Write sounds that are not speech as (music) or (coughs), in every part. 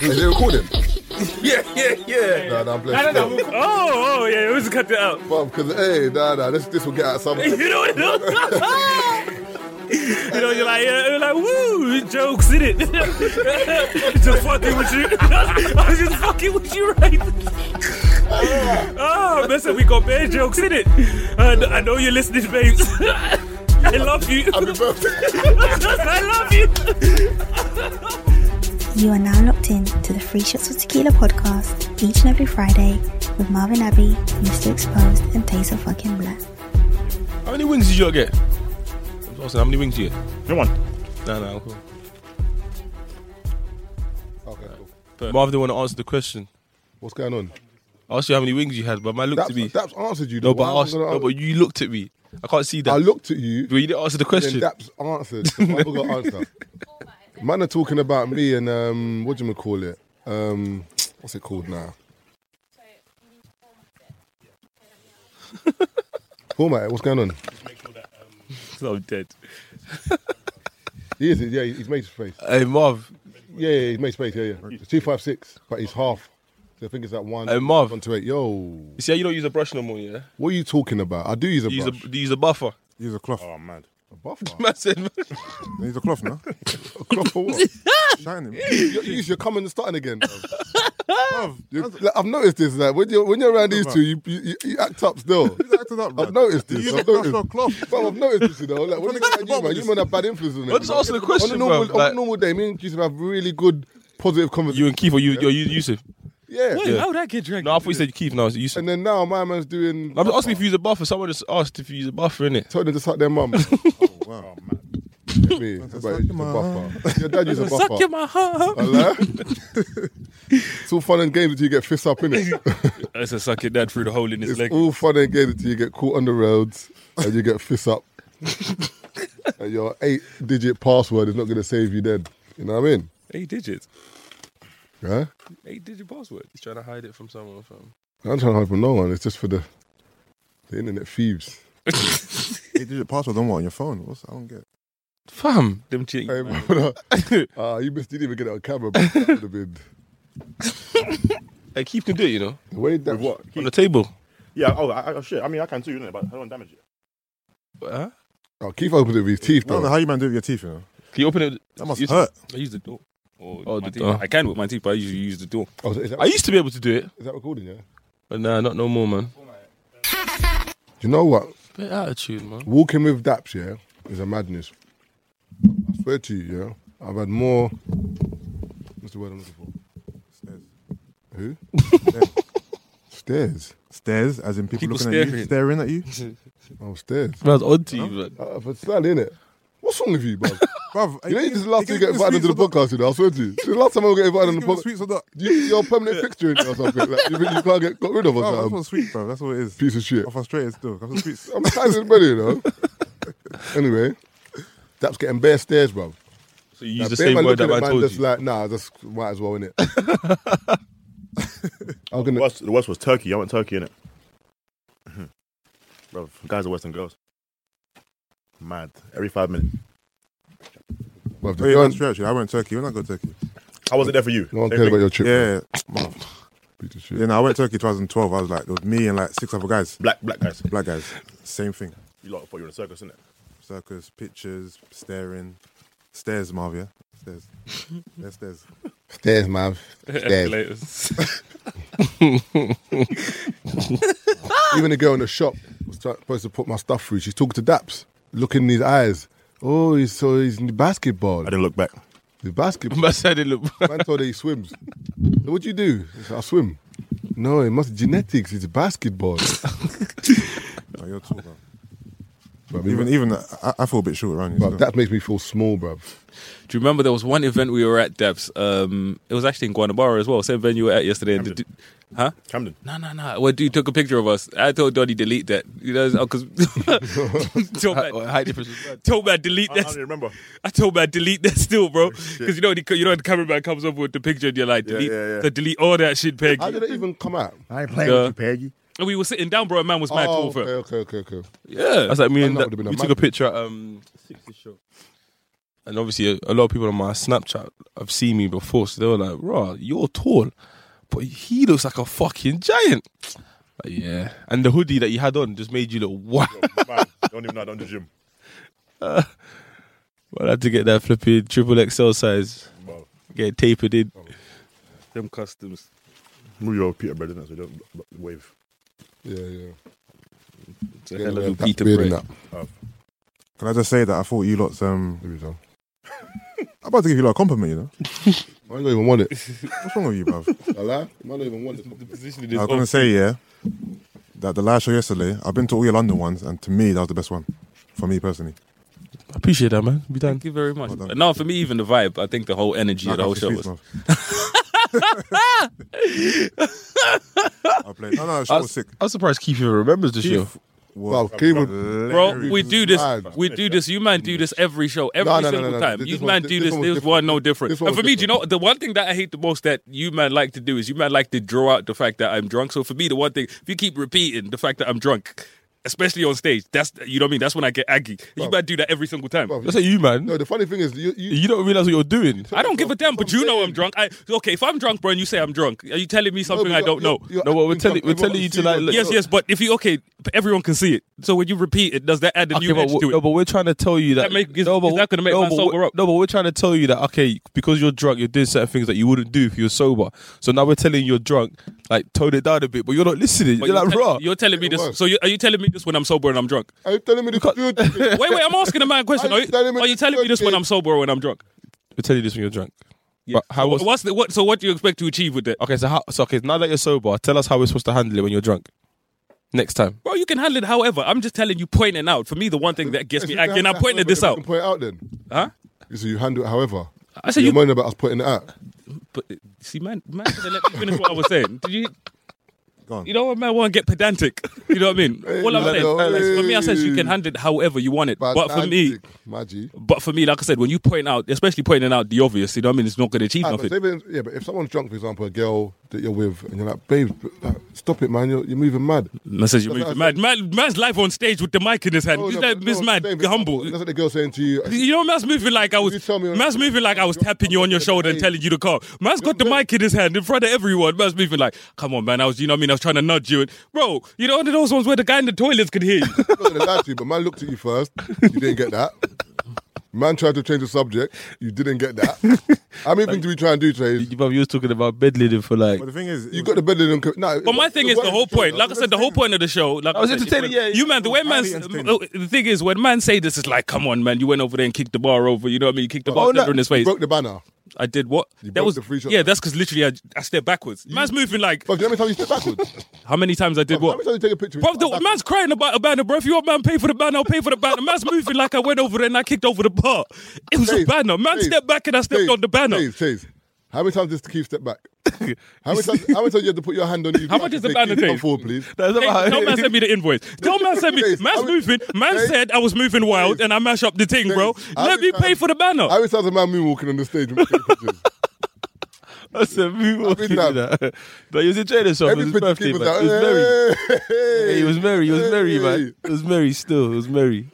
Is it recording? Yeah, yeah, yeah. Nah, nah, I'm No, no, blessed. no. we'll- (laughs) Oh, oh, yeah. We just cut that out. (laughs) Because, hey, nah, nah, this, this will get out some. You know what? (laughs) you know, you're like, yeah, you're like, woo, jokes in it. (laughs) just fucking with you. (laughs) I was just fucking with you, right? (laughs) oh, listen, we got bad jokes in it. And I know you're listening, babes. (laughs) I love you. (laughs) Happy birthday. I love you. You are now locked in to the Free Shots of Tequila podcast each and every Friday with Marvin Abbey, Mr. Exposed, and Taser Fucking Black. How many wings did you get? I was asking, how many wings you get? Come on. Nah, nah, I'm cool. Okay, cool. Marv didn't want to answer the question. What's going on? I asked you how many wings you had, but man looked That's, at me. that's answered you. no, though. but Why I am asked, gonna no, answer- but you looked at me. I can't see that. I looked at you. but you didn't answer the question. Then Dap's answered. I forgot answer. Man are talking about me and um, what do you call it? Um, what's it called now? Format. What's going on? I'm dead. He is. Yeah, he's made space. Hey Marv, Yeah, yeah, he's made space. Yeah, yeah. It's two five six, but he's half. So I think it's that one. Hey, Marv. One two eight. Yo, you see how you don't use a brush no more, yeah? what are you talking about? I do use a You use a, brush. you use a buffer. (laughs) Use a cloth. Oh, mad. A buffer. Man said, man, Use a (laughs) cloth, no? a cloth for (laughs) what? (laughs) Shine him. you, (laughs) you, you're coming and starting again. bruv. (laughs) Bruv, You- like, I've noticed this. Like when you're when you're around these Bruv. two, you you, you, you act up (laughs) still. he's acting up, I've bruv. noticed You this. Use I've a cloth, no noticed. cloth. But I've noticed this, you know. Like, when Trying to you get to get the you, bottom man, of you this. man have bad influence on I just asked the On a question, normal, bro. on a Like, normal day, me and Jason have really good, positive you conversations. and Keith or you, you're you- Yusuf? Yeah. Wait, how would I get dragged? No, I thought you said Keith. No, it's Yusuf. And then now my man's doing. I'm just asking if you use a buffer. Someone just asked if you use a buffer, innit? Told them to suck their mum. Wow. me. About suck use a your mum. buffer. Your dad used a buffer. Suck in my heart. Hello? it's all fun and games until you get fists up in it. That's a suck it dad through the hole in his It's all fun and games until you get caught on the roads and you get fists up. and your eight-digit password is not going to save you then. You know what I mean? Eight digits. Yeah. Eight digit password. He's trying to hide it from someone. From. I'm trying to hide from no one. It's just for the the internet thieves. Eight digit password on what? On your phone? What's, I don't get it. (laughs) Fam, them cheating. Hey, brother. Ah, you missed. You didn't even get it on camera. But that would have been Hey, Keith can do it, you know, the way that. With what? on the table. Yeah. Oh, I, I, shit. I mean, I can too, you know, but I don't damage it. Huh? Oh, Keith opened it with his teeth I don't though. know how you man do it with your teeth, you know? Can you open it? That must Use- hurt. I use the door. Or Oh, my the teeth. door. I can with my teeth, but I usually use the door. Oh, is, that, I used to be able to do it, is that recording? Yeah. Do but nah, not no more, man. you know what? Bit attitude, man. Walking with Daps, yeah, is a madness. I swear to you, yeah. I've had more. What's the word I'm looking for? Stairs. Who? Stairs. Stairs. Stairs, as in people, People looking at you, staring. (laughs) staring at you. Oh, stairs. That's odd to you, man. Uh, but slightly in it. What's wrong with you, bro? Bruv, You know, this is the last time you get invited onto the podcast, you know. I swear to you, this is the last time I get invited on the podcast. Sweets or not? You, you're a permanent fixture in there or something. Like, you, think you can't get got rid of us. Oh, that's um, what's sweet, bro. That's what it is. piece of (laughs) shit. I'm frustrated still. I'm sweet. (laughs) I'm tired of this money, you know. (laughs) anyway, that's getting bare stairs, bro. So you use Like, the bare same man word that looking at man man told just you. like, nah, just might as well, innit? (laughs) I'm The gonna. worst, the worst was Turkey. I went Turkey in it. Bro, guys are Western girls. Mad. Every five minutes. Bruv, Wait, don't, that's true, actually. I went to Turkey. When I go to Turkey? I wasn't there for you. no one Same cares thing. about your trip. Yeah. Piece of shit. Yeah, no, I went to Turkey 2012. I was like, it was me and like six other guys, black black guys. black guys. Same thing. You lot thought you were in a circus, innit? Circus, pictures, staring, stairs, Marvia. (laughs) Stairs. There's stairs. Stairs, man. (laughs) Stairs. Escalators. Even the girl in the shop was try- supposed to put my stuff through. She's talking to Daps, looking in his eyes. Oh, he's so he's in the basketball. I didn't look back. The basketball. Man said it look. Man told her he swims. What do you do? I said, I swim. No, it must genetics. It's (laughs) basketball. No, Oh, you're tall, bro. Bruv, Even, even, even I, I feel a bit short around you. bruv, still. that makes me feel small, bruv. Do you remember there was one event we were at, Debs? Um, it was actually in Guanabara as well, same venue you were at yesterday. And the, Camden. du- huh? Camden. No, no, no. Well, dude took a picture of us. I told Donnie delete that. You know, because (laughs) (laughs) told Height- man, Height difference. is bad. told man delete I, I don't that. remember. I told man delete that still, Oh, bro. Because you know, the, you know, the cameraman comes up with the picture and you're like, delete, yeah, yeah. so delete all that shit, Peg. How did (laughs) it even come out? I ain't playing Yeah. with you, Peggy. And we were sitting down, bro. And man was mad oh, tall for okay, okay, okay, okay. Yeah, That's like me and That that, would've we been a took a madness. picture at um, 60 show. and obviously a, a lot of people on my Snapchat have seen me before, so they were like, "Raw, you're tall, but he looks like a fucking giant." Like, yeah, and the hoodie that you had on just made you look (laughs) wow. Man, don't even know I don't do gym. Well, I had to get that flipping triple XL size, Well, get tapered in. Oh, Them customs. we are Peter Bread, innit? So we don't wave. Yeah, yeah. It's a Yeah, hell of yeah, a that Peter beard and Bread. that. Can I just say that I thought you lot's um Here we go. (laughs) I'm about to give you lot a compliment, you know? I don't even want it. What's wrong (laughs) with you, bruv? I lie. I don't even want it. The positioning I is was gonna off. say, yeah, that the live show yesterday, I've been to all your London ones and to me that was the best one. For me personally. I appreciate that, man. Be done. Thank you very much. Well done. no, for me, even the vibe. I think the whole energy of the Nah, whole can't show speak, was. bruv. (laughs) I played. No, no, the I show was was, sick. I was surprised Keith even remembers the show. Keith was Bruv, Keith would- Bro, hilarious. we do this. mad. We do this. You man do this every show, every no, no, single no, no. time. This you one- man this- do this this. one was There's one no different. different. This And one for was me, do you know the one thing that I hate the most that you man like to do is you man like to draw out the fact that I'm drunk. So for me, the one thing if you keep repeating the fact that I'm drunk, especially on stage, that's you know what I mean. That's when I get aggy. You man do that every single time. Bruv. That's like you, man. No, the funny thing is, you, you, You don't realize what you're doing. I don't give a damn, but you know I'm drunk. I okay, if I'm drunk, bro, and you say I'm drunk, are you telling me something I don't know? No, well, we're telling- we're telling you to, like, look- Yes, yes, but if you okay, everyone can see it. So when you repeat it, does that add a Okay, new but, edge w- to it? no, but we're trying to tell you that. That make- is- no, but is that gonna make no, man but sober we- up? No, but we're trying to tell you that okay, because you're drunk, you're doing certain things that you wouldn't do if you were sober. So now we're telling you you're drunk, like tone it down a bit, but you're not listening. But you're like tell- raw. You're telling me It this. works. So you, are you telling me this when I'm sober and I'm drunk? Are you telling me to do (laughs) it? Wait, wait. I'm asking a man a (laughs) question. Are Are you you, telling me are you this telling me this when okay? I'm sober or when I'm drunk? We're telling you this when you're drunk. But how was? What's the, what? So what do you expect to achieve with that? Okay, so how, so okay, now that you're sober, tell us how we're supposed to handle it when you're drunk. Next time. Bro, you can handle it. However, I'm just telling you, pointing out. For me, the one thing that gets me (laughs) aggy, and I'm pointing this You out. can point it out then. (laughs) Huh? So you handle it however. I said You're you. moaning about us pointing it out. But see, man, man, didn't let me finish what I was saying. Did (laughs) you? Go on. You know what, man? Want to get pedantic? You know what I (laughs) mean? All I'm man, saying, no, for me, I said you hey. can handle it however you want it. But for me, Maggie. but for me, like I said, when you point out, especially pointing out the obvious, you know what I mean? It's not going to achieve Ah, but nothing. say when- yeah, but if someone's drunk, for example, a girl that you're with, and you're like, babe, like, stop it, man, you're, you're moving mad. Man says you're That's moving what I mad. Man, man's live on stage with the mic in his hand. No, He's no, like, but this no, man, David, humble. That's what the girl saying to you. You know, man's moving like I You was. tell me- man's moving like I was tapping you on your shoulder and telling you to come. Man's got the mic in his hand in front of everyone. Man's moving like, come on, man. I was, you know, what I mean, I was trying to nudge you. And, bro, you know, one of those ones where the guy in the toilets could (laughs) hear you. I'm not gonna lie to you, but man looked at you first. You didn't get that. Man tried to change the subject. You didn't get that. How many things do we try and do today? You, you was talking about bedlitting for like. But the thing is, You got the better than. No, But my thing is the whole point. Like I said, the whole point of the show. Like I was said, when- entertaining, yeah, You man, the way man. highly entertaining. The thing is, when man say this, it's like, come on, man. You went over there and kicked the bar over. You know what I mean? You kicked the Oh, bartender in his You face. Oh, broke the banner. I did what? That broke was the free shot. yeah. That's because literally I, I stepped backwards. Man's moving like But do you know how many times you step backwards? how many times I did How (laughs) what? many times you take a picture? Bro, the man's crying about a banner, bro. If you want man, pay for the banner, I'll pay for the banner. Man's (laughs) moving like I went over there and I kicked over the bar. It was a Dave, banner. Man Dave, stepped back and I stepped Chase, on the banner. Chase, Chase. How many times does the keep step back? How many times? How many times you have to put your hand on you? (laughs) How much is the banner, Come Chase? forward, (laughs) please. (laughs) That's not Hey, how- tell man sent me (laughs) the invoice. Tell man sent me. Guys, Man's how many- moving. Man Guys, said I was moving wild and I mash up the thing, bro. Guys, how Let many me pay times- for the banner. How many times a man moonwalking on the stage? and taking (laughs) pictures? That's a move. I've been that. But he was enjoying himself. It was Every his picture birthday, keep man. was like, It was merry. hey, (laughs) He was merry. He was merry, hey. man. It was merry still. It was merry.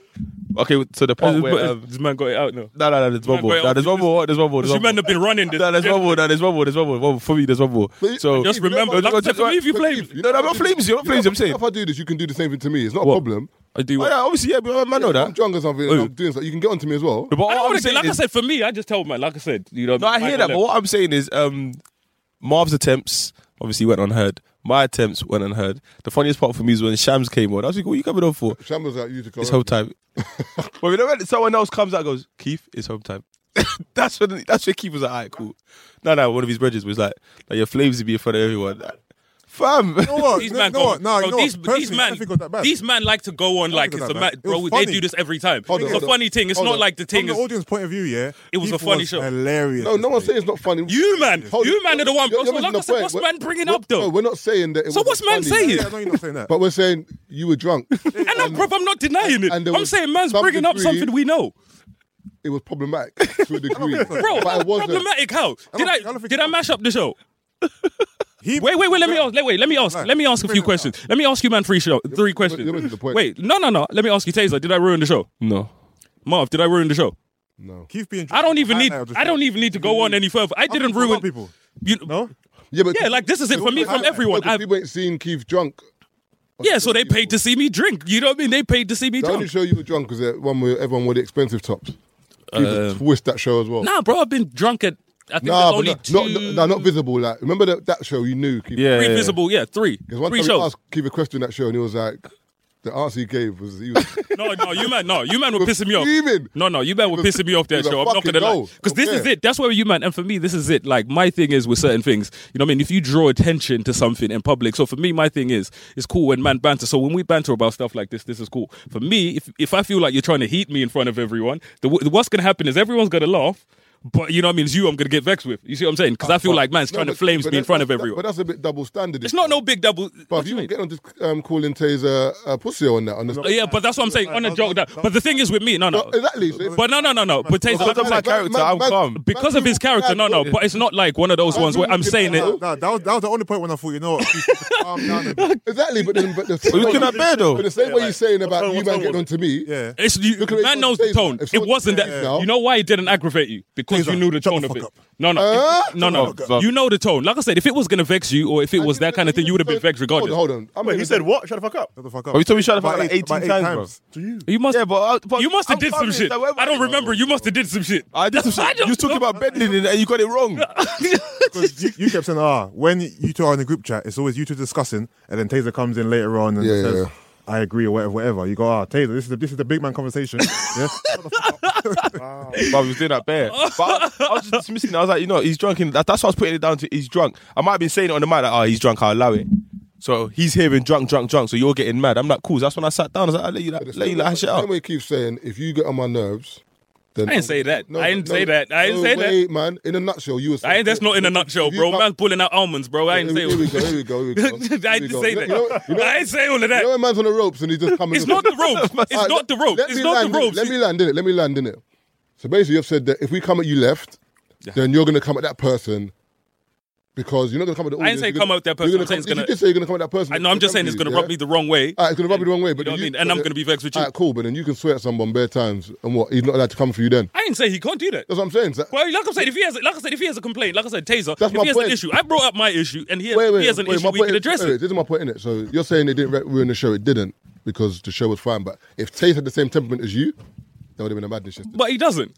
Okay, so the part where. Um, this man got it out now. no, no, no, there's one Man, more. wait, No, there's one more. There's one more. There's You one more. man have been (laughs) running this. No, there's one more. No, there's one more. There's one more. One more. For me, there's one more. Please- So. Just remember, Go- go- like, go- go- leave you go- flames. No, no, I'm not flames you. I'm not flames you. I'm saying. If I do this, you can do the same thing to me. It's not What? a problem. I do Oh, what? yeah, obviously, yeah, but I know I'm that. drunk or something. and Oh. I'm doing something. You can get onto me as well. But I what don't I'm wanna get- saying like I is, said, for me, I just tell man, like I said, you know. No, I hear that, but what I'm saying is, um, Marv's attempts obviously went unheard. My attempts went unheard. The funniest part for me is when Shams came on. I was like, what are you coming on for? Sham was like, you to come. It's home (laughs) time. but you know when someone else comes out and goes, Keith, it's home time. (laughs) that's when that's when Keith was like, all right, cool. No, no, one of his bridges was like, like your flames would be in front of everyone. Like, Fam. You know what? These (laughs) No, man, you know go, what? No, you bro, know these, what? these Personally, I man, don't think it was that bad. these man like to go on like think it's it a was that ma- bad. It bro. was They funny. do this every time. Hold on, it's hold a on. funny thing. It's Hold not on. like the from thing the is audience point of view, yeah, It was a people funny show. Hilarious. No, no one's yesterday. saying it's not funny. you, man. Hold you on. man are the one, bro. You're- So you're missing like I the said, point. what's We're- man bringing we're- up though? No, we're not saying that. It So wasn't what's man funny. saying? Yeah, I know you're not saying that. But we're saying you were drunk. and I'm, bro, I'm not denying it. and there I'm was saying man's some bringing up degree- something we know, It was (laughs) problematic to a degree, bro. But it wasn't. problematic. How did I I, don't think did it I was. mash up the show? he, Wait, wait, wait. Let me ask. Wait, let me ask. Right. Let me ask a few You bring it questions. Let me ask you, man, three show, three questions. you're missing the point. (laughs) Wait, no, no, no. Let me ask you, Taser. Did I ruin the show? No. Marv, did I ruin the show? No. Keith being. I don't even Right need. now, just- I don't even need to go on any further. I How can didn't you talk about ruin people. You, No, Yeah, but Yeah, like this is it for me from No, everyone. 'cause I've, people ain't seen Keith drunk. yeah, so they paid to see me drink. You know what I mean? They paid to see me The only drink. show you were drunk was that one where everyone wore the expensive tops. Keith Uh, twist that show as well. Nah, bro, I've been drunk at. I think Nah, there's but only not, two. not, nah, not visible. Like, remember that, that show? You knew. Keith. Yeah, Three yeah, visible, yeah, three. Because one three time we shows. asked Keith a question that show, and he was like, the answer he gave was he was No, no, you man, no, you man were was pissing me off. fuming. No, no, you man were It was- pissing me off it that was a show. I'm not fucking gonna lie, goal. because this is Okay. it. That's where you man, and for me, this is it. Like my thing is with certain things, you know what I mean. If you draw attention to something in public, so for me, my thing is it's cool when man banter. So when we banter about stuff like this, this is cool. For me, if if I feel like you're trying to heat me in front of everyone, the, w- what's gonna happen is everyone's gonna laugh. But you know what I mean? It's you I'm gonna get vexed with. You see what I'm saying? Because I feel (laughs) like man's No, trying Ah, to but- flames but me in that- front of that- everyone. But that's a bit double standard. it's not no big double. But what if do you you mean? get on just um, calling Taser a pussy on that. On the, Uh, yeah, but that's what I'm saying. On a that- joke, that, that- but the thing is with me, no, no, No, exactly. So if- But no, no, no, no. But Taser, Because of my character, I'm calm. because of his character, no, no. But it's not like one of those ones where I'm saying Nah, it. nah, that was that was the only point when I thought you know what, calm down. (laughs) a bit. Exactly, but then but the same But you way- cannot bear though. But the same way you're saying what's about wrong- you what's man wrong getting with onto me. Yeah. It's you, Look at it man on knows the Taser. tone. If It someone- wasn't yeah, that. yeah. You know why it didn't aggravate you because you Taser, knew the shut tone the of it. fuck up. No, no, Huh? if- no, no. fuck up. You know the tone. Like I said, if it was gonna vex you or if it was that kind of thing, you would have been vexed regardless. Hold on, hold on. I'm Wait, he in- said what? Shut the fuck up. Shut the fuck up. But Oh, you told me shut up About like eight- 18 about eight times, To you. You must. Yeah, but, uh, but You must have did some shit. I don't remember. You must have did some shit. I (laughs) did some I shit. You don't was talking about bending and you got it wrong. (laughs) Because you, you kept saying, ah, when you two are in the group chat, it's always you two discussing, and then Taser comes in later on and Yeah, yeah, says, yeah. I agree or whatever, whatever. You go, ah, Taser, this is the, this is the big man conversation. (laughs) yeah? But I was doing that bare. But I, I was just dismissing it. I was like, you know, he's drunk. And that, that's what I was putting it down to. He's drunk. I might have been saying it on the mic, like, oh, he's drunk. I'll allow it. So he's hearing drunk, drunk, drunk. So you're getting mad. I'm like, cool. That's when I sat down. I was like, I'll let you, like, let you like, hash it The out. same way he keeps saying, if you get on my nerves, then I didn't say that. I didn't say that. I didn't no say way, man. In a nutshell, you were. I ain't. That's not in a nutshell, bro. Man's Man, pulling out almonds, bro. I ain't here, here we go. saying. Here we go. Here we go. (laughs) I Here we didn't go. say You know- that. You know, I ain't say all of you that. know when man's on the ropes and he just coming. It's not the ropes. It's not the ropes. Let It's me not land the in it. ropes. Let me land in it. Let me land in it. So basically, you've said that if we come at you left, then you're going to come at that person because you're not going to come at the I audience. ain't saying You're gonna- come at that person. you're gonna I'm saying it's come- gonna- You did say you're going to come at that person. I know. I'm just saying Remember it's you, gonna yeah? rub me the wrong way. Alright, it's gonna rub you the wrong way, but you know what I you- mean. And I'm gonna be vexed with you. Alright, cool. But then you can swear at someone bare times, and what? He's not allowed to come for you then. I ain't say he can't do that. That's what I'm saying. So- Well, like I'm saying, if he has, like I said, if he has a complaint, like I said, Taser, That's if my he has point. an issue, I brought up my issue, and he, wait, wait, he has an wait, issue, we point can is- address wait, wait, it. This is my point in it. So you're saying it didn't ruin the show. It didn't because the show was fine. But if Tate had the same temperament as you, that would have been a madness. yesterday. But he doesn't.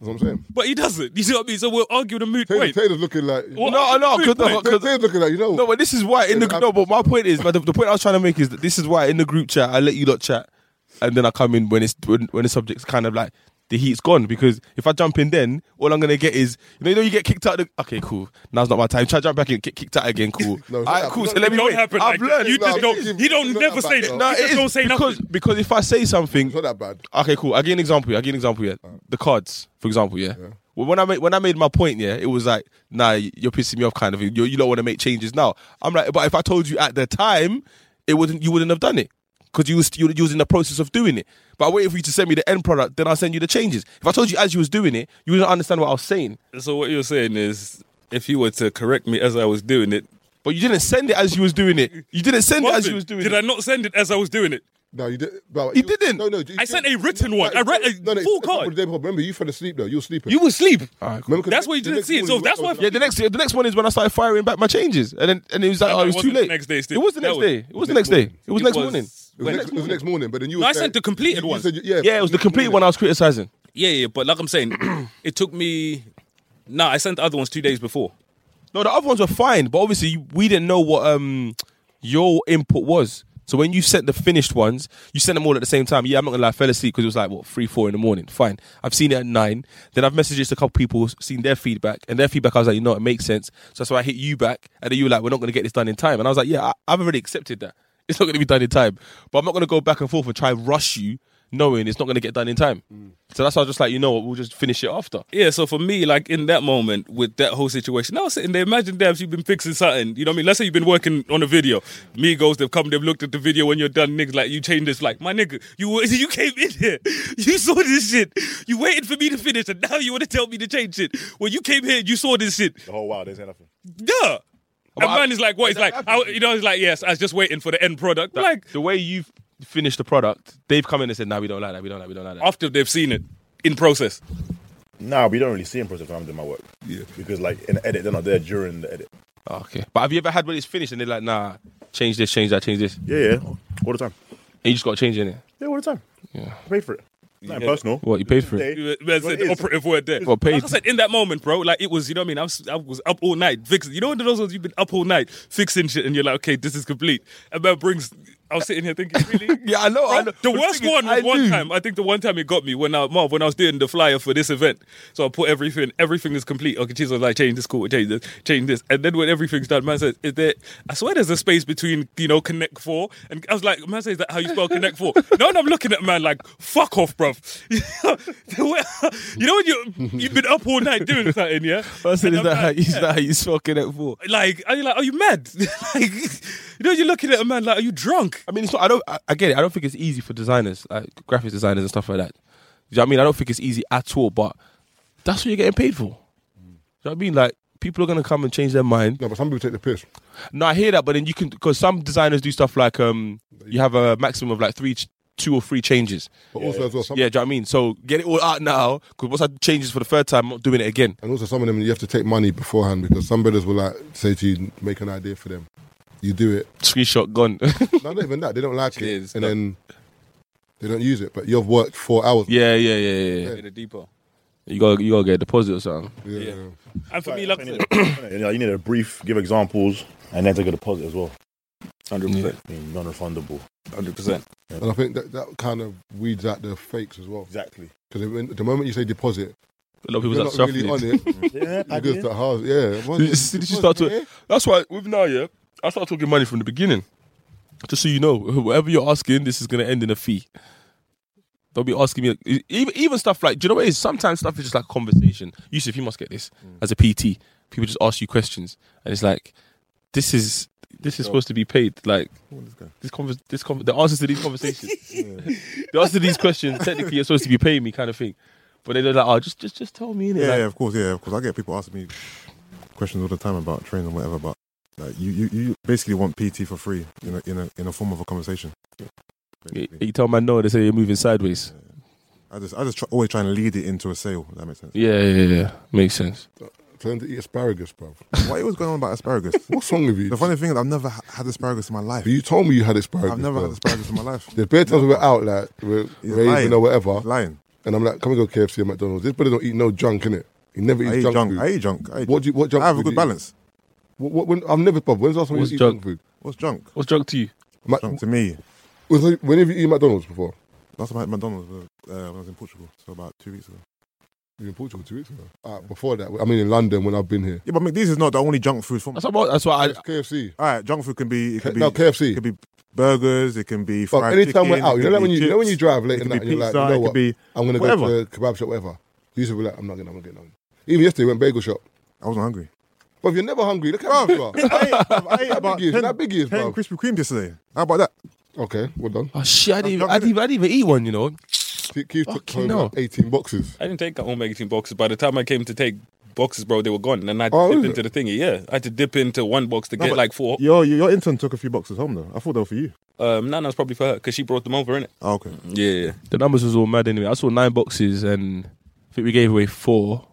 That's what I'm saying. But he doesn't. You see what I mean? So we'll argue the moot Tate, point. Taylor's looking like. Well, No, no, Moot good, no, point. good. Tate- Taylor's looking like you know. No, but this is why in the no. But my point is, but the, the point I was trying to make is that this is why in the group chat I let you lot chat, and then I come in when it's when, when the subject's kind of like the heat's gone because if I jump in then all I'm gonna get is you know you, know, you get kicked out. Of the, okay, cool. Now's not my time. Try to jump back in, get kicked (laughs) out again. Cool. No, all it's right, not- cool. no, So let It me don't wait. happen like I've that. learned. You No, just I'm don't. thinking- He don't it's not never that say bad, that. though. No, He it just is don't say because nothing. because if I say something, it's not that bad. Okay, cool. I'll give you an example. here. I'll give you an example, yeah. The cards, for example, yeah. Well, when I made when I made my point, yeah, it was like, nah, you're pissing me off, kind of. You you don't want to make changes now. I'm like, but if I told you at the time, it wouldn't you wouldn't have done it because you was you was in the process of doing it. But I waited for you to send me the end product, then I'll send you the changes. If I told you as you was doing it, you wouldn't understand what I was saying. So what you're saying is, if you were to correct me as I was doing it, But you didn't send it as you was doing it. You didn't send it as you was doing did it. I not send it as I was doing it? No, you didn't. but He didn't. No, no. you- I sent a written one. No, I read a no, no, it's- full it's card. the day before. Remember, you fell asleep though. You were sleeping. You were asleep. Alright, cool. Remember, 'cause That's the why you next- didn't the see it. next So morning that's you why- woke Yeah, the next the next one is when I started firing back my changes, and then and it was like, No, oh, it it was too wasn't the late. next day still. It was the That next was- day. It was the next day. It was the next was- morning. It was, next, it was the next morning, but then you. No, were I sent the completed you one. said you- yeah, Yeah, it was the complete one I was criticizing. Yeah, yeah, but like I'm (clears throat) saying, it took me. Nah, I sent the other ones two days before. No, the other ones were fine, but obviously you- we didn't know what um your input was. So when you sent the finished ones, you sent them all at the same time. Yeah, I'm not gonna lie, I fell asleep because it was like what three, four in the morning. Fine, I've seen it at nine. Then I've messaged just a couple people, seen their feedback, and their feedback I was like, you know, what, it makes sense. So that's why I hit you back, and then you were like, we're not gonna get this done in time, and I was like, yeah, I, I've already accepted that. (laughs) It's not gonna be done in time, but I'm not gonna go back and forth and try and rush you, knowing it's not gonna get done in time. So that's why I was just like, you know what, we'll just finish it after. Yeah, so for me, like in that moment with that whole situation, I was sitting there. Imagine, Dabs, you've been fixing something. You know what I mean? Let's say you've been working on a video. Me goes, they've come, they've looked at the video. When you're done, niggas like you change this. Like my nigga, you were- (laughs) you came in here, you saw this shit, you waited for me to finish, and now you want to tell me to change shit. When you came here, you saw this shit. Oh wow, they say nothing. Yeah. But And I- man is like, what? It's like, I, you know, it's like, yes, I was just waiting for the end product. Like, the way you've finished the product, they've come in and said, "No, we don't like that. We don't like. We don't like that." after they've seen it. in process? Nah, we don't really see him process when I'm doing my work. Yeah. Because like in the edit, they're not there during the edit. Oh, okay. But have you ever had when it's finished and they're like, nah, change this, change that, change this, and Yeah, yeah, all the time. you just got to change it? innit? Yeah, all the time. Yeah. I pay for it. Not Yeah. personal. What you paid for it? Day. You man Well, said it the is. operative word there. Well, paid. Like I said, in that moment, bro, like it was, you know what I mean? I was, I was up all night fixing. You know when those ones you've been up all night fixing shit and you're like, okay, this is complete. And man brings, I was sitting here thinking, really? (laughs) Yeah, I know. I know. The But worst thing is, one was I one knew. time. I think the one time it got me when I Marv, when I was doing the flyer for this event. So I put everything. Everything is complete. Okay, Jesus, like change this, cool, change this, change this, and then when everything's done, man says, "Is there? I swear there's a space between you know Connect Four and I was like, man says, "Is that how you spell Connect (laughs) 4? no, and I'm looking at man like, fuck off, bruv. (laughs) you know when you you've been up all night doing something, (laughs) yeah. I And said, is I'm that how like, is yeah. that how you smoking it for? Like, are you like, are you mad? (laughs) like, you know, you're looking at a man like, are you drunk? I mean, it's not. I don't. I, I get it. I don't think it's easy for designers, like graphics designers and stuff like that. Do you know what I mean? I don't think it's easy at all. But that's what you're getting paid for. Do you know what I mean? Like people are gonna come and change their mind. No, but some people take the piss. No, I hear that, but then you can because some designers do stuff like um, you have a maximum of like three, ch- two or three changes. But also as well, some, Yeah, do you know what I mean? So get it all out now because once I change this for the third time, I'm not doing it again. and also some of them you have to take money beforehand because some brothers will like say to you, make an idea for them. You do it. Screenshot gone. (laughs) No, not even that. They don't like it, Cheers. and then they don't use it. But you've worked four hours. yeah, yeah, yeah, yeah, yeah. In a depot. You got to you got to get a deposit or something. Yeah, Yeah. yeah. And for me, You like, need a- (clears throat) you know, you need a brief, give examples, and then take a deposit as well. hundred percent, I mean, non-refundable. hundred percent. And I think that, that kind of weeds out the fakes as well. Exactly. Because the moment you say deposit, A lot of people you're are not suffering. really on it. (laughs) yeah, It goes to house. Yeah. What Did you- is- did you what start to- is it? That's why with now, yeah, I start talking money from the beginning. Just so you know, whatever you're asking, this is gonna end in a fee. Don't be asking me e-, even even stuff like do you know what it is? Sometimes stuff is just like conversation. Yusuf, you must get this as a PT. People just ask you questions, and it's like this is this is supposed to be paid. Like this conver- this conver- the answers to these conversations, the answers to these questions. Technically, you're supposed to be paying me, kind of thing. But they're like, oh, just just just tell me. innit? Yeah, Like, yeah, of course, yeah, of course. I get people asking me questions all the time about training and whatever, but like you, you, you basically want PT for free in a in a in a form of a conversation. You, you tell man no, they say you're moving sideways. I just I just try, always try and lead it into a sale. If that makes sense. Yeah, yeah, yeah. Makes sense. Turn to eat asparagus, bruv. Why was going on about (laughs) asparagus? What's wrong with you? the funny thing is, I've never ha- had asparagus in my life. But you told me you had asparagus. I've never bruv. had asparagus in my (laughs) life. There's bare times we were out, like, we're He's raising lying. or whatever, Lying. and I'm like, come and go KFC and McDonald's. This brother don't eat no junk, innit? He never I eats eat junk, junk. food. I eat junk. I eat What do you- what junk I have a food do good you eat? balance. What, what, when, I've never, bruv, when's the last time you What's eat junk junk? food? What's junk? What's drunk to you? Mac, Junk to me. was- when have you eaten McDonald's before? Last time I had McDonald's was uh, when I was in Portugal, so about two weeks ago. You were in Portugal two weeks ago. Uh, before that, I mean in London when I've been here. Yeah, but McDee's is not the only junk food form. That's what. That's what I. It's KFC. All right, junk food can be. It K- can be no, KFC. It could be burgers. It can be But fried anytime we're chicken, out, it you know, could like be when you, you know when you chips, drive late it and, could that, be and you're like, pizza, you know it could what? be I'm gonna go whatever. to a kebab shop, whatever. You used to be like, I'm not gonna, I'm not getting nothing. Even yesterday, we went bagel shop. I (laughs) wasn't hungry. But if you're never hungry, look how big you are. I ate, I ate (laughs) about big is- 10, how big is, 10 bruv? Krispy Kremes yesterday. How about that? Okay, well done. Oh shit! I didn't. Even, drunk, I didn't. Even, I didn't even eat one. You know. Keith Keith took Fucking home hell. like 18 boxes. I didn't take home 18 boxes. By the time I came to take boxes, bro, they were gone. And I had to Oh, dip is into the thingy. Yeah, I had to dip into one box to get but like four. Your, your your intern took a few boxes home though. I thought they were for you. Um, no, no, it's probably for her because she brought them over, innit? Oh, okay. Yeah, yeah. The numbers was all mad anyway. I saw nine boxes, and I think we gave away four.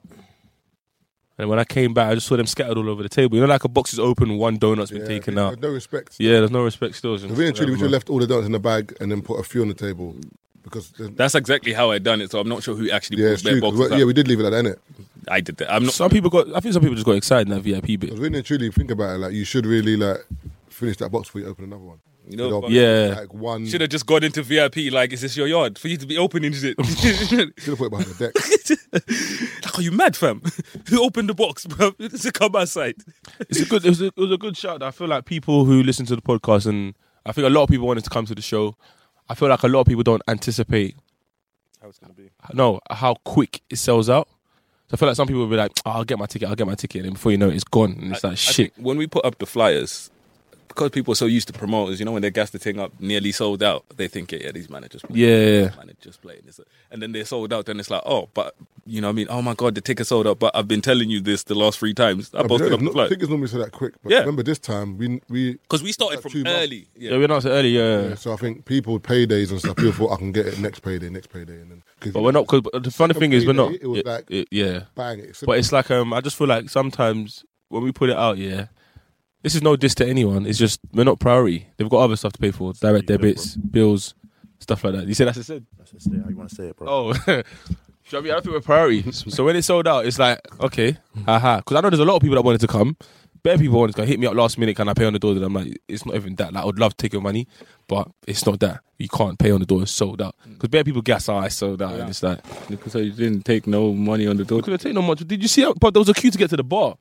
And when I came back, I just saw them scattered all over the table. You know, like a box is open, one donut's been Yeah, taken with out. No respect. Yeah, there's no respect still. The really and truly, we should have left all the donuts in the bag and then put a few on the table because there's- That's exactly how I done it. So I'm not sure who actually yeah, brought it's their true. 'cause boxes. we- out. yeah, we did leave it like that, innit? I did that. I'm not. Some people got. I think some people just got excited in that VIP bit. Because really and truly, think about it. Like you should really like finish that box before you open another one. You know, Without- but- Yeah. like one. Should have just got into VIP. Like, is this your yard for you to be opening (laughs) shit? like, Should have put it behind the deck. are you mad, fam? (laughs) who opened the box, bro? (laughs) It's a come outside. It's a good. It was a, it was a good shout. I feel like people who listen to the podcast, and I think a lot of people wanted to come to the show. I feel like a lot of people don't anticipate How it's gonna be? no, how quick it sells out. So I feel like "Ah, some people will be like, oh, I'll get my ticket, I'll get my ticket. And then before you know it, it's gone. And it's like, I shit. think when we put up the flyers, because people are so used to promoters, you know, when they gas the thing up nearly sold out, they think, yeah, yeah these managers playing. Yeah, yeah, yeah. Managers playing. It's a- And then they're sold out, then it's like, oh, but, you know what I mean? Oh my God, the ticket sold out, but I've been telling you this the last three times. I I posted up the think flight. it's normally so that quick, but Yeah. remember this time we we Because we started like from two months. early. Yeah, we're not so early. Yeah, Yeah, so I think people with paydays and stuff. People thought I can get it next payday, next payday, and then cause but we're not. Cause but the funny thing is, we're not. It was like- yeah, yeah. bang it. It's But it's like um, I just feel like sometimes when we put it out, yeah, this is no diss to anyone. It's just we're not priority. They've got other stuff to pay for: direct Yeah, bro. debits, bills, stuff like that. You said that's a sin. That's just it. How you want to say it, bro? Oh, (laughs) do you know what I mean? I don't think we're priority. so when it sold out, it's like okay, aha. Because I know there's a lot of people that wanted to come. Bare people wanted to come. Hit me up last minute. Can I pay on the door? That I'm like, it's not even that. Like, I would love to take your money, but it's not that. You can't pay on the door. It's sold out. Because bare people gas, oh, it's sold out. And it's like, So you didn't take no money on the door. could have taken no much. Did you see? How, but there was a queue to get to the bar.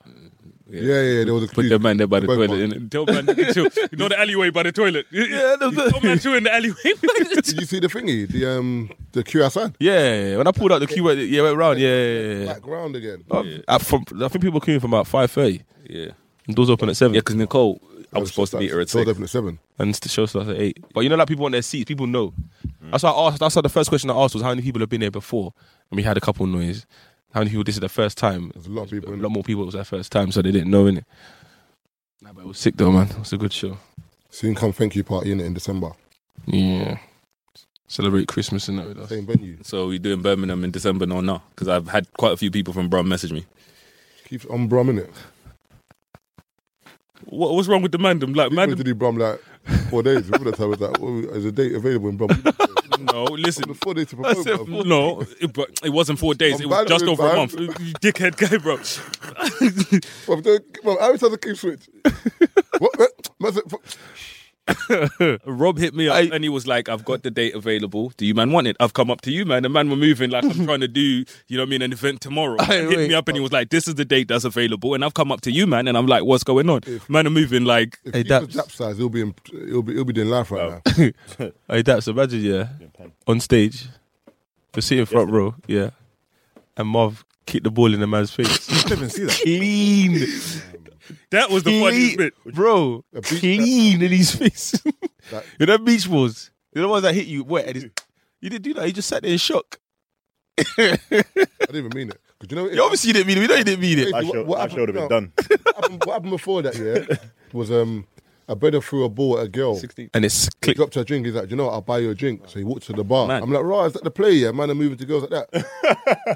yeah, yeah, yeah, There was a Put queue. that man there by the Both toilet. parts. innit? Tell man to chill. You know the alleyway by the toilet. (laughs) Yeah, the- the- Tell man to in the alleyway. Did you see the thingy? The um the queue outside. (laughs) Yeah, when I pulled out the queue, went- yeah, went round. Yeah, yeah, yeah. yeah. Back round again. Oh, I, from, I think people queuing from about five thirty. (laughs) yeah. Doors open at seven, Yeah, because Nicole, I That was supposed to meet her at Door six. opened at seven. and the show starts at eight. But you know, like people on their seats, people know. That's why I asked. That's why the first question I asked was how many people have been there before, and we had a couple noise. How many people? This is their first time. There's a lot of A people. In lot more people it was their first time, so they didn't know innit. Nah, but it was sick though, man. It was a good show. Soon come thank you party in it in December. Yeah, celebrate Christmas and that with us. Same venue. So we do in Birmingham in December, no, no. Because I've had quite a few people from Brum message me. Keeps on Brum in it. What, what's wrong with the man? I'm like, Man, man, to do Brum like four days. Remember that time? I was like, oh, is a date available in Brum? (laughs) no, listen. Four days to propose. said bruv. (laughs) No, it, but it wasn't four days. I'm It bad was just with over a man. month. You dickhead guy, bro. Bruv, don't- bruv, How many times I keep switch? What? Man said, fuck, Rob hit me up and he was like, I've got the date available. Do you man want it? I've come up to you, man. The man were moving like I'm trying to do, you know what I mean, an (laughs) event tomorrow. Aye, hit wait. me up and he was like, This is the date that's available. And I've come up to you, man. And I'm like, What's going on? Man are moving like, If Hey, he was Daps. Dap size, he'll be in, he'll be he'll be doing life right now. Hey, that's imagine, yeah, on stage, we're sitting front row, yeah, and Marv kicked the ball in the man's face, (laughs) I didn't even see that. clean, That (laughs) was the funniest clean, bit. bro, A beach- clean in his face. (laughs) That- you know, beach balls, you know, the ones that hit you wet. And it's- you didn't do that. You just sat there in shock. I didn't even mean it. 'Cause you know, You obviously didn't mean it. We know you didn't mean it. Like- I should what I happened- should have no. been done. what, happened, what happened before that yeah was um a brother threw a ball at a girl. And it's He click. dropped her a drink. He's like, "Do you know, what? I'll buy you a drink. So he walked to the bar. Man. I'm like, right, is that the play? Yeah, man, are moving to girls like (laughs) that.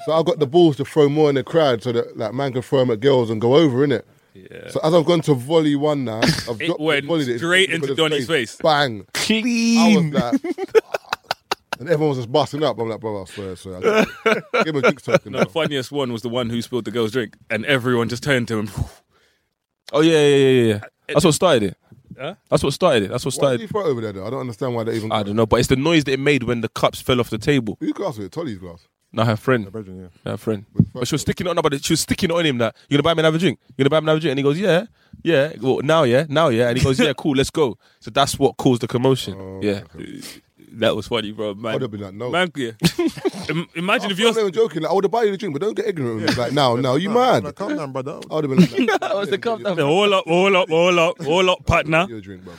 so I got the balls to throw more in the crowd so that like man can throw them at girls and go over in it. Yeah. So as I've gone to volley one now, I've (laughs) It dropped went volleyed it straight into into his Donny's face. Bang! I was Clean. like, (laughs) and everyone was just busting up. I'm like, bro, I swear, I swear. I give him a drink token. (laughs) No, the funniest one was the one who spilled the girl's drink, and everyone just turned to him. (laughs) Oh, yeah, yeah, yeah, yeah, yeah. That's what started it. Huh? That's what started it. That's what Why did he started throw it over there though? I don't understand why they even. I don't know, but it's the noise that it made when the cups fell off the table. Who glass was it? Tolly's glass. Now her friend. My brethren, yeah. her friend. But she was sticking it on about it. She was sticking it on him that you're gonna buy me another drink. You're gonna buy me another drink, and he goes, yeah, yeah. Well, now, yeah, now, yeah. And he goes, yeah, cool, let's go. So that's what caused the commotion. Oh, yeah, That was funny, bro. Man, I'd have been like, no. man, (laughs) yeah. Im- imagine if I was you're. joking. Like, I would have bought you the drink, but don't get ignorant. with me. Like, (laughs) now, now, you Nah, mad? nah, calm (laughs) down, brother. I would have been (laughs) like, that was the calm down. All up, all up, all up, all up, (laughs) partner. Your drink, bro.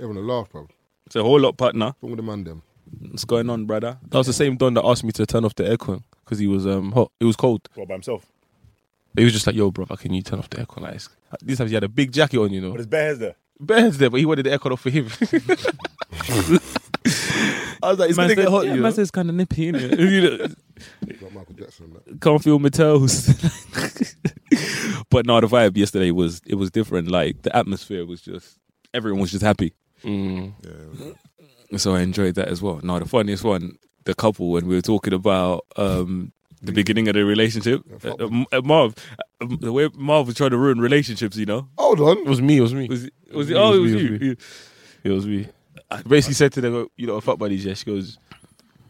Everyone will laugh, bro. What's It's a whole lot, partner. wrong with the man, them? What's going on, brother? that was the same Don that asked me to turn off the aircon because he was um hot. It was cold. Well, by himself. He was just like, yo, bro, can you turn off the aircon? Like, it's- these times he had a big jacket on, you know. But his bare hair's there. Ben's there, but he wanted the aircon off for him. (laughs) I was like, it's gonna get hot, you know. kind of nippy, innit? (laughs) It's like Michael Jackson. Like. Can't feel my toes. (laughs) but no, the vibe yesterday was it was different. Like the atmosphere was just everyone was just happy. Mm. Yeah, so I enjoyed that as well. Now the funniest one, the couple when we were talking about um, the beginning of the relationship, uh, fuck. uh, uh, Marv, uh, the way Marv was trying to ruin relationships, you know, Hold It on. was me. It was me. was it, was It it, oh, it was was me, it you. was me. It was me. I basically said to them, you know, fuck buddies, yeah. She goes,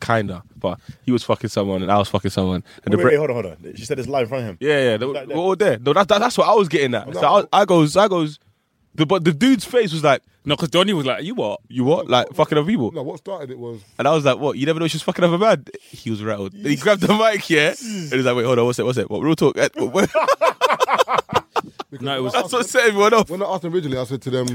kinda. But he was fucking someone and I was fucking someone. And Wait, wait, bre- wait, hold on, hold on. She said it's live in front of him. Yeah, yeah. they- like that. we're all there. No, that, that, that's what I was getting at. So I, I goes, I goes, the, but the dude's face was like, No, because Donnie was like, "You what?" you what? Like, fucking other people. No, what started it was And I was like, what? You never know she's fucking other man? He was rattled. And he grabbed the mic, yeah? And he's like, wait, hold on, what's it? What's it? What, real talk? Eh, (laughs) what- what- because No, it was- when I that's what asked- set everyone off. When I asked them originally, I said to them,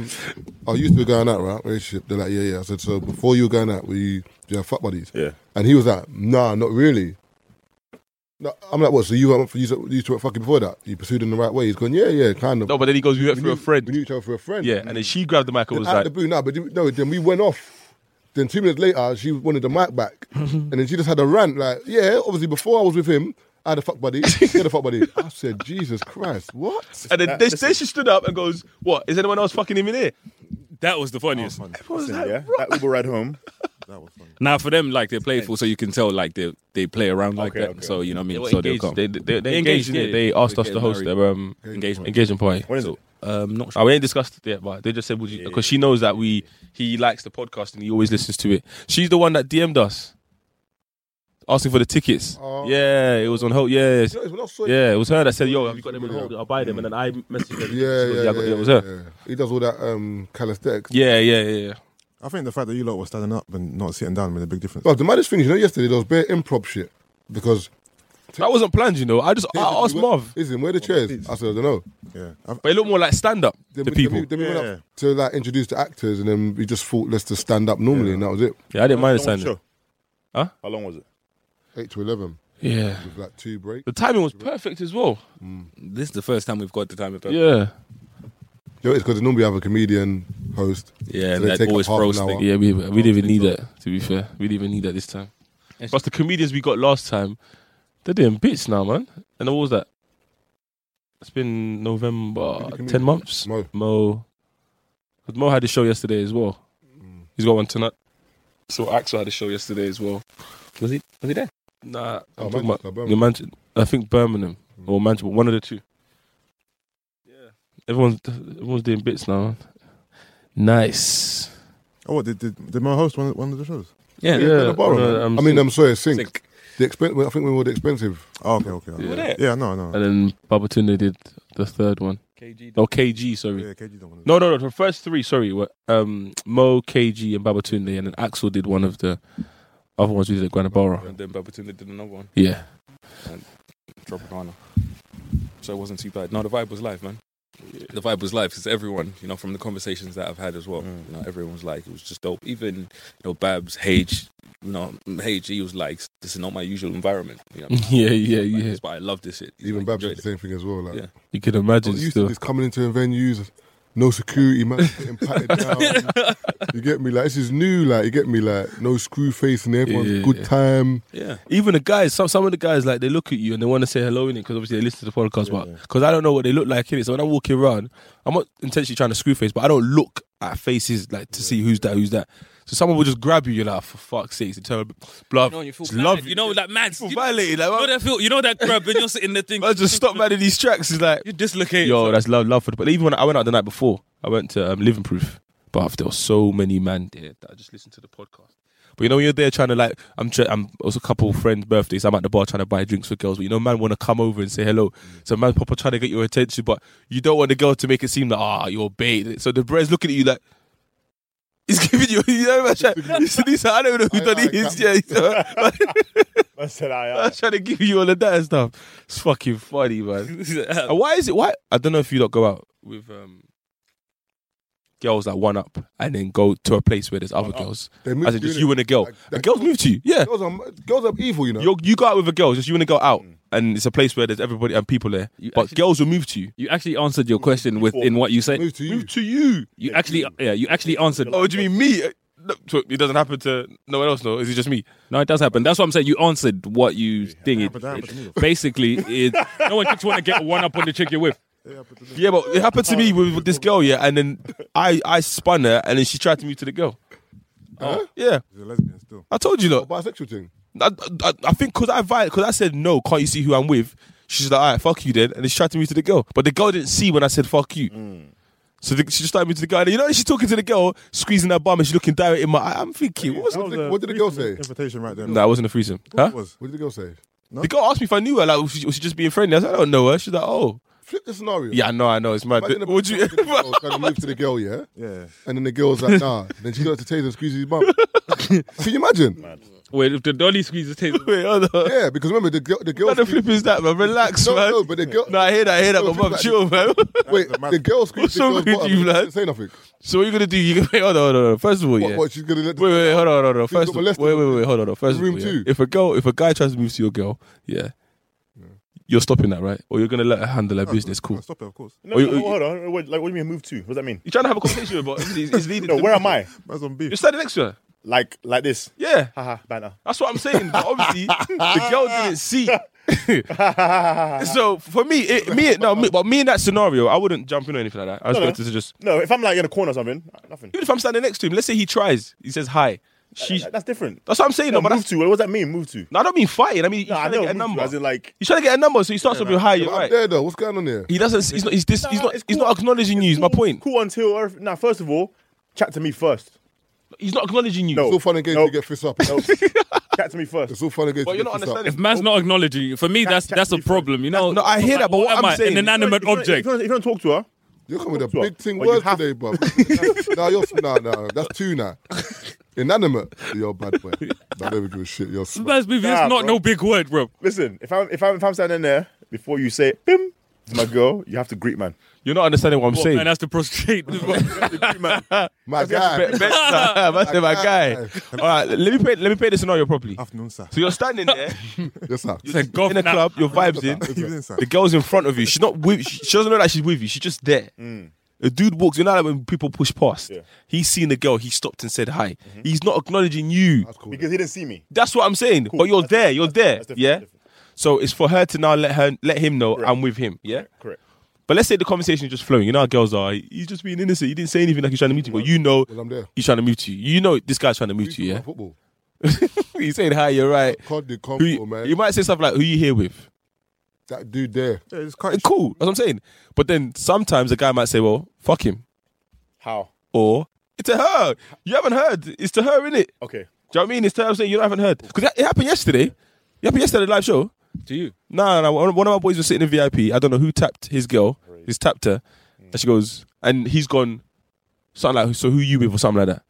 I used to be going out, right? Relationship. They're like, yeah, yeah. I said, so before you were going out, were you, do you have fuck buddies? Yeah. And he was like, nah, not really. No, I'm like, what? So you weren't, you two- you two were fucking before that? You pursued in the right way? He's going, yeah, yeah, kind of. No, but then he goes, we went We through a knew- We friend. knew each other through a friend. Yeah, and then she grabbed the mic and Then was out (laughs) like, the booth, no, but you- no, then we went off. Then two minutes later, she wanted the mic (laughs) back, and then she just had a rant like, "Yeah, obviously before I was with him, I had a fuck buddy, he had a fuck buddy." I said, (laughs) "Jesus Christ, what?" and then, then, then she stood up and goes, what, is anyone else fucking him in here? That was the funniest. "Oh, Listen, yeah, that Uber ride home. That was funny. Now for them, like they're playful, so you can tell like they they play around like Okay, that. okay. So you know what I mean. They were so engaged. they'll come. They, they, they, They engaged, engaged, in it. yeah. They asked us They to married. host their um, Engagement. engagement party. When is it? Um, not sure. Oh, we ain't discussed it yet, but they just said, "Would you?" Because she knows that we he likes the podcast and he always listens to it. She's the one that DM'd us asking for the tickets. Oh. yeah, it was on hold. Yeah, You know, when I saw him- yeah, it was her that said, "Yo, have you got them on hold? I'll buy them." And then I (clears throat) yeah, messaged her. She yeah, goes, yeah, I got- it was yeah, her. yeah. He does all that um, calisthenics. Yeah, yeah, yeah. yeah. I think the fact that you lot were standing up and not sitting down made a big difference. But the maddest thing, is, you know, yesterday there was bare improv shit because That wasn't planned, you know. I just I asked Ah, Marv, Is where the chairs? I said, I don't know. yeah, I've, but it looked more like stand up. Then The we- then people. we- then we went Yeah. up to like introduce the actors, and then we just thought, let's just stand up normally, and that was it. Yeah, I didn't mind How long was the standing. up. show? Huh? How long was it? Eight to eleven Yeah, with like two breaks. Mm. the timing was perfect as well. This is the first time we've got the time. of- Yeah, You know, it's because normally I have a comedian host. Uh, yeah, they and that take up always half an froze hour. thing. yeah. We we didn't even need that. To be fair, we didn't even need that this time. Plus the comedians we got last time, they're doing bits now, man. And what was that? It's been November, Who's the ten comedian? months. Mo. Mm. Mo, 'Cause Mo had a show yesterday as well. He's got one tonight. So Axel had a show yesterday as well. Was he? Was he there? Nah, Oh, I'm talking about Manchester, yeah, Birmingham. Manche- I think Birmingham or Manchester, one of the two. Yeah, everyone's everyone's doing bits now. Man. Nice. oh, what, did, did did my host one one of the shows? Yeah, Yeah, the bar, no, man. I'm I mean, sick. I'm sorry, sink. Sink. The expen- well, I think we were the expensive. Oh, okay, okay. okay. Yeah. Yeah, no, um, no. and then Babatunde did the third one. KG. No, KG, Oh, sorry. Yeah, KG done one of No, no, no. The first three, sorry, were um, Mo, KG, and Babatunde, and then Axel did one of the other ones we did at Guanabara. And then Babatunde did another one, Yeah, Tropicana. So it wasn't too bad. No, the vibe was live, man. The vibe was live because everyone, you know, from the conversations that I've had as well, Mm. you know, everyone was like, it was just dope. Even, you know, Babs, Hage, you know, Hage, he was like, this is not my usual environment. You (laughs) know, (laughs) yeah, yeah, like yeah. this, but I love this shit. He's Even like, Babs did enjoyed the it. same thing as well. Like, Yeah. You can imagine I'm used to still. this coming into venues, no security, man, getting (laughs) patted down. you get me? Like, this is new. Like, you get me? Like, no screw face and everyone's Yeah, good yeah. time. Yeah. Even the guys, some some of the guys like they look at you and they want to say hello in it because obviously they listen to the podcast, but because I don't know what they look like in it. So when I'm walking around, I'm not intentionally trying to screw face, but I don't look at faces like to see who's that, who's that. So someone will just grab you, you're like, for fuck's sake, it's terrible. Bluff. No, you feel It's bad. love. You know, like mad. You, Feel violated. Like, you know man, that feel. You know (laughs) that grab when you're sitting there thinking, man just (laughs) stop man in these tracks. It's like, you (laughs) dislocate. Yo, that's love, love for the. But even when I went out the night before, I went to um, Living Proof, but there were so many man there that I just listened to the podcast. But you know, when you're there trying to like, I'm, tr- I'm it was a couple of friends' birthdays. I'm at the bar trying to buy drinks for girls, but you know, man want to come over and say hello. So man, proper trying to get your attention, but you don't want the girl to make it seem like ah, you're bait. So the bread's looking at you like. (laughs) He's giving you, (laughs) you know, man, trying, he's, I don't know who done Eye-eye it is. Yeah, he's- I said, I, I'm trying to give you all of that and stuff. It's fucking funny, (laughs) man. that's. And why is it? Why I don't know if you lot go out with um, girls that one up and then go to a place where there's other girls, They move as in to just it. you and a girl. Like, the like- girls move to you, yeah. Girls are, girls are evil, you know. You you go out with a girl, just you and a girl out, Mm. and it's a place where there's everybody and people there. You but actually- girls will move to you. You actually answered your question within what you said. Move to (laughs) you. to you. You actually, yeah, you actually answered. Oh, do you mean me? Uh, No, so it doesn't happen to no one else. No, is it just me? No, it does happen. That's what I'm saying. You answered what you think. It, but that happened to me. it- basically, it, no one just want to get one up on the chick you're with. Yeah, but it happened to me with, with this girl. Yeah, and then I I spun her, and then she tried to move to the girl. Oh, yeah. She's a lesbian still. I told you, look. Bisexual thing. I, I, I think because I because I said no, can't you see who I'm with? She's like, all right, fuck you then, and then she tried to move to the girl, but the girl didn't see when I said fuck you. Mm. So the, she just started me to the girl, and you know she's talking to the girl, squeezing her bum, and she's looking direct in my eye. I'm thinking, what was? That was a what did the girl recent say? Invitation right there. No, I wasn't a threesome. Huh? It was. What did the girl say? The girl asked me if I knew her, like was she, was she just being friendly? I said I don't know her. She's like, oh, Flip the scenario. yeah, I know, I know, it's mad. Imagine the Would you? girl's trying to move to the girl, yeah? Yeah. (laughs) (laughs) And then the girl's like, nah. then she got to taser and squeeze his bum. Can you imagine? Wait, if the dolly squeezes his taste. (laughs) Wait, hold on. Yeah, because remember the girl, the girl. What the (laughs) flip is that, man? Relax, No, man. no, but the girl- No, I hear that. I hear that. No, but flip mum, that. chill, man. (laughs) Wait, the girl squeezed What's the wrong girl's with bottom. you, She lad? didn't Say nothing. so what you gonna do? You gonna wait? Hold on, hold on. First of all, What? yeah. What? She's gonna let. Wait, wait, hold on, hold on. She's First, got of, molested. wait, wait, wait, hold on, hold on. First, of Room all, yeah. two. If a girl, if a guy tries to move to your girl, yeah, you're stopping that, right? Or you're gonna let her handle her business. Cool. Stop it, of course. Oh, No, you- no, hold on. What, like, what do you mean move to? What does that mean? You're trying to have a conversation (laughs) with, her, but he's, he's leading. No, to- where am I? That's on You're beef. standing next to her. Like, like this. Yeah, Haha, banner. that's what I'm saying. But obviously, the girl didn't (laughs) see. so for me, it, me, no, me, but me in that scenario, I wouldn't jump in or anything like that. I was No, no. going to just No, if I'm like in a corner or something, nothing. even if I'm standing next to him. Let's say he tries. He says hi. She. That- That's different. That's what I'm saying. No, No, but move that's, to. What does that mean? Move to. no, I don't mean fighting. I mean, he's No, I trying to know. get a move to, number. As in, like, He's trying to get a number, so he starts off with hi. You're But I'm right. there though. What's going on there? He doesn't. He's not. He's dis, He's not. He's not acknowledging you. Is my point. cool until. Earth. Now, first of all, chat to me first. He's not acknowledging you. No. It's all fun and games Nope. to get fists up. No, chat to me first. It's all fun and games. But to you're get not fists up. understanding. If man's not acknowledging you, for me, that's chat that's a different. problem. You know. No, I hear that, but What what am I'm I, saying- An inanimate If you don't- object. If you don't talk to her, You're coming with a to her. big thing Or you word have- today, bro. (laughs) nah, you're nah, nah. That's two now. Inanimate. You're a bad boy. I don't even give a shit. You're This smart. man's movie Nah, is not bro. no big word, bro. listen. If I'm if I'm if I'm standing there before you say "bim" to my girl, you have to greet man. You're not understanding what I'm What, saying. man, that's the prostrate. My guy. Bet- bet- (laughs) nah, man said my guy. (laughs) All right, let me play. Let me play the scenario properly. Afternoon, sir. So you're standing (laughs) there Yes, sir. It's a golf in a now. club. Your vibes in. Keep it in, sir. The girl's in front of you. She's not with. She, she doesn't know that she's with you. She's just there. Mm. A dude walks. You know like when people push past. He's seen the girl. He stopped and said hi. Mm-hmm. He's not acknowledging you. That's cool. because he didn't see me. That's what I'm saying. But you're there. You're there. that's different, yeah. different. So it's for her to now let her let him know I'm with him. Yeah. Correct. But let's say the conversation is just flowing. You know how girls are. He's just being innocent. He didn't say anything like he's trying to meet you, but you know Well, I'm there. he's trying to meet you. You know this guy's trying to meet Speaking you. Yeah. about Football. (laughs) he's saying hi. You're right. Cod the Who combo, you, man. you might say stuff like, "Who you here with?" that dude there. Yeah, just cut it short. Uh, Cool. That's what I'm saying. But then sometimes a guy might say, "Well, fuck him," How? or "It's to her." You haven't heard. It's to her, innit? it? Okay. Do you know what I mean? It's to her. I'm saying you haven't heard because it happened yesterday. It happened yesterday at the live show. to you. No, no, one one of my boys was sitting in VIP. I don't know who tapped his girl. He's tapped her, and she goes, and he's gone, something like, "So who you with?" or something like that.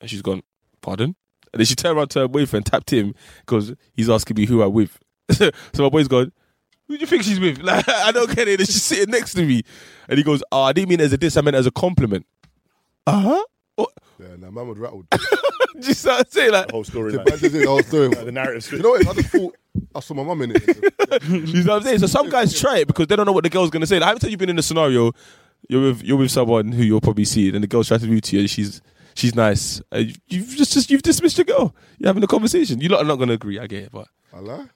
And she's gone, "Pardon." And then she turned around to her boyfriend, tapped him, because he's asking me who I with. (laughs) so my boy's gone, "Who do you think she's with?" (laughs) Like, I don't get it. And she's sitting next to me, and he goes, "Oh, I didn't mean it as a diss. I meant it as a compliment." Uh Uh-huh. huh. Yeah, nah, man was rattled. (laughs) Do you see what I'm saying? Like, The (laughs) whole story. the man. man just did the whole (laughs) story. the narrative. You switch. know what? I just thought I saw my mum in it. You know what I'm saying? So some guys try it because they don't know what the girl's gonna say. Like, every time you've been in a scenario, you're with you're with someone who you'll probably see, and the girl's trying to do to you, and she's she's nice. Uh, you- you've just, just you've dismissed your girl. You're having a conversation. You're not, not gonna agree. I get it, but I lie.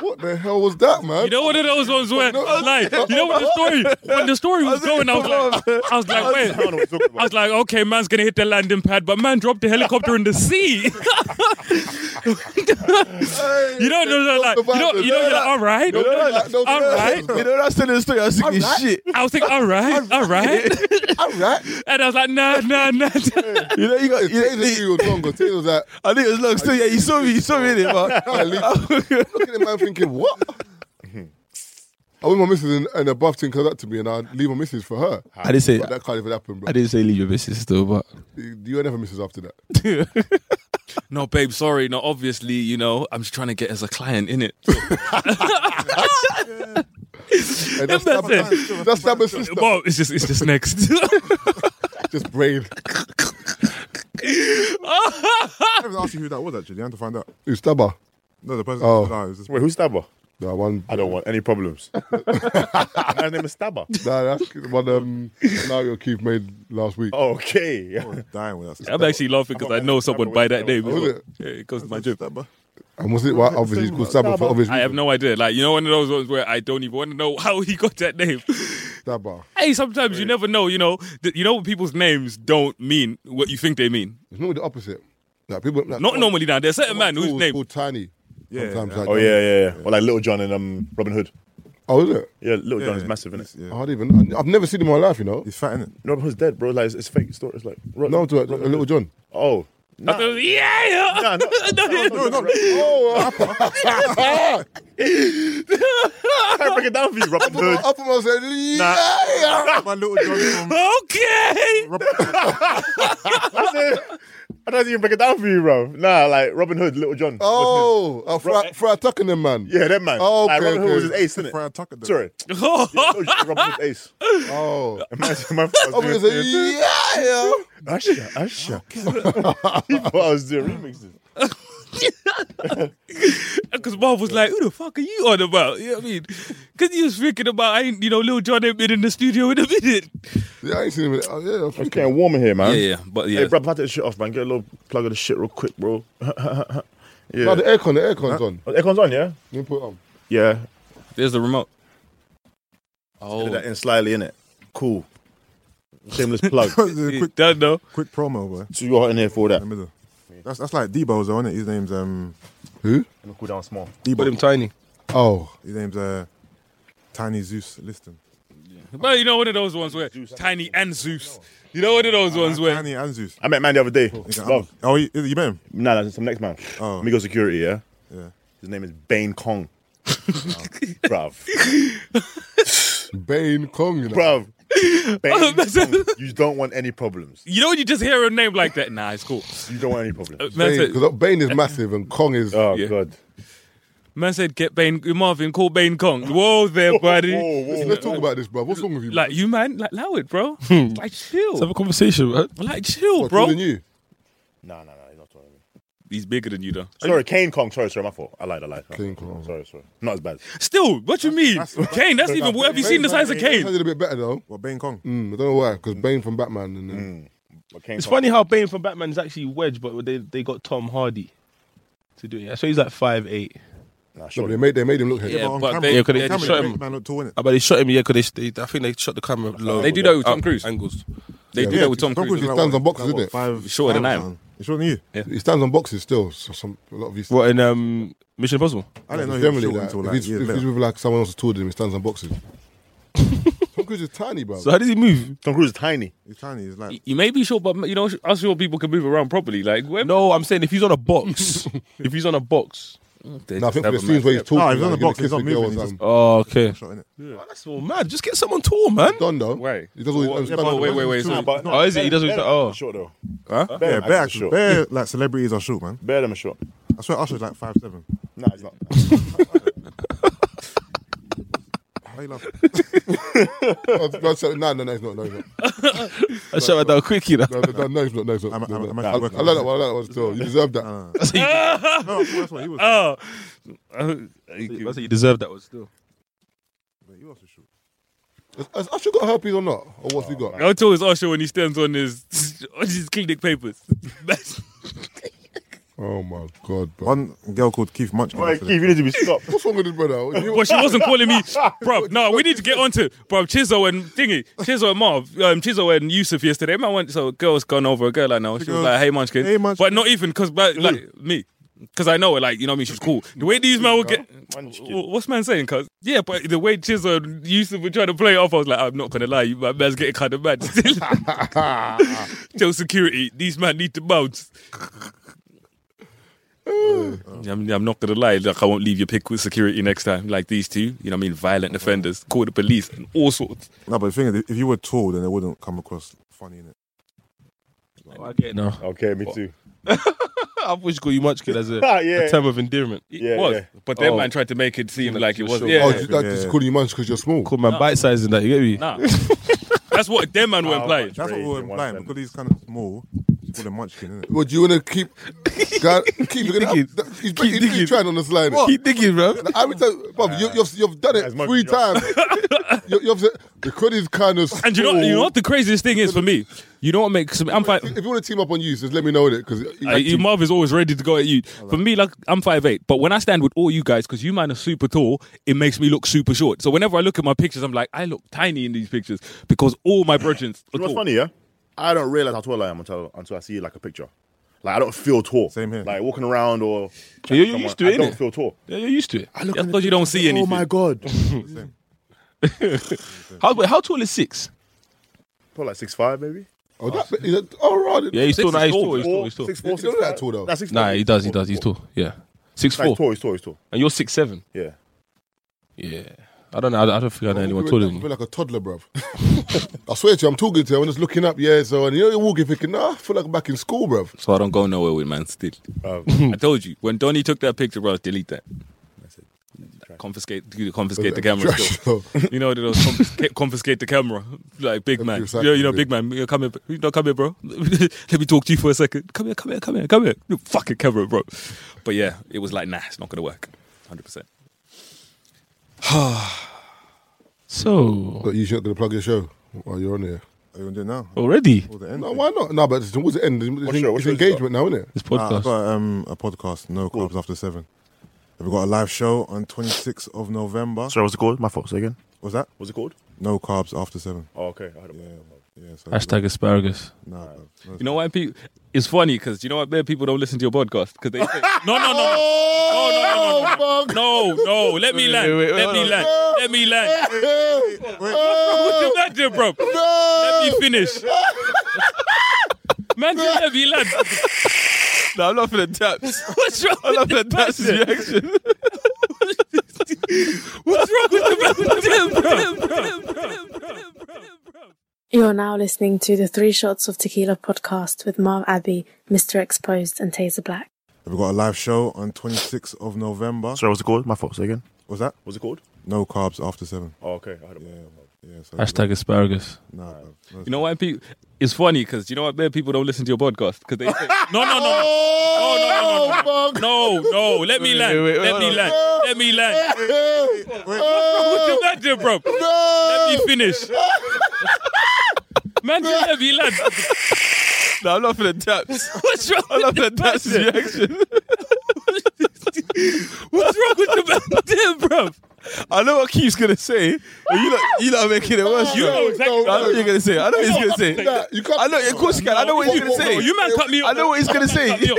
what the hell was that, man? You know one of those ones where, like, you know what the story when the story was going, I was like, I was like, I don't wait. know what you're talking I about. was like, okay, man's gonna hit the landing pad, but man dropped the helicopter in the sea. (laughs) you know, they're like, you know, you know, you're like, all right, No, no, no, no, all right. no, no, no. know that's the story. I was thinking shit. I was thinking, all right, (laughs) all right, All right. and I was like, nah, nah, nah. You know you got. You Taylor know, knew was wrong. 'cause Taylor was like, I think it was long still. Yeah, you saw me. You saw me in it, (laughs) but "Nah, Luke." look at the man thinking, what? I went my missus and, and a buff thing comes up to me and I leave my missus for her. I didn't say But that can't even happen, bro. I didn't say leave your missus though, but You you never misses after (laughs) that. No, babe, sorry. No, obviously, you know, I'm just trying to get as a client in it. And that's that's Stabber's- it. that's Stabber's sister. (laughs) Well, it's just, it's just next. (laughs) Just brave. I haven't asked you who that was actually. I had to find out. Who's Stabber? No, the person. Oh. No, it was this- Wait, who's Stabber? Nah, one. I don't want any problems. My name is Stabber. Nah, that's the one um, Mario Keith made last week. Oh. Okay. I was dying with that. I'm actually laughing because I know someone by that name. Oh, is it? Yeah, it goes to my gym. Stabber. And was it why obviously it's called Stabber for obvious I have reasons. no idea. Like you know, one of those ones where I don't even want to know how he got that (laughs) name. Stabber. hey, sometimes you never know. You know, th- you know when people's names don't mean what you think they mean. It's normally the opposite. Like people like, Not normally now. There's a certain man someone whose called- name. called Tiny. Yeah, Sometimes yeah. like Oh that. yeah, yeah, yeah. Or like Little John and um Robin Hood. Oh, is it? Yeah, Little John is Yeah, massive, isn't it? yeah. I don't even. I've never seen him in my life. You know. He's fat, innit? Robin Hood's dead, bro. Like it's, it's fake story. It's like Ro- No, to a, a little John. Oh. I thought, yeah, (laughs) yeah. Nah, no, (laughs) no, no, (laughs) no, no, I break it down for you, Robin (laughs) Hood. Up and I was like, yeah, My little John from. Okay. Rob- I said, I don't even break it down for you, bro. Nah, like Robin Hood, Little John. Oh, uh, Fry, Fry Tucker, them man. yeah, that man. Oh, like, okay, Robin Hood was his okay. ace, innit? Fred Tucker. though. Sorry, (laughs) Yeah, Little John, Robin (laughs) Hood's ace. Oh, Imagine my I I was was gonna doing. say, yeah, yeah. Usher, Usher. (laughs) He thought I was doing remixes. Because mom was like, "Who the fuck are you on about?" You know what I mean? Because he was thinking about, I ain't, you know, Lil Jon ain't been in the studio in a minute. Yeah, I ain't seen him. in- Oh, yeah, I'm It's thinking. getting warmer here, man. Yeah, yeah, but yeah. Hey, bro, plug that shit off, man. Get a little plug of the shit real quick, bro. yeah. No, the aircon, the aircon's on. Oh, Aircon's on, yeah? Let me put it on. Yeah. There's the remote. Did Oh, that in slyly, innit? Cool. Shameless plug. (laughs) There's a quick, quick done though. quick promo, boy. so you're hot in here for In that. the middle. That's that's like Debo's, though, isn't it? His name's um Who? Let me cool down small. Put him Debo. tiny. Oh, His name's uh Tiny Zeus. Listen, Well, you know one of those ones where Tiny and Zeus. You know one of those ones where Tiny and Zeus. I met man the other day. Nigga, Love. I'm- Oh, you, you met him? Nah, that's some next man. Oh. Migo Security, yeah? Yeah. His name is Bane Kong. Bruv. Bane Kong. You know? Bruv. Bane Kong. You don't want any problems. you know when you just hear a name like that. Nah, it's cool. You don't want any problems. Man Bane, said, because Bane is massive and Kong is. Oh, Yeah. God. man said, get Bane, Marvin, call Bane Kong. Whoa there, buddy. Whoa, whoa. Let's talk about this, bro. What's wrong with you? Like you, man. Like allow it, (laughs) bro. like Let's have chill. a conversation, man. Like chill, What's bro. wrong with you? Nah, nah, nah. He's not talking to me. He's bigger than you, though. Sorry, Kane Kong. Sorry, sorry, my fault. I lied, I lied. Kane Kong. Sorry, sorry. Not as bad. Still, what you mean, Kane? That's even. Have you seen the size of I Kane? did a bit better though. What Bane Kong? Mm, I don't know why, because Bane from Batman. And, uh, Mm. But Kane It's Kong- funny how Bane from Batman is actually Wedge, but they, they got Tom Hardy to do it. So he's like five eight. Nah, no, but sure. they made they made him look heavy. Yeah, on but camera, they- Yeah, 'cause they- on they camera, shot it him. makes Man look tall, innit? Uh, But they shot him, yeah, because they, they, I think they shot the camera low. Uh, They do that with Tom Cruise. Angles. They do Yeah. that with Tom Tom Cruise. Cruise is He like, stands what, on boxes, like, what, isn't it? Five, Shorter than five I am. man. He's shorter than you. He stands on boxes still. So some a lot of these. What in um, Mission Impossible? I didn't know he was Generally, short like, until if, like he's, years if he's later. with like someone else who's taller than him, he stands on boxes. Tom Cruise is tiny, bro. So how does he move? Tom Cruise is tiny. He's tiny. He's like You may be sure, but you know, us sure people can move around properly. Like, where No, I'm saying if he's on a (laughs) box, if he's on a box. They no, I just think for have the a scenes match. where he's talking, No, he's on like, the box, gonna he's kiss not a girl moving, or he's something. Oh, okay. short, innit? Oh, that's all mad. Just get someone tall, man. Done though. Why? He does all his Well, own yeah, stunts. but wait, wait, wait. so- but Oh, is it? He doesn't- Bear- oh. Bear- short though. Huh? Bear Yeah, bare, actors are actors- short. bare like celebrities are short, man. Bear them are short. I swear Usher's like five seven. Nah, he's not. Why you laughing? No, no, no, he's not. No, he's not. I shut that down quick, you know. No, no, no, he's not. No, he's not. I'm- No, I'm- no. I'm I actually I like that working one. I on like that one still. You deserve that. (laughs) No, that's what he was. Oh, (laughs) That's you deserve that one still. But he was short. Has has Usher got herpes or not? Or what's he got? I'll tell his Usher when he stands on his on his clinic papers. Oh my god, bro. One girl called Keith Munch. Right, Keith, you need to be stopped. What's wrong with this brother? (laughs) You- but she wasn't calling me, (laughs) bro. No, we need to get onto bro Chizzo and Thingy, Chizzo and Marv, um, Chizzo and Yusuf yesterday. Man went so a girl's gone over a girl I know. She was Girl. like, "Hey, munchkin," Hey, Munchkin. but not even because like, like me, because I know her. Like you know, what I mean, she's cool. The way these men will get. Munchkin. Wh- What's man saying? Cause yeah, but the way Chizzo and Yusuf were trying to play it off, I was like, I'm not gonna lie, you my man's getting kind of (laughs) mad. Tell security, these man need to bounce. (laughs) I'm, I'm not gonna lie, like I won't leave your pick with security next time. Like these two, you know, what I mean, violent offenders, call the police and all sorts. No, but the thing is, if you were tall, then it wouldn't come across funny, innit? Oh, I get it now. Okay, me too. I wish you much good as (laughs) a, Ah, yeah. a term of endearment. It Yeah, was, yeah. but their Oh. man tried to make it seem like it for was. sure. Oh, Yeah, (laughs) you- like, Yeah. just calling you munch because you're small. Called man bite sized and that. You get me? nah, that's what their man were implying. That's what we Raised were in one implying sentence. because he's kind of small. You call him Munchkin, innit? Well, do you want to keep? God, keep looking up. digging. That- He's, Keep he's, digging. trying on the slide. Keep digging, bro. Like, every time, bruv, you, you've you've done it As much three as you- times. (laughs) you, you've said the credit is kind of. And you know, you know Oh. what the craziest thing is for me. You know what makes me? I'm fighting. If you want to team up on you, just let me know it because Like, your mother's always ready to go at you. For me, like I'm five eight, but when I stand with all you guys, because you man are super tall, it makes me look super short. So whenever I look at my pictures, I'm like, I look tiny in these pictures because all my brethrens are You know what's tall. funny, yeah? I don't realize how tall I am until until I see like a picture. Like I don't feel tall. Same here. Like walking around or Yeah, you're used to it, I don't innit? feel tall. Yeah, you're used to it. I look That's in the because you don't picture, see I'm like, anything. Oh my god. How, wait, how tall is six? Probably like six five, maybe. Oh, that, is that, all right. Yeah, he's Six tall. Nah, is he's tall. tall. He's tall. Four, He's tall. six, four, He's not six, that five. tall, though. Nah, six, Nah, four, he does. He four, does. He's four. tall. Yeah, six Nah, He's four. tall, he's tall, he's tall. And you're six seven. Yeah. Yeah. I don't know. I don't, I don't think I know anyone We're taller like- than we're you. like a toddler, bruv. (laughs) I swear to you, I'm talking to her, I'm just looking up, yeah, so, and you know, you're walking thinking, nah, I feel like I'm back in school, bruv. So I don't go nowhere with man still. um, Hmm. I told you when Donny took that picture, bro, delete that. Confiscate, do the- confiscate the camera. (laughs) Trash, still. though. (laughs) You know those confiscate, confiscate the camera, like big man. Exactly. You know, you know, big man. You know, come here, you know, come here, bro. (laughs) Let me talk to you for a second. Come here, come here, come here, come here. You fucking camera, bro. But yeah, it was like, nah, it's not gonna work. Hundred percent. So But you're not going to plug your show while you're on here. Are you gonna do it Oh, now? already Or the end? No, thing? why not? No, but it's towards the end. It's, What's your- what's it's yours engagement now, isn't it? this Nah, I've podcast. got um, a podcast, No Clubs After Seven. We've got a live show on 26th of (laughs) November. Sorry, what's it called? My fault. Say again. Was that? What's it called? No Carbs After Seven. Oh, okay. I had a- Yeah, yeah. So Hashtag asparagus. Nah, bruv. No, You know why people? It's funny because you know what? Man, people don't listen to your podcast because they say, (laughs) no, no, no, no, no, no, no, no, no. Let me land. Oh, wait, wait, Let me hold on. land. Let me land. Oh, What's the matter, bro? Let me finish. Man, just let me land. No, I'm not for the taps. What's wrong with the person? reaction. What's wrong with the You're now listening to the Three Shots of Tequila podcast with Marv Abbey, Mr. Exposed, and Taser Black. We've got a live show on 26th of November. Sorry, what's it called? My fault. Say again. Was that? What's it called? No Carbs After Seven. Oh, okay. I had a- Yeah, so Hashtag asparagus. Nah, bruv. No, You know why people? It's funny because you know what? Man, people don't listen to your podcast because they say, no, no, no, (laughs) no, no, no, no, no, no, no. Let me land. Oh, wait, wait, Let hold me on. land. Let me land. oh, What's the matter, bro? Let me finish. Man, just let me land. No, I'm not for the taps. (laughs) What's wrong I'm not for the with the taps. person? reaction. (laughs) What's wrong with the man, bro? I know what Keith's gonna say, but you lot, you lot are making (laughs) it worse. You bro. know exactly. I know what you're gonna say. I know what he's gonna say. Nah, you can't- I know. Of course you can. I know what he's gonna No, say. You man cut me off. I know what he's gonna say. Yo,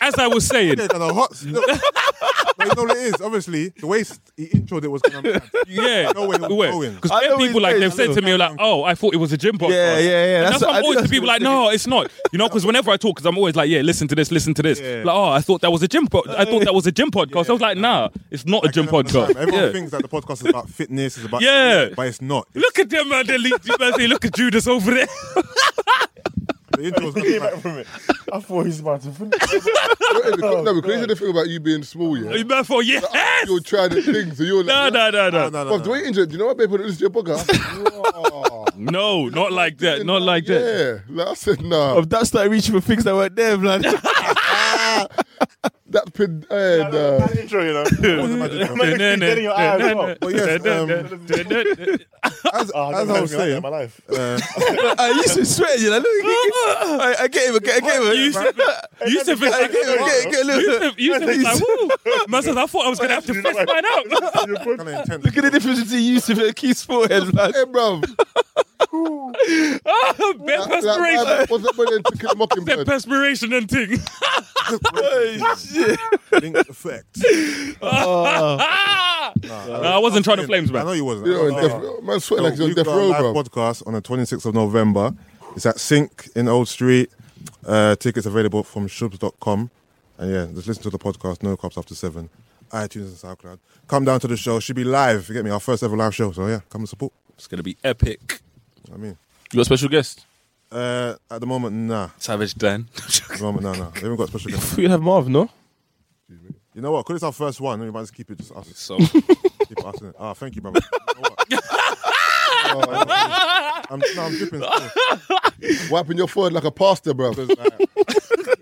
As I was saying, (laughs) yeah, no, hot. (laughs) No, no, you know what it is. Obviously, the way he introed it was gonna be bad. yeah, No way, no way. because I know people his like face, they've I said know. to me like, "Oh, I thought it was a gym podcast." Yeah, yeah, yeah. And That's that's, what- why I I'm think always to that's people like, what I'm "No, it's not." You know, because whenever I talk, because I'm always like, "Yeah, listen to this, listen to this." Yeah. Like, oh, I thought that was a gym. Po- I thought that was a gym podcast. I was like, "Nah, it's not a gym podcast." Everyone Yeah. thinks that the podcast is about fitness, is about Yeah. but it's not. Look at them, man. They leaked. You better say, look at Judas over there. (laughs) The intro was gonna be like, Wait a minute. I thought he was about to (laughs) finish. no, no, because you the thing about you being small, yeah. You better for yes. You're trying to things, so you're No, like, (laughs) no, no, no, no, no, no, Bruv, the way no. you injured, you know what people that listen to your podcast? no, not like that, not like yeah. that. Like I said, nah. Of that started reaching for things that weren't there, man. (laughs) That pin, eh, nah. That intro, you know. Imagine- Getting your eyes off. But yes, um, as, Oh, I've as never I was seen that in saying, my life. (laughs) uh, (laughs) I used to sweat, you know. Look, I, I get him, I get, I get him. Yusuf, Yusuf is I like, get him, I get, I get, look, Yusuf, Yusuf is like, woo. Man says, I thought I was gonna have to fist mine out. (laughs) kind of intense. look at the difference between Yusuf and Keith's forehead, man. Hey, bruv. Bad Like, perspiration, (laughs) why- What's that boy that took a bad mockingbird? perspiration and thing. Link effect. Ah! Nah, I wasn't trying to flames, I know man. you wasn't. You know, No, on no. death- man, sweat like So you're on we've death Oh, got a row, live bruv. podcast on the 26th of November. It's at Sink in Old Street. Uh, tickets available from shubs.com. And yeah, just listen to the podcast, No Cops After 7, iTunes and SoundCloud. Come down to the show. Should be live. You get me? Our first ever live show. So yeah, come and support. It's gonna be epic. I mean, You got a special guest? uh, at the moment, nah. Savage Dan. At the moment, nah, nah. We haven't got special (laughs) guests. We have Marv, no? You know what? Because it's our first one, we might just keep it just us. So Keep it us in it. Ah, thank you, brother. You know what? Oh, I'm, no, I'm dripping. still. Wiping your forehead like a pasta, bruv. (laughs)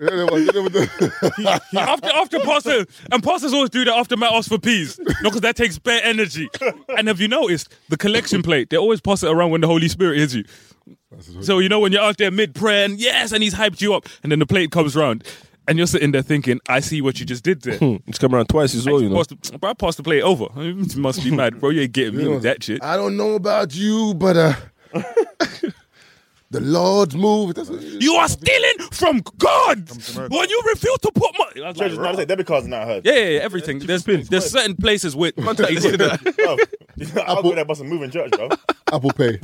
You know what- you know what the- after after pastor and pastors always do that after Matt asks for peas. No, because that takes bare energy. And have you noticed the collection plate? They always pass it around when the Holy Spirit hits you. So you know when you're out there mid prayer and yes, and he's hyped you up, and then the plate comes round, and you're sitting there thinking, I see what you just (laughs) did there. It's come around twice as well, you know. Pass the- bro, I passed the plate over. (laughs) You must be mad, bro. You ain't getting me with that shit. I don't know about you, but (laughs) uh, the Lord's move. That's what, You are stealing from God when you refuse to put money. I was like, Judges, now say debit cards not heard. yeah, yeah, yeah, everything. There's there's certain places with (laughs) Bro, I'll go there, bust a moving church, bro. (laughs) Apple Pay.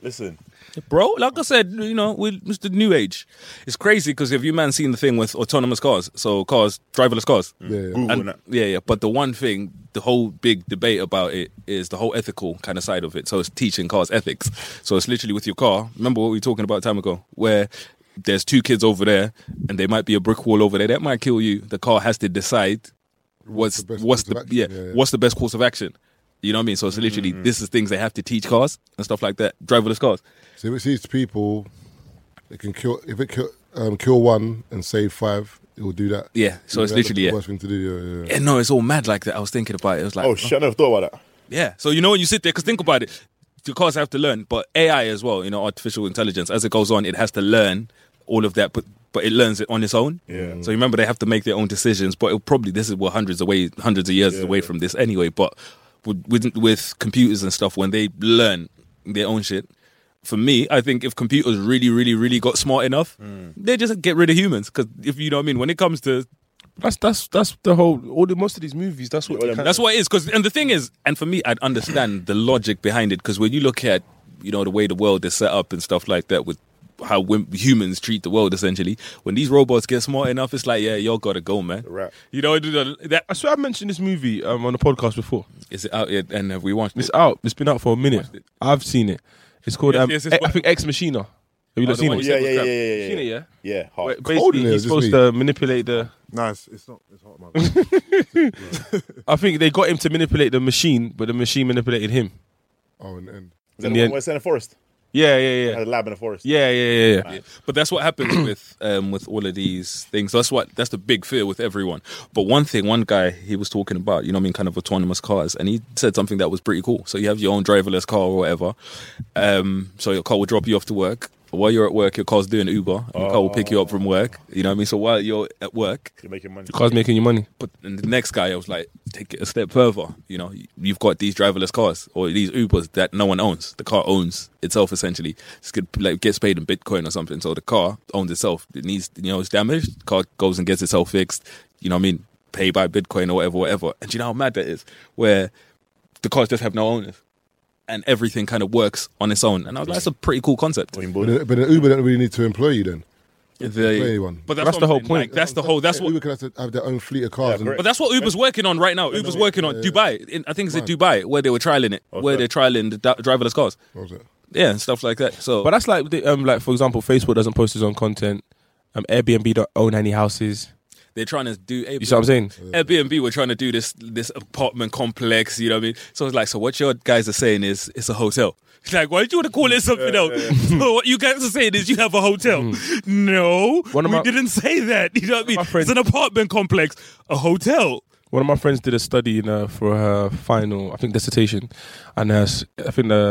Listen, (laughs) bro. Like I said, you know, we it's the new age. It's crazy because have you man seen the thing with autonomous cars? So cars, driverless cars. Yeah. Google And- that. yeah, yeah. But the one thing, the whole big debate about it is the whole ethical kind of side of it. So it's teaching cars ethics. So it's literally with your car. Remember what we were talking about time ago, where there's two kids over there, and there might be a brick wall over there that might kill you. The car has to decide what's the best what's course the of yeah, action, yeah, Mm-hmm. yeah. what's the best course of action. You know what I mean? So it's literally this is things they have to teach cars and stuff like that. Driverless cars. So if it sees people, it can kill. If it kill, um, kill one and save five, it will do that. Yeah, so it's that's literally, the yeah. worst thing to do. Yeah, yeah. Yeah, no, it's all mad like that. I was thinking about it. It was like, Oh, shit, I never thought about that. Yeah. So you know when you sit there, because think about it, your cars have to learn, but AI as well, you know, artificial intelligence, as it goes on, it has to learn all of that, but but it learns it on its own. Yeah. So remember, they have to make their own decisions, but it'll probably this is we're hundreds away, hundreds of years away from this anyway. But with, with with computers and stuff, when they learn their own shit. For me, I think if computers really, really, really got smart enough, they just get rid of humans. Because if you know what I mean, when it comes to That's that's that's the whole. Oh, All the most of these movies. That's what. Yeah, they well, That's what it is. Because and the thing is, and for me, I'd understand the logic behind it. Because when you look at you know the way the world is set up and stuff like that, with how wim- humans treat the world, essentially, when these robots get smart enough, it's like yeah, y'all gotta go, man. Right. You know that I swear I mentioned this movie um, on the podcast before. is it out yet? And have we watched it? It's out. It's been out for a minute. I've seen it. It's called. Yes, um, yes, it's E- I what- think Ex Machina. Have you Oh, the not seen one it? you Yeah, said yeah, was crap. yeah, yeah, yeah, Seen it, yeah. Yeah, hot. Where cold basically, in there he's this supposed week. to manipulate the. Nah, it's, it's not. It's hot, man. I think they got him to manipulate the machine, but the machine manipulated him. Oh, and, and Is that in the the one end- where it's in the forest? Yeah, yeah, Had yeah, a lab in the forest. yeah, yeah, yeah. yeah. But that's what happens with um, with all of these things. That's what that's the big fear with everyone. But one thing, one guy he was talking about, you know, what I mean, kind of autonomous cars, and he said something that was pretty cool. So you have your own driverless car or whatever. Um, so your car will drop you off to work. While you're at work, your car's doing Uber. And Your car will pick you up from work. You know what I mean? So while you're at work, You're making money. The car's making you money. but and the next guy, I was like, take it a step further. You know, you've got these driverless cars or these Ubers that no one owns. The car owns itself essentially. It's good, like gets paid in Bitcoin or something. So the car owns itself. It needs, you know, it's damaged. Car goes and gets itself fixed. You know what I mean? Pay by Bitcoin or whatever, whatever. And do you know how mad that is? Where the cars just have no owners. And everything kind of works on its own, and I was like, "That's a pretty cool concept." When you but, bought it. an, but an Uber don't really need to employ you then. They- Play one. but that's, That's what the I'm whole saying, point. like, that's the whole. That's Yeah, what Uber can have, to have their own fleet of cars. Yeah, and, But that's what Uber's working on right now. Uber's working on Dubai. In, I think it's in Dubai where they were trialing it, where they're trialing the da- driverless cars. what was it? Yeah, and stuff like that. So, But that's like, the, um, like for example, Facebook doesn't post its own content. Um, Airbnb don't own any houses. they're trying to do. Airbnb. You see what I'm saying? Airbnb were trying to do this this apartment complex. You know what I mean? So it's like, so what your guys are saying is it's a hotel. (laughs) It's like, why do you want to call it something else? (laughs) so what you guys are saying is you have a hotel. No, Mm. One of we my- didn't say that. (laughs) You know what I mean? my friends- It's an apartment complex, a hotel. One of my friends did a study in, uh, for her final, I think, dissertation, and uh, s- I think the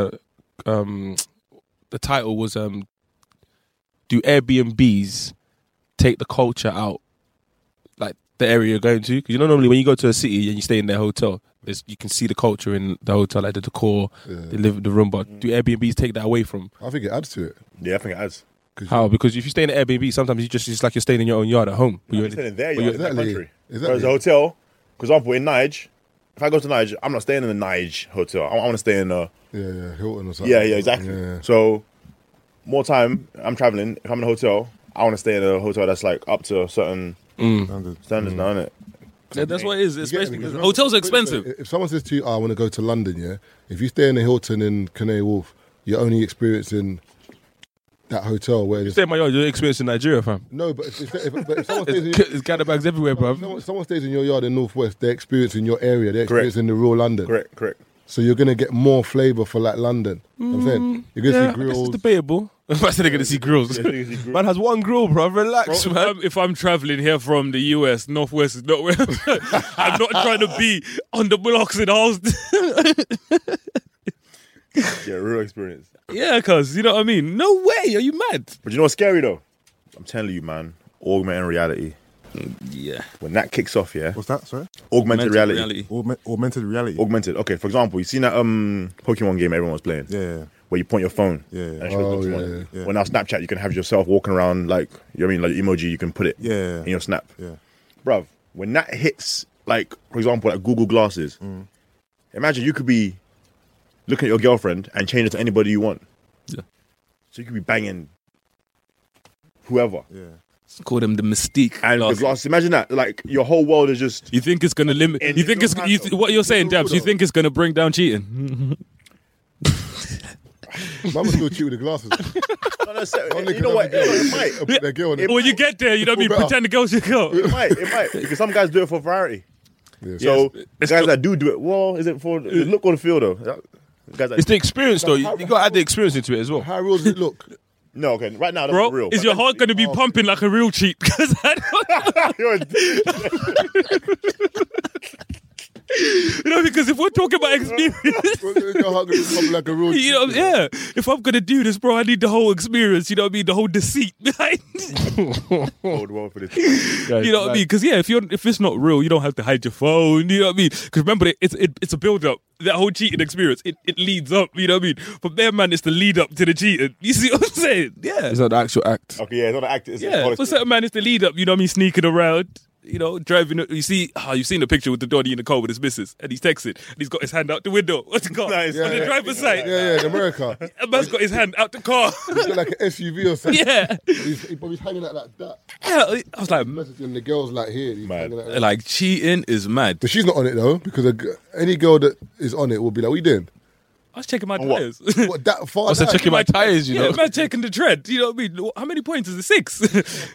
um, the title was um, "Do Airbnbs Take the Culture Out?" Like the area you're going to, because you know normally when you go to a city and you stay in their hotel, there's, you can see the culture in the hotel, like the decor, the live the room. But do Airbnbs take that away from? I think it adds to it. Yeah, I think it has. How? Because if you stay in an Airbnb, sometimes you just it's like you're staying in your own yard at home. But You're you're- standing there, you're in that Exactly. country. Exactly. Whereas a hotel, for example, in Nige, if I go to Nige, I'm not staying in the Nige hotel. I, want to stay in a. Yeah, yeah, Hilton or something. Yeah, yeah, exactly. Yeah, So, more time I'm traveling, if I'm in a hotel, I want to stay in a hotel that's like up to a certain Standard. standards now, innit? Yeah, that's what it is. Especially because because remember- hotels are expensive. If someone says to you, "Oh, "I want to go to London," yeah, if you stay in a Hilton in Canary Wharf, you're only experiencing that hotel where. It's, Stay in my yard, you're experiencing Nigeria, fam. no, but if, if, if, but if (laughs) someone stays in your, There's gather bags everywhere, bruv. someone, someone stays in your yard in Northwest, they're experiencing your area. They're Correct. experiencing the real London. Correct, correct. So you're gonna get more flavour for like London. I'm Mm, saying you're gonna Yeah, see I guess grills. it's debatable. (laughs) I said they're gonna see grills. Yeah, you can see (laughs) grill- Man has one grill, bro. Relax, Bro, if man. I'm, if I'm traveling here from the US, Northwest is not where (laughs) I'm not trying to be on the blocks in Austin. Yeah, real experience. (laughs) yeah, cuz, you know what I mean? No way, are you mad? But you know what's scary though? I'm telling you, man, augmented reality. Yeah. When that kicks off, yeah, What's that? Sorry. augmented reality. Augment, augmented reality. Augmented. Okay, for example, you seen that um Pokemon game everyone was playing? yeah, yeah. Where you point your phone. Yeah, yeah. And it shows Oh, what's yeah, on it. yeah. Well, now Snapchat, you can have yourself walking around like you know what I mean, like emoji. You can put it. Yeah, yeah, yeah. In your snap, yeah. bruv. When that hits, like for example, like Google Glasses. Mm. Imagine you could be looking at your girlfriend and change it to anybody you want. Yeah. So you could be banging whoever. Yeah. Call them the mystique. And the class. glass, imagine that. Like your whole world is just. You think it's gonna limit? And you it think it's don't you matter. th- what you're saying, It's all Dabs? You though. think it's gonna bring down cheating? Mama still cheat with the (laughs) glasses. No, no, so- Only you know what? It might. That girl. It- when you get there, you know what I mean. Well, Pretend the girl's your girl. (laughs) It might. It might. Because some guys do it for variety. Yeah. So the It's guys not- that do do it, well, is it for the look on the field though? The Guys, that, It's the experience though. You, you got to add the experience into it as well. How real does it (laughs) look? no, okay. Right now, that's Bro, not real. is your (laughs) heart going to be pumping like a real cheat? (laughs) Because I don't You're a- you know, because if we're talking about experience, (laughs) Your heart gonna pump like a real you know, yeah, if I'm going to do this, bro, I need the whole experience, you know what I mean? The whole deceit (laughs) behind, old world for this. you know what I mean? Because, yeah, if you're if it's not real, you don't have to hide your phone, you know what I mean? Because remember, it- it's, it, it's a build up. That whole cheating experience, it, it leads up, you know what I mean? From there, man, it's the lead up to the cheating. You see what I'm saying? Yeah. It's not the actual act. Okay, yeah, it's not an act. It's Yeah, yeah, for certain man, it's the lead up. You know what I mean? Sneaking around, you know, driving. You see, oh, you've seen the picture with the Donny in the car with his missus, and he's texting, and he's got his hand out the window. What's the car? Nice. On the Yeah, driver's side, Yeah, yeah, in America. a man's got his hand out the car. (laughs) He's got like an SUV or something. yeah. He's, he, but he's hanging out like that. yeah, I was like, Messaging the girls like here. He's Mad. hanging out like that. like cheating is mad. But she's not on it though, because a g any girl that is on it will be like, "What you doing? I was checking my what? tires. (laughs) What that far?" Also down? checking my tires, you yeah, know. man, checking the tread. You know what I mean? How many points is it? Six.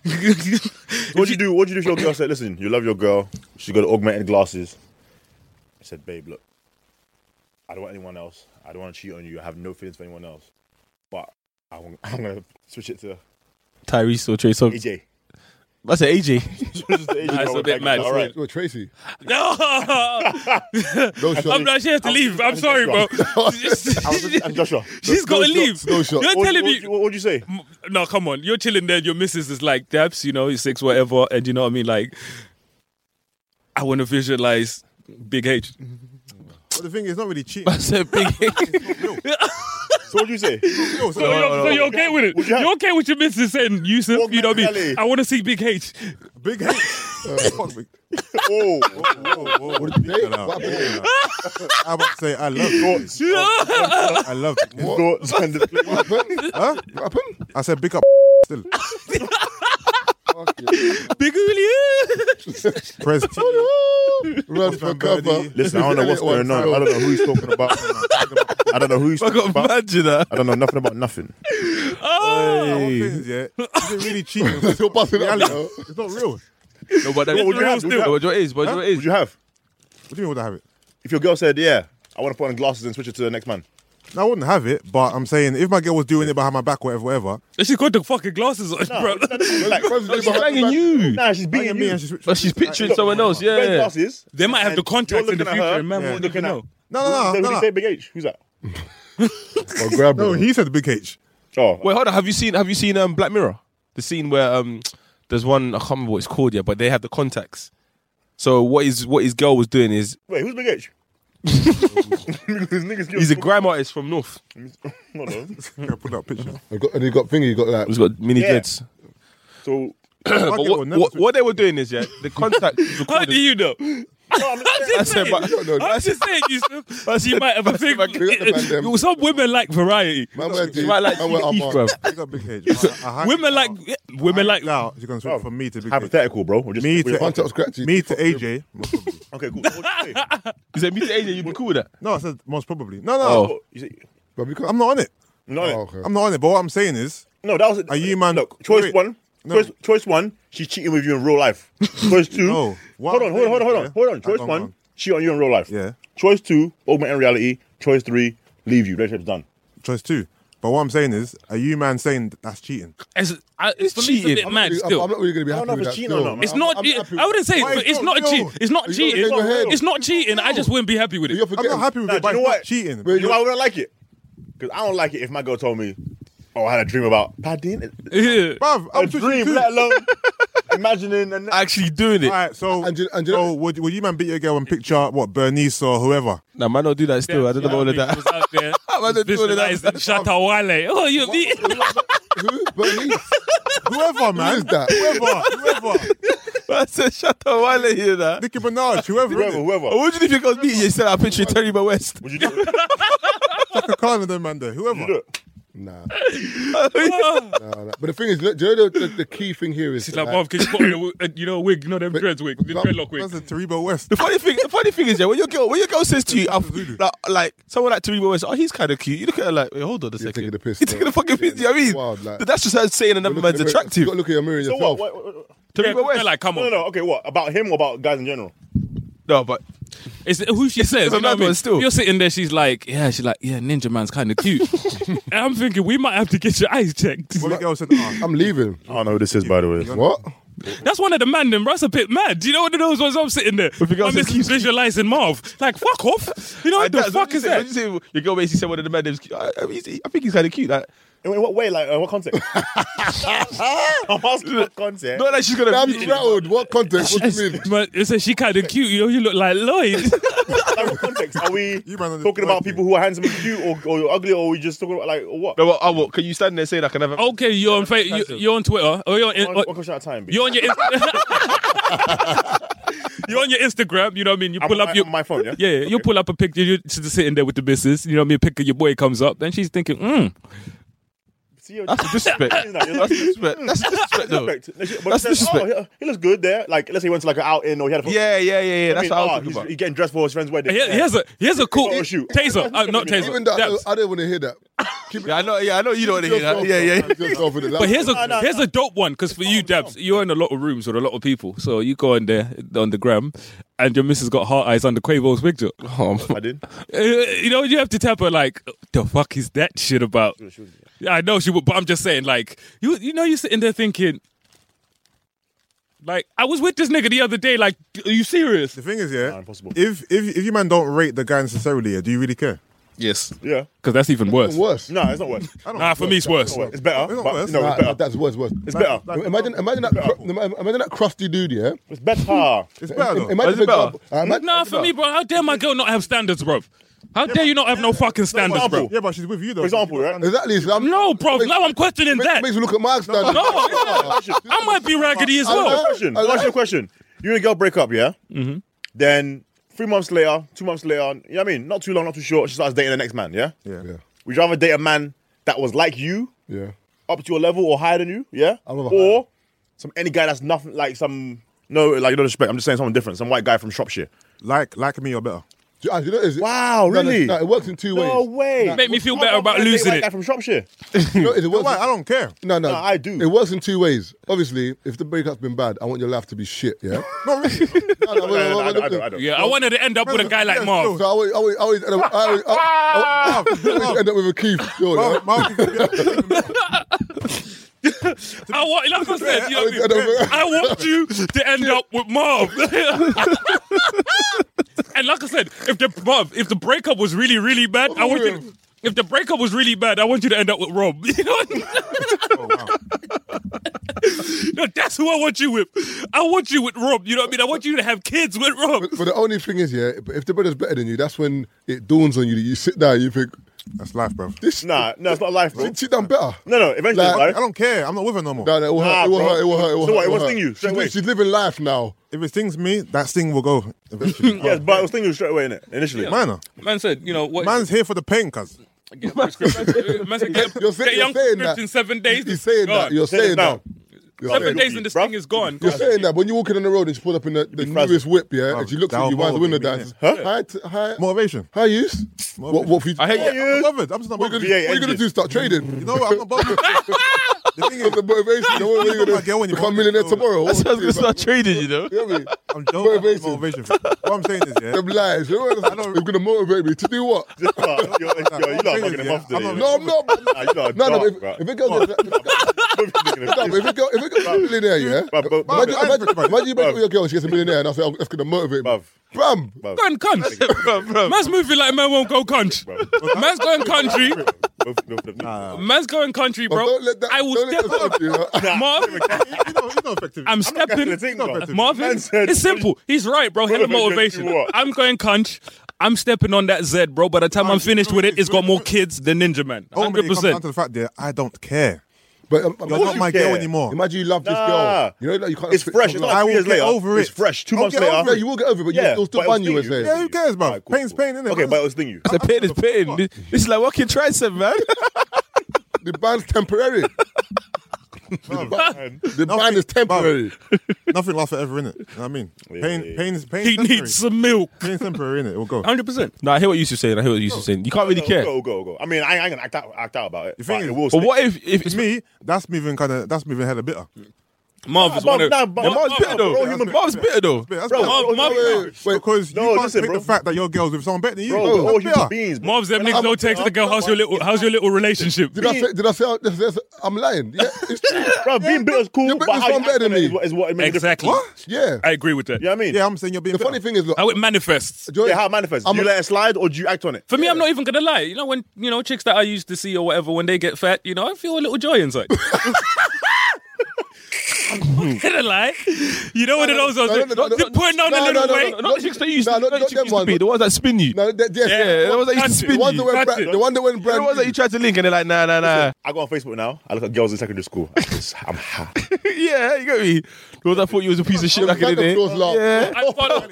(laughs) What'd you do? What'd you do if your girl said, listen, you love your girl, she's got augmented glasses? I said, babe, look, I don't want anyone else. I don't want to cheat on you. I have no feelings for anyone else. But I want, (laughs) I'm going to switch it to Tyrese or Trey Songz. AJ. That's an AJ. Switch it to AJ. That's a bit mad. All right. Well, Tracy, (laughs) no no, shot. I'm not. She has to leave. I'm sorry, bro. (laughs) (laughs) I was just, and Joshua. She's No got to shot, leave. no shot. You're What, telling what, me. what, would you say? M- No, come on. You're chilling there. Your missus is like, Daps, you know, he's six, whatever. And you know what I mean? Like, I want to visualize Big H. But the thing is, it's not (laughs) really cheating. (laughs) That's a big. So what'd you No, say? it's So, not- you're, so you're okay with it? Would you have- You're okay with your missus saying, Yusuf, Walk you know what I mentally. mean? I want to see Big H. (laughs) uh, Big hate. Fuck, big- Oh, What did you Hey, think of what that? happened? I'm about to say, I love thoughts. I love what? thoughts and the- (laughs) What happened? Huh? What happened? I said, big up (laughs) still. Big (laughs) Julia. Press T. Run for Van cover. Birdie. Listen, I (laughs) don't know what's going on. I don't know who he's talking about. I don't know who he's I talking got (laughs) about. imagine that. I don't know nothing about nothing. All things, yeah. Is it really cheating? It's You're busting up. reality. yo. It's not real. What No, but that What would you have? No, but what it is, but what it Would is. you have? do you mean would I have it? If your girl said, "Yeah, I want to put on glasses and switch it to the next man," No, I wouldn't have it, but I'm saying if my girl was doing it behind my back, whatever, whatever, She got the fucking glasses on, bro. like, She's banging you. (laughs) nah, she's banging beating me me. and she's, But she's picturing someone else. Wearing Yeah. glasses. They might have the and contacts you're in the looking future, at her, and man, yeah. we're looking Looking at- know. No, no, no, Who did no. he say, Big H? Who's that? Or grab No, her. he said the big H. Oh, Wait, hold on. Have you seen? Have you seen um, Black Mirror? The scene where um, there's one. I can't remember what it's called yet, but they have the contacts. So what his what his girl was doing is wait, who's Big H? (laughs) These niggas he's a grime artist from North. No, no. Can I put up pictures? And got- and he got thingy. He got like (laughs) He's got mini Yeah. dreads. So, But girl what, would never what, switch. what they were doing is yeah, the contact. is How do recorded. you know? I That's it, but- I'm just saying, Yusuf. She might have a thing. Big H. Some women like variety. Man went deep. (laughs) Right, like Man went teeth, armor. bruv. Big up uh. big H. I- I highly Women like doubt- yeah, women I like highly doubt you're gonna Oh. switch from me to big H. hypothetical, bro. We're just, Me to we're Hunt up scratchy. me to AJ. Okay, cool. What'd you say? He said, "Me to AJ, you be cool with that." (laughs) No, I said most probably. No, no, Oh. Oh, you see- But we can't. I'm not on it. no, Oh, okay. I'm not on it. But what I'm saying is, no, that was. Are you, man- Look, choice wait. one. No. Choice, choice one. She's cheating with you in real life. choice (laughs) two. No. What Hold I'm on, hold on, hold on, hold on, saying, hold Oh, yeah. on. Hang Choice on, hang one. on. Cheat on you in real life. Yeah. Choice two. Augment in reality. Choice three. Leave you. Relationship's done. choice two. But what I'm saying is, are you man saying that's cheating? It's, I, it's for me, cheating. it's a bit mad I'm, still. I'm not really going to be I happy don't know with if that. it's cheating or still. not, man. it's I'm- not. I'm it- happy. I wouldn't say, Why but it's it's not not cheating. real? It's not You gotta get cheating. in your head. It's not cheating. I just wouldn't be happy with You're it. I'm forgetting. not happy with Nah, it. But do you it's know not what? cheating. Wait, You know why I wouldn't like it? Because I don't like it if my girl told me, "Oh, I had a dream about padding." Yeah. Bruv, (laughs) A I'm switching dream, too. let alone (laughs) imagining. And Actually doing it. All right, so, And you- and you know- so would, would you man beat your girl and picture what Bernice or whoever? Nah, man, don't do that. Still, I don't know all of that. Was out there, I don't do all of visualizing that. Shatawale. Oh, you be Who? Bernice. Whoever, man. is that? Whoever, whoever. (laughs) (laughs) I said, "Shut up, while I hear (laughs) that." Nicki Minaj, whoever. whoever, whoever. whoever. Oh, what do you think if you got beat? You said, "I picture Terry West." (laughs) Would you do it? Chaka Khan and them, man, there. Whoever. Would you do it? Nah. nah, nah. But the thing is, look, do you know the, the, the key thing here is She's like, Mom, can you put on a, w- a- you know, a wig, you know, them dreads wig, the dreadlock wig. That's a Taribo West. The funny thing, the funny thing is, yeah, when your girl, when your girl says to you, I've, like, like someone like Taribo West, oh, he's kind of cute. You look at her like, wait, hold on a second, taking the piss, You're taking bro. the fucking piss. Yeah, you know what I mean, wild, like- But that's just her saying another man's attractive. You got to look in your mirror So yourself. what, what, what, what- Yeah, Taribo they're West, like, come No, no, on. no. Okay, what about him or about guys in general? no, but It's who she says. you know another what I mean? one still. You're sitting there, she's like, yeah, she's like, yeah, Ninja Man's kind of cute. and I'm thinking, we might have to get your eyes checked. When the girl said, "Ah, I'm leaving. I don't know who this is, by the way. What? That's one of the man them, bro. That's a bit mad. Do you know what those ones I'm sitting there? With regards I'm just to- visualizing Marv. Like, fuck off. You know what the that's fuck you is said. that? What'd you say? Your girl basically said one of the men, names cute. I, I, mean, he's- I think he's kind of cute. Like, In what way? Like, uh, what context? I'm asking what context. not like she's gonna. I'm beat him. rattled. What context? What do you mean? But it says she kind of cute. You know, you look like Lloyd. Like, what context? Are we You man on the talking about point, people who are handsome and cute or, or ugly, or are we just talking about like or what? No, well, I will. Can you stand there saying I can have? a- okay, you're on fa- you, you're on Twitter or you're on, One, in- one question at a time. B. you're on your Inst- (laughs) you're on your Instagram. You know what I mean? You I'm- pull I- up your I'm my phone, yeah? yeah. You pull up a picture. You're just sitting there with the missus. You know what I mean? Picture your boy comes up, and she's thinking, mm. See your- That's (laughs) disrespect. Isn't that- That's disrespect. That's disrespect. though. Disrespect. No, she- But That's she says, disrespect. Oh, he- he looks good there. Like, let's say he went to like an outing or he had a. Yeah, yeah, yeah, yeah. That's what I was ah, talking he's, about. he's getting dressed for his friend's wedding. Here, here's a here's a cool Oh, shoot. taser. Uh, not taser. Even that, I Dabs. don't- I don't want to hear that. Keep it Yeah, I know. Yeah, I know you don't want to hear that. yourself, Yeah, yeah. man. Yourself with it. But here's a No, no, here's no. a dope one because for you, Dabs, you're in a lot of rooms with a lot of people. So you go in there on the gram, and your missus got heart eyes under Quavo's picture. I did. Uh, you know, you have to tap her like, the fuck is that shit about? Yeah, I know she would, but I'm just saying, like, you you know, you're sitting there thinking, like, I was with this nigga the other day. Like, are you serious? The thing is, yeah, Nah, impossible. if if if you man don't rate the guy necessarily, yeah, do you really care? Yes, Yeah. because that's even worse. worse. No, it's not worse. It's Nah, for me it's worse. not worse. It's better. It's not but- worse. No, Nah, it's better. That's worse. Worse. It's better. Imagine, imagine that, cru- imagine that crusty dude, yeah. It's better. It's better though. Imagine Is it for better? example- uh, imagine- Nah, for me, bro. How dare my girl not have standards, bro? How dare you not have no fucking standards, bro? example. yeah, but she's with you though. For example, right? Exactly. so I'm- No, bro. Makes- Now I'm questioning makes, that. Makes me look at my standards. No, I might be raggedy as I well. know. Oh, question. Let me ask you a question. You and a girl break up, yeah? Mm-hmm. Then three months later, two months later, you know what I mean? Not too long, not too short, she starts dating the next man, yeah? Yeah. Yeah, Would you rather date a man that was like you, yeah. up to your level or higher than you, yeah? I'd rather or some any guy that's nothing like some no, like no respect. I'm just saying someone different, some white guy from Shropshire. Like like me or better. Do you, ah, do you know what it is? Wow, No, no, really? No, it works in two No ways. way. Make me feel How better come about I date losing white it. Guy from Shropshire. You know what it is? It works Why? I don't care. No, no, No, I do. It works in two ways. Obviously, if the breakup's been bad, I want your life to be shit. (laughs) Yeah. Not really. No, no, No, wait, wait, no, no, I wait, don't- I don't- I wait. don't. Yeah, I wanted to end up with a guy like Marv. So I always, I always, I always, I always, I always, I always end up with a Keith. Jordan. (laughs) Well, my- I want, like I said, you know, I what I, mean? was- I want you to end up (laughs) with Marv. and like I said, if the Marv, if the breakup was really, really bad, I want you. To, if the breakup was really bad, I want you to end up with Rob. (laughs) You know, what Oh, no, that's who I want you with. I want you with Rob. You know what I mean? I want you to have kids with Rob. But the only thing is, yeah, if the brother's better than you, that's when it dawns on you that you sit down, you think That's life, bro. this. Nah, no, it's not life, bro. She done better. No, no, eventually Like, it's I life. don't care. I'm not with her no more. No, no, it will Nah, hurt. It will bro. hurt. It will hurt. It will So hurt. what, it will was hurt. thing you, straight She's, away. she's living life now. If it stings me, that sting will go eventually. Yes, but I was thinking straight away in it initially. Minor. Man said, you know what? Man's here for the pain, cuz. get prescription. Man said, get, (laughs) You're saying- get young you're saying that. prescription seven days. You're saying that. Gone. You're Say this saying now. that. You're seven saying- days and this Bruh. thing is gone. You're saying that when you're walking on the road and she pulls up in the, the frazzled. newest whip, yeah, Bruv, and she looks that at you, will why the motivate window me, dance? innit? Hi, t- hi, Motivation. hi, use. What, what for you? I hate what, you. I'm bothered. I'm just not what you bothered. gonna, Yeah, yeah, what you gonna yeah. do? Start trading? You know what? I'm not bothered. the thing the is, motivation. You know what, You you're got gonna my girl when you're become broke, millionaire so- tomorrow. That's What how (laughs) I was you gonna start trading. You know. (laughs) (laughs) gonna do? (laughs) You know what I mean? I'm joking. Motivation. Motivation. What I'm saying is, (laughs) yeah. Them lies. You know what I'm saying? It's gonna motivate me to do what? Yo, yo, you're not I'm fucking him not- off today. you I'm No, know? I'm not. Nah, you lot are No, no. dark, If, bruh. if it goes, No, but if it go, if it goes a millionaire, yeah. Bruv, bruv, bruv, Imagine, bruv, imagine, bruv, imagine you break up bruv. with your girl and she gets a millionaire, and I say, oh, that's gonna motivate me. Bruv. Bam. Gun cunt. Man's moving like man won't go cunt. Man's going country. Both- both of them. Man's going country, But bro. don't let that. I will don't let step that up. stop you, you know? Marv, You know, you know, effective. I'm That's the stepping. thing, bro. Marvin, Man said- it's simple. He's right, bro. Hella Brother, man, motivation. you what? I'm going cunt. I'm stepping on that Z, bro. By the time I'm finished with it, it's got more kids than Ninja Man. Ultimately, it comes down 100%. to the fact that I don't care. But um, um, You're not imagine- my care? girl anymore. Imagine you love this Nah. girl. You know, like, you can't. It's fresh. It's not like I two will years get later. over It's it. fresh. 2 I'll months get later. over Yeah, you will get over, it, but yeah, you'll still but it was bun you and stinging. say, Yeah, who cares, bro? Alright, cool, pain's cool. pain, innit? Okay, but it was thing you. It's a pain is pain. This is like walking tricep, man. The ban's temporary. The ban is temporary. Nothing lasts forever, innit? You know what I mean? Pain, pain is pain. He needs some milk. Pain's temporary, innit? It (laughs) will go. 100%. No, I hear what Yusuf's saying. I hear what Yusuf's saying. You can't really Go, care. Go, go, go. I mean, I, I ain't gonna act out, act out about it. The thing But is- it will But stick. what if if It's me. That's me even kind of. That's me even hella bitter. Marv is Nah, one of nah, but- Yeah, Marv's bitter though. bro, Marv's human Marv's bitter though. That's bitter. Bro, That's bitter. Marv- Marv- Wait, wait, wait. because you No, can't listen, take bro. the fact that your girl's with someone better than you. Bro, oh, That's we're all human bitter. beings. bro. Marv's them niggas don't text the girl. How's your little? How's your little relationship? Did I say? Did I say? I- did I say- I'm lying. Yeah, it's true. Bro, being bitter is cool, You're but bitter how you someone act better on than it is me. what is what it makes a difference. Exactly. Yeah. I agree with that. You know what I mean? Yeah, I'm saying you're being The bitter. funny thing is, look, How it manifests. do you- Yeah, how it manifests. I'm do you a- let it slide or do you act on it? For me, I'm not even gonna lie. You know when you know chicks that I used to see or whatever, when they get fat, you know, I feel a little joy inside. I'm not gonna lie. You know what it also no, no, no, no, They're putting on no, a little no, no, weight. no, Not the chicks that used Nah, to not- not the not chicks them used to be. ones. The ones that spin you. no, that, yes, Yeah, the the ones that used to that's it. spin The one that you. went, That's brand, it. the one that went The brand ones that you tried to link and they're like, nah, nah, nah. I go on Facebook now. I look at girls in secondary school. I'm just- I'm happy. yeah, you got me. The ones that thought you was a piece of shit back in the Random day. doors lock. (laughs) Yeah. I follow,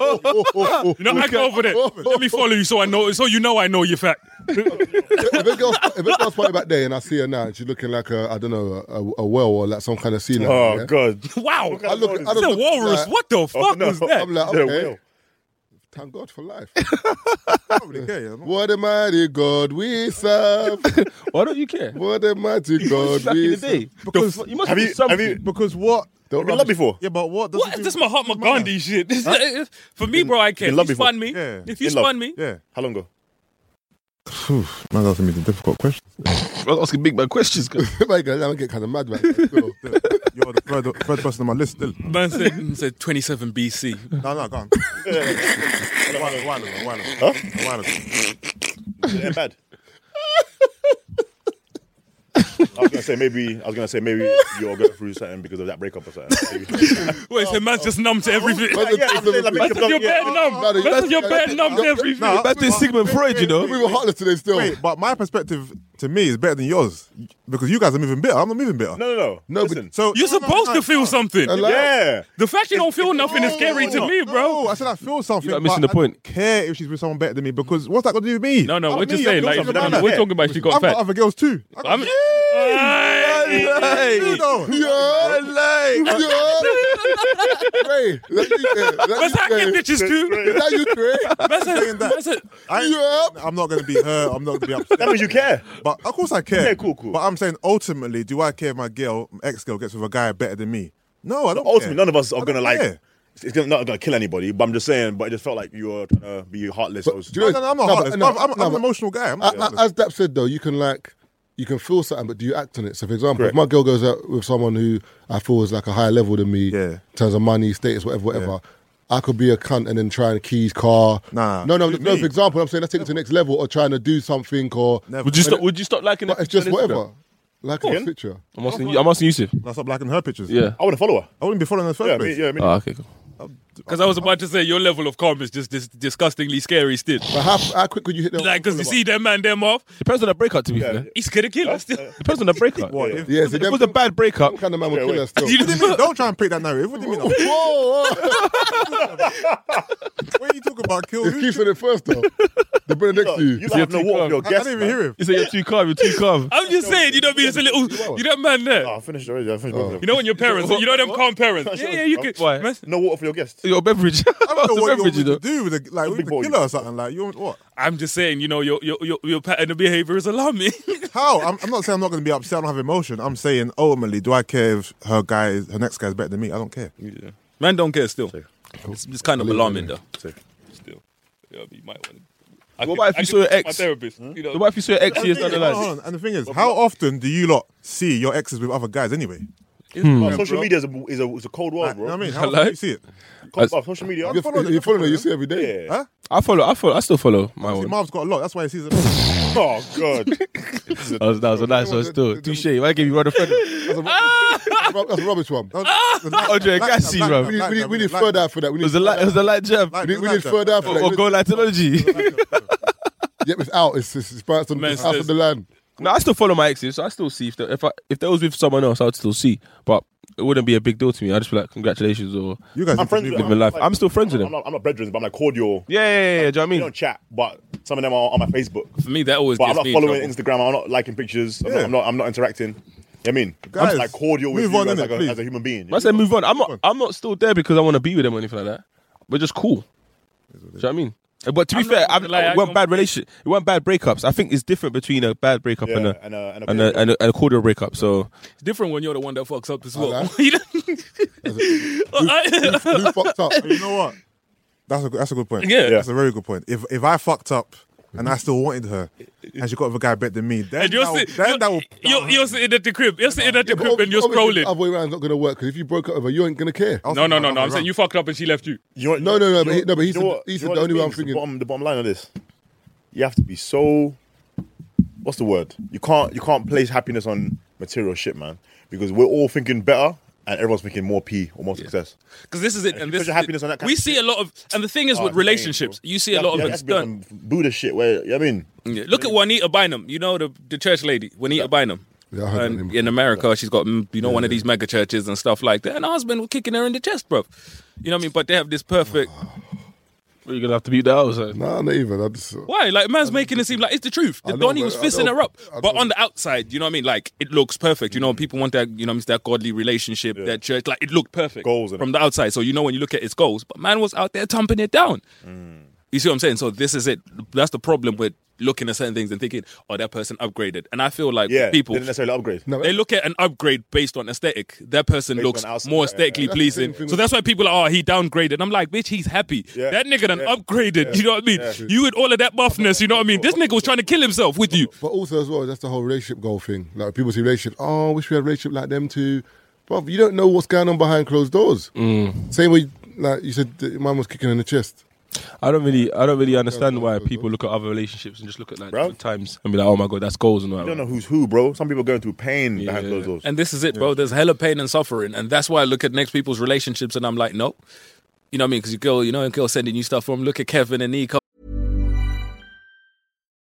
you know, I go over there. Let me follow you so I know, so you know I know you're fat. (laughs) if a girl's if a girl's funny back there and I see her now and she's looking like a I don't know a, a whale or like some kind of sea lion. Oh, yeah? God. Wow, I look, I it's a don't look, walrus. like, what the fuck Oh, no. was that? I'm like, They're okay, whale. thank God for life. I don't really care, yeah. I'm not- what a mighty God we serve. Why don't you care? What a mighty God Back in we the serve. day. Because you must Have do you- have something. you- Because what? Don't Been loved rubbish. before. Yeah, but what? does What it is do- this Mahatma doesn't matter. Gandhi shit? This is- For me, bro, I care. in If love you before. spun me, Yeah. if you In love. spun me, Yeah. How long ago? Man's asking me the difficult question. I was asking big man questions. guys. My (laughs) God, I'm getting kind of mad. Right now. So, (laughs) You're the third, third person on my list still. man said, (laughs) said 27 BC. No, no, go on. A while ago, a while ago, a while ago. A while ago. Is it bad? I was gonna say maybe I was gonna say maybe you're going through something because of that breakup or something. Wait, so man's just numb to everything. (laughs) That's yeah, I'm saying, like, make your bare yeah. numb. no, no, That's your bare numb to everything. No, Back to but- Sigmund Freud, you know. (laughs) we were heartless today still. Wait, but my perspective to me is better than yours because you guys are moving bitter. I'm not moving bitter. No, no, no. No, but- Listen. So You're supposed to feel something. Hello? yeah. The fact you don't feel nothing is scary No, to no, Oh. me, No, bro. I said I feel something. You're not missing but the point. I don't care if she's with someone better than me because what's that got to do with me? No, no, Not we're me, just I've saying, got like, some no, no, manner. we're talking about she got I've fat. got other girls too. I got I'm- (laughs) Hey! you though. Yeah, yeah. (laughs) Ray, let me yeah, Man's let hacking me bitches Is too. that you, Trey? Man's a- man's a- I, Yeah. I'm not going to be her. I'm not going to be upset. (laughs) That means you care. But of course I care. Yeah, cool, cool. But I'm saying ultimately, do I care if my girl, ex girl, gets with a guy better than me? No, I don't. Ultimately, care. none of us I are don't gonna like. care. It's gonna, not gonna kill anybody, but I'm just saying. But it just felt like you were trying to be heartless. But, do No, you no, no, I'm No, not but- heartless. no, I'm, I'm, no, I'm an but- emotional guy. I'm I, not I, as Dap said though, you can like you can feel something, but do you act on it? So, for example, if my girl goes out with someone who I feel is like a higher level than me, Yeah. in terms of money, status, whatever, whatever. I could be a cunt and then try and key his car. Nah, no, no, with no. me. For example, I'm saying let's take it to the next level, or trying to do something, or Never. Would you stop? Would you stop liking? but that it's just picture on whatever. Like a picture. Instagram? I'm asking. you- I'm asking Yusuf. That's up liking her pictures. Yeah. I want to follow her. I wouldn't be following her in the first Yeah, me, place. yeah, me. Oh, okay. Cool. Because I was about to say your level of calm is just dis- disgustingly scary still. But how, how quick could you hit them? Like, because you see them man, them off, Depends on the breakup. To be Yeah. fair, he's gonna kill us still. depends on the breakup. What? If, yeah, If so it them- was a bad breakup. kind of man would Yeah, kill wait. us still. What do you mean? Don't try and pick that narrative. What do you (laughs) mean? Whoa, (laughs) whoa. what are you talking about? Kill It who? keeps on it first though. The brother next to you. You have no too water calm. on your I, I guests. didn't even man. hear him. (laughs) You say you're too calm. You're too calm. I'm just saying, you know what I mean? It's a little, you know, man there. Oh, I finished already. I finished. You know when your parents, you know them calm parents. (laughs) Yeah, yeah, you can. Why? man, no water for your guests. Your beverage. (laughs) I don't know It's a what you want beverage, me you know. to do with a, like with big a boy. killer or something. Like you want what? I'm just saying, you know, your your your, your pattern of behavior is alarming. (laughs) How? I'm, I'm not saying I'm not going to be upset. I don't have emotion. I'm saying ultimately, do I care if her guy, is, her next guy is better than me? I don't care. man, don't care still. It's, it's kind of alarming though. Safe. Still, yeah, you might want. I What about if you saw your My ex? therapist, Hmm. you know. What if you saw your ex years down Hold the on, line? hold on. And the thing is, how often do you lot see your exes with other guys anyway? Bro, social media is a, is, a, is a cold world, Like, you know bro. what (laughs) I mean? How Hello? often do you see it? Cold- oh, social media. You're, following- you're following her, you see every Yeah. day. Huh? I follow. I follow. I still follow my See, one. Marv's got a lot. That's why he (laughs) sees it. Oh god. That was, that was a nice one. Still, touche. I give you one of friend. That's a, rub- that's a rubbish one. Andre Agassi, bro. We need, we need, we need further out for that. We It need, was a Oh, light. It was a light jab. we need, we need further out for Or, or that. goal line technology. (laughs) Yep, it's out. It's, it's, it's out on, Man it's out says- on the land. no, I still follow my exes. So I still see if they, if I if they was with someone else, I'd still see. But it wouldn't be a big deal to me. I'd just be like, congratulations or You guys, I'm friends with Live interview your I'm life. like- I'm still friends with I'm him. not, I'm not brethren, but I'm like cordial. Yeah, yeah, yeah. yeah. Do you know We what I don't mean? chat, but some of them are on my Facebook. For me, that always But I'm gets not me in following trouble. Instagram. I'm not liking pictures. I'm, Yeah. not, I'm not. I'm not interacting. You know what I mean, I'm Guys, just like cordial with move you on, as, innit, like a, please. as a human being. But I said move on. I'm not. I'm not still there because I want to be with him or anything like that. We're just cool. Do you know what I mean? Uh, But to be I'm fair, not I, gonna lie, I, I it weren't don't- bad relationship. It weren't bad breakups. I think it's different between a bad breakup Yeah, and a and a- and and a uh, a, breakup. and a, and a cordial breakup. So It's different when you're the one that fucks up as I well. (laughs) like. You (laughs) know? who, (laughs) who fucked up? You know what? That's a good, that's a good point. Yeah. Yeah. that's a very good point. If if I fucked up and I still wanted her, and she got with a guy better than me, then And you're, that will, sit- then you're, that will, that you're, (laughs) will you're hurt me. sitting at the crib. You're sitting at the crib and you're Obviously, the scrolling. Other way around's not gonna work because if you broke up with her, you ain't gonna care. I was No, no, thinking no, about no. I'm that saying you fucked up and she left you. You know- No, you no, no, know- but he- no, but he you know said- what- he you said know the what only way I'm thing is, the thinking- bottom, the bottom line of this, you have to be so. What's the word? You can't. You can't place happiness on material shit, man. Because we're all thinking better, and everyone's thinking more p or more success. Because this is it. And you this put is your it. happiness on that kind We of see a shit. lot of. And the thing is Oh, with it's painful. relationships, you see a lot of yeah, it's that's been done. some Buddha shit. Where you know what I mean, Yeah, Look at Juanita Bynum. You know the, the church lady, Juanita Bynum. Yeah, I heard that name and before. in America, she's got mm, you know one of these mega churches and stuff like that. And her husband was kicking her in the chest, bro. You know what I mean? But they have this perfect. you're gonna have to beat eh? that out. So. Nah, not even. I just. (laughs) Why? Like, man's making it seem like it's the truth. The know, Donnie but was I fisting don't- her up. I Mm. But don't- on the outside, you know what I mean? Like, it looks perfect. You know, people want that, you know, what I mean, that godly relationship, that church. Like, it looked perfect Goals and from the outside. So, you know, when you look at its goals, but man was out there thumping it down. Mm. You see what I'm saying? So, this is it. That's the problem with looking at certain things and thinking, oh, that person upgraded. And I feel like yeah, people. didn't necessarily upgrade. No, They look at an upgrade based on aesthetic. That person Based on looks outside, more yeah, aesthetically (laughs) yeah. pleasing. That's the thing so that's why people are, oh, he downgraded. I'm like, bitch, he's happy. Yeah. That nigga done Yeah. upgraded. You know what I mean? You with all of that buffness, you know what I mean? This nigga was trying to kill himself with you. But also as well, that's the whole relationship goal thing. Like people see relationship, oh, I wish we had a relationship like them too. But you don't know what's going on behind closed doors. Mm. mm. Same way, like you said, that your mum was kicking in the chest. I don't really, I don't really understand why people look at other relationships and just look at like Bro. different times and be like, oh my god, that's goals and all You that. don't know who's who, bro. Some people are going through pain behind Yeah. closed doors. And this is it, bro. There's hella pain and suffering. And that's why I look at next people's relationships and I'm like, nope. You know what I mean? Because you girl, you know, and girl sending you stuff from. Look at Kevin and E. Nico.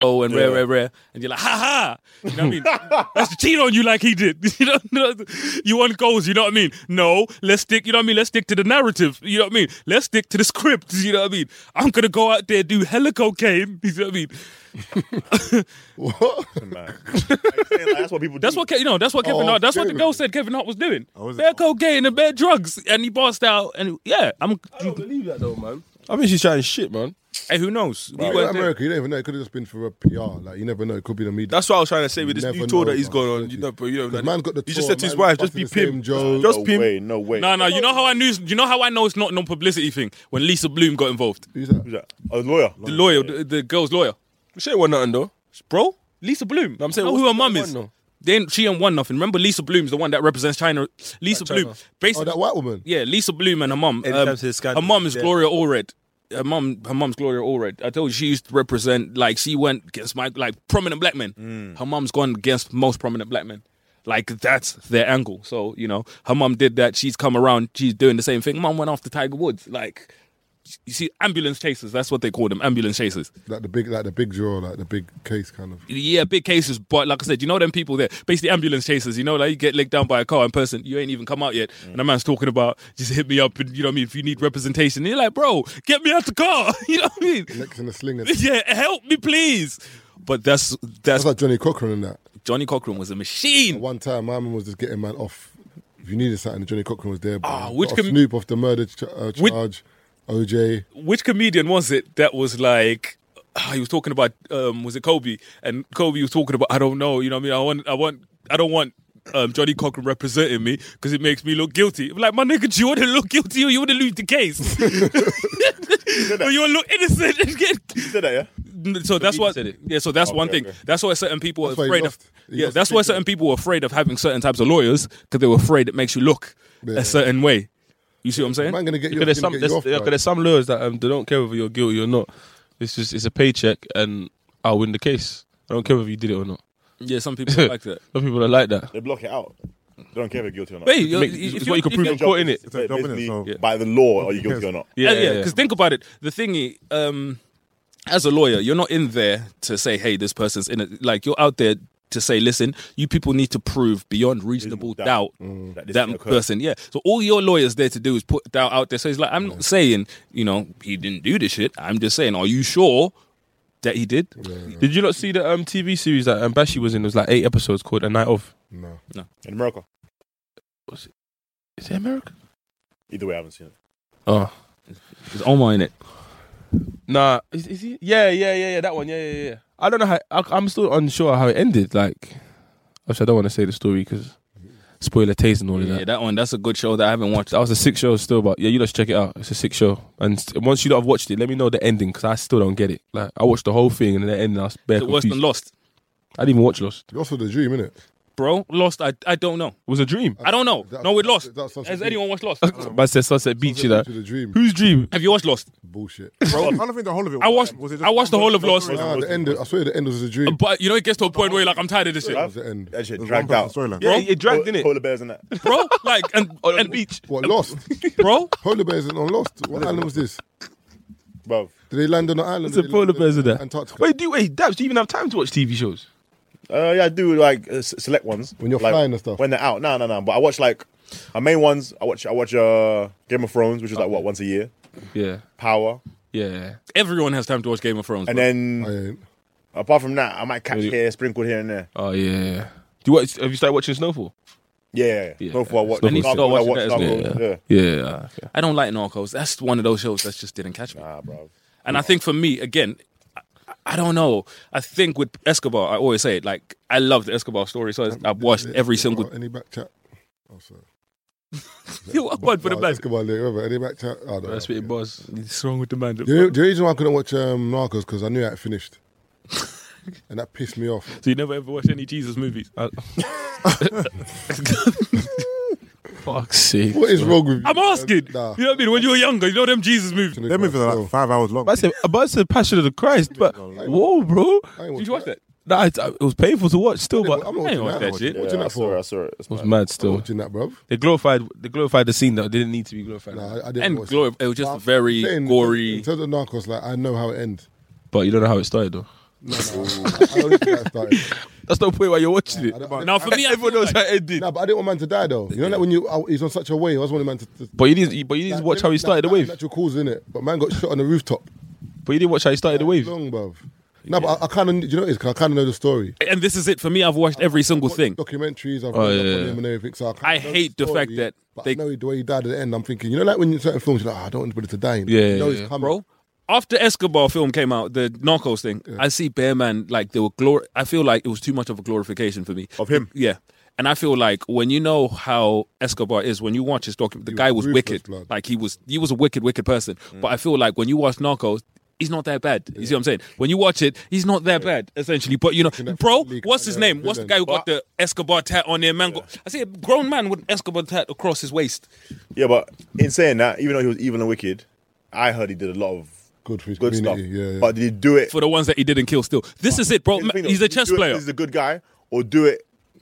Oh, and rare, rare, rare. And you're like, ha ha. You know what I mean? Let's cheat on you like he did. (laughs) You know, you know, you want goals, you know what I mean? No, let's stick, you know what I mean? Let's stick to the narrative. You know what I mean? Let's stick to the script. You know what I mean? I'm going to go out there, do hella cocaine. (laughs) You know what I mean? (laughs) Man. Like, (laughs) saying, like, that's what people. That's do. what, Ke- you know, that's what Kevin Oh, Hart, that's what the Kevin. Oh, girl said Kevin Hart was doing. was it? Bad cocaine and bad drugs. And he bossed out. And yeah, I'm, Oh, believe that though, man. I think she's trying shit, man. hey, who knows? We You weren't know, there. America, you don't even know. It could have just been for a PR. Like you never know. It could be the media. That's what I was trying to say with this Never new tour know, that he's man. going on. You know, but you know, The man got the He just tour, said to his man wife, just busting be the same pimp, joke. just No pimp. way. No way. No, no, you know how I knew, you know how I know it's not non publicity thing when Lisa Bloom got involved? Who's Who's that? that? A lawyer. The lawyer, the, the girl's lawyer. She ain't won nothing though. bro. Lisa Bloom. No, I'm saying, know what's who her the mum one is. though? They ain't, she ain't won nothing. Remember, Lisa Bloom's the one that represents China. Lisa China. Bloom, Oh, basically, that white woman. yeah, Lisa Bloom and her mum. Anytime Um, to the her scandal, mum is yeah. Gloria Allred. Her mum, her mum's Gloria Allred. I told you she used to represent like she went against my like prominent black men. Mm. Her mum's gone against most prominent black men. Like that's their angle. So you know, her mum did that. She's come around. She's doing the same thing. Mum went after Tiger Woods. Like you see, ambulance chasers. That's what they call them. Ambulance chasers. Like the big, like the big draw, like the big case kind of. Yeah, big cases, but like I said, you know them people there, basically ambulance chasers. You know, like you get licked down by a car in person, you ain't even come out yet, and a man's talking about just hit me up, and you know what I mean. If you need representation, and you're like, bro, get me out the car. (laughs) you know what I mean? Next in the sling. (laughs) and- yeah, help me, please. But that's that's That's like Johnny Cochran and that. Johnny Cochran was a machine. One time, my mum was just getting man off. If you needed something, Johnny Cochran was there. bro. Ah, which Got off com- Snoop off the murder ch- uh, Which- charge? OJ. Which comedian was it that was like? ah, He was talking about um, was it Kobe? And Kobe was talking about I don't know. You know what I mean? I want I want I don't want. Um, Johnny Cochran representing me because it makes me look guilty. I'm like, my nigga, do you want to look guilty (laughs) or you want to lose the case? (laughs) He said But that. you look innocent. He said that. Yeah. n- (laughs) so that's people what said it. yeah. So that's one Okay, thing. okay. That's why certain people That's why were he afraid of. lost. He Yeah, lost that's the why case, certain people were afraid of having certain types of lawyers because they were afraid it makes you look Yeah. a certain way. You see what I'm I'm saying? not gonna get you. Because there's gonna get you some there's, off, yeah, 'cause bro. there's some lawyers that um, they don't care whether you're guilty or not. It's just it's a paycheck, and I'll win the case. I don't care whether you did it or not. Yeah, some people are like that. Some people are like that. They block it out. They don't care if you're guilty or not. Wait, you- Make- if it's you- what you can if prove you- in court, innit? It's a job, innit? basically, So- Yeah. By the law, are you guilty or not? Uh, Yeah, yeah. Because think about it. The thingy, um, as a lawyer, you're not in there to say, "Hey, this person's in it." Like you're out there to say, "Listen, you people need to prove beyond reasonable doubt doubt, mm, that, that this thing occurred." person." Yeah. So all your lawyer's there to do is put doubt out there. So he's like, "I'm not saying, you know, he didn't do this shit. I'm just saying, are you sure that he did?" Did you not see the um, TV series that um, Bashi was in? It was like eight episodes called A Night Of. No. In America. Is it America? Either way, I haven't seen it. Oh. Is Omar in it? Nah. Is, is he? Yeah, yeah, yeah, yeah. That one. Yeah, yeah, yeah. I don't know how. I, I'm still unsure how it ended. Like, actually, I don't want to say the story because spoiler taste and all of Yeah, that. that one. That's a good show that I haven't watched. That was a six show still, but yeah, you just check it out. It's a six show, and st- once you lot have watched it, let me know the ending because I still don't get it. Like I watched the whole thing and then the ending, I was bare Is it worse than confused. Lost, I didn't even watch Lost. Lost of the dream, innit? bro? Lost. I I don't know. It was a dream. I don't know. That- no, with Lost. that sounds Has like- anyone watched Lost? Man said Sunset Beach, you know. To the dream. Whose dream? Have you watched Lost? Bullshit. I don't think the whole of it. I watched- was I watched the whole of Lost. Nah, the end. I swear, the end was a dream. But you know, it gets to a point where you're like, I'm tired of this shit, That was the end. That shit It was dragged one out. person storyline. Yeah, it dragged in it. Polar bears and that. bro. Like, and, On the and beach. What lost? bro. polar bears and on lost. What island was this? Bro, Did they land on an island? It's Did a they polar land in bears in there. Antarctica. Wait, do you- wait, Dabs? Do you even have time to watch TV shows? Uh, yeah, I do like uh, s- select ones When you're like, flying and stuff. When they're out, no, no, no. But I watch like my main ones. I watch, I watch uh, Game of Thrones, which is like what once a year. Yeah, Power, yeah. Everyone has time to watch Game of Thrones. and bro. then I ain't. apart from that, I might catch Really? here, sprinkled here and there. Oh yeah. yeah. Do you watch, have you started watching Snowfall? Yeah, Yeah. yeah. Both I watch. I need to Narcos, start I watching watch that as Narcos, yeah. Yeah. Okay. I don't like Narcos. That's one of those shows that just didn't catch me. Nah, bro. and I think for me, again, I, I don't know. I think with Escobar, I always say it. Like, I love the Escobar story, so I- I've watched every single. Oh, any back chat? Oh, sorry. (laughs) You what for the Nah, man? let's go on there, whatever. Any back chat? I don't know. That's what it was. What's wrong with the man? The, re- the reason why I couldn't watch um, Narcos because I knew that it finished, and that pissed me off. So you never ever watched any Jesus movies? I- (laughs) Fuck's sake. What is wrong with you? I'm asking. Nah. You know what I mean? When you were younger, you know them Jesus movies. Them movies are like five hours long. But I said, but I said Passion of the Christ, but whoa, bro. I ain't Did you watch that? Nah, it, it was painful to watch still, I'm not but it I ain't watching watch that. that shit. What you Yeah, I that saw it, for? I saw it. It's was mad. mad I'm still. watching that, bruv. They glorified they glorified the scene that didn't need to be glorified. Nah, I, I didn't. And watch glory, it. it was just But I'm very saying, gory. In terms of Narcos, like I know how it ends. But you don't know how it started though. No, no, I, I don't think that started. That's the point why you're watching I it. don't- Now for me, I (laughs) Everyone feel knows like- how it ended. Nah, but I didn't want man to die though. You know, like when you I, he's on such a wave, I was wanting man to. to But you didn't but you didn't like, watch how he like, started the like, wave. Natural cause in it, but man got shot on the rooftop. But you didn't watch how he started the wave. Long, bruv. No, but I, I kind of, you know, what it is? 'Cause I kind of know the story. and this is it for me. I've watched every single thing. Documentaries, I've Oh, read yeah, up on yeah. him and everything. So I, kinda I know hate the story, fact that But they- I know the way he died at the end. I'm thinking, you know, like when you certain films, you're like, "Ah, I don't want anybody to die. in it." Yeah, you know yeah, it's yeah. coming. bro. After Escobar film came out, the Narcos thing, I see Bearman like they were glor. I feel like it was too much of a glorification for me. Of him? yeah. And I feel like when you know how Escobar is, when you watch his document, the He guy was was wicked. ruthless, blood. Mm. Like he was, he was a wicked, wicked person. But I feel like when you watch Narcos. He's not that bad. You see what I'm saying? When you watch it, he's not that bad, essentially. But you know, that bro, leak, what's his yeah, name? What's the villain. guy who got the Escobar tat on their man? I see a grown man with an Escobar tat across his waist. Yeah, but in saying that, even though he was evil and wicked, I heard he did a lot of Good for his good stuff. community, yeah, yeah. But did he do it For the ones that he didn't kill, still, this is it, bro. Here's the thing, though. He's Do a you chess do it player. because He's a good guy, or do it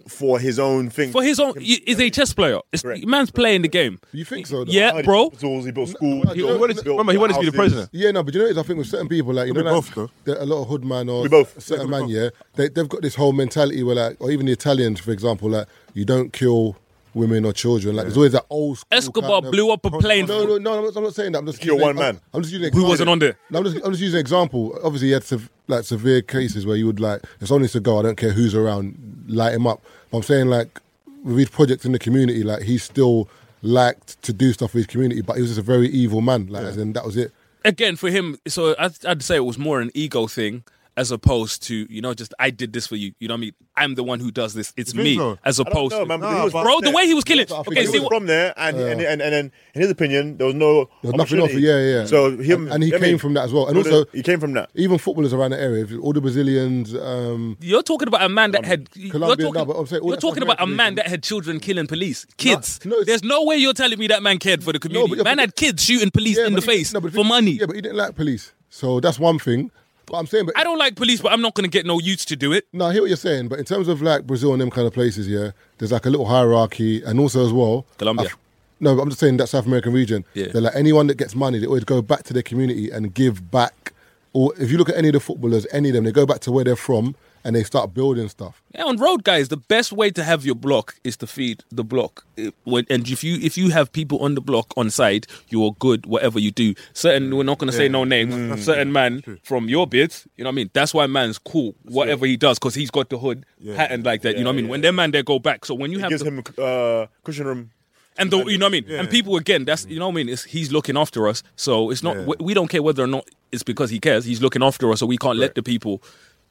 for his own thing. for his own. He, is a chess player. It's, Correct. man's playing the game. You think so? Though? Yeah, He bro. built Schools, he built school. no, no, built- no. Remember, he wanted to be the built president. houses. Yeah, no, but you know, what it is? I think with certain people, like you know, Could be like, both, though. there- a lot of hood man or Could be both. certain Could be man, both. yeah, they, they've got this whole mentality where, like, or even the Italians, for example, like you don't kill women or children. Like, there's always that old school Escobar kind of- blew up a plane. No, no, no, I'm not, I'm not saying that. I'm just Kill using- one I'm- man. I'm just using Who wasn't on there? No, I'm just, I'm just using an example. Obviously, he had sev- like severe cases where you would like, it's only to go. I don't care who's around, light him up. But I'm saying like with his projects in the community, like he still liked to do stuff for his community, but he was just a very evil man. Like, and that was it. Again, for him, so I'd, I'd say it was more an ego thing. as opposed to you know just I did this for you. You know what I mean? I'm the one who does this. It's think me so? as I don't opposed know, to man, but Nah, he was but- bro. The way he was killing. That's what I think Okay, it see he was what, from there, and, and, and and and in his opinion, there was no There was nothing else. opportunity. Yeah, yeah. So him And- and he I mean, came from that as well. And no, also- no, he came from that. Even footballers around the area, if you- all the Brazilians, um, You're talking about a man that had. Colombian, you're no, talking, but I'm saying all you're that talking South about a American man region. that had children killing police, kids. no, it's- There's no way you're telling me that man cared for the community. but- man had kids shooting police yeah, in the but he- face no, but if for he- money. Yeah, but he didn't like police, so that's one thing. But I'm saying, but I don't like police, but I'm not going to get no youths to do it. No, I hear what you're saying, but in terms of like Brazil and them kind of places, yeah, there's like a little hierarchy, and also as well, Colombia. Af- no, but I'm just saying that South American region. Yeah. They're like anyone that gets money, they always go back to their community and give back. Or if you look at any of the footballers, any of them, they go back to where they're from and they start building stuff. Yeah, on road, guys, the best way to have your block is to feed the block. It- when- and if you if you have people on the block on side, you are good. Whatever you do, certain we're not going to say no names. Mm. certain man from your bit, you know what I mean. That's why man's cool. whatever he does, because he's got the hood patterned like that. you know what I mean. When their man there go back, so when you It have gives the- him uh, cushion room. and the, you know what I mean. And people again, that's you know what I mean. It's, he's looking after us, so it's not we, we don't care whether or not it's because he cares. He's looking after us, so we can't let the people.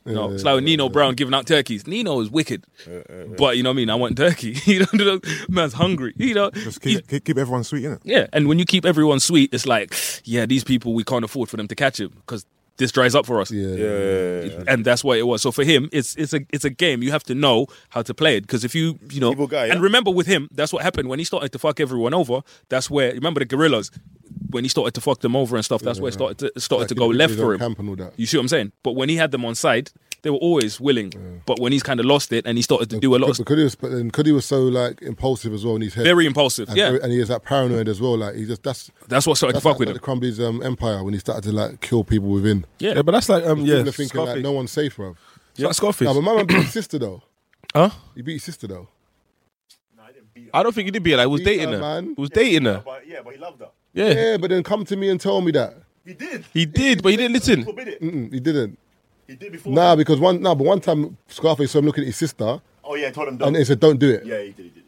You know, it's like Nino Brown giving out turkeys. Nino is wicked, but you know what I mean. I want turkey. (laughs) you know, man's hungry. You know, Just He's- keep, keep, keep everyone sweet, innit? yeah. And when you keep everyone sweet, it's like, yeah, these people we can't afford for them to catch him because this dries up for us Yeah. and that's what it was. So for him, it's it's a it's a game. You have to know how to play it because if you you know Evil guy, and yeah. remember with him, that's what happened when he started to fuck everyone over. That's where remember the gorillas when he started to fuck them over and stuff. That's where it started to started Like, to he go did left his own for him. Camp and all that. You see what I'm saying? But when he had them on side, they were always willing. But when he's kind of lost it and he started to do a lot of But Cudi was, but then Cudi was so like impulsive as well in his head. very impulsive, and, yeah, very- and he is that paranoid as well. Like he just that's that's what started that's to like fuck with the him. Crumbly's um, empire when he started to like kill people within. Yeah. Yeah, but that's like um, yeah, People are thinking like Scarface. no one's safe, bro. It's like Scarface. No, but my man beat his sister though. Huh? He beat his sister though. I don't think he did be like. Was Beat her, dating her. man. Was dating her. But yeah, but he loved her. Yeah, Yeah, but then come to me and tell me that. He did. he did, but he didn't listen. Forbid it. Mm-mm, he didn't. He did before. Mm. Nah, because one nah, but one time Scarface saw him looking at his sister Oh yeah, I told him. and Don't. he said, "Don't do it." Yeah, he did. He did.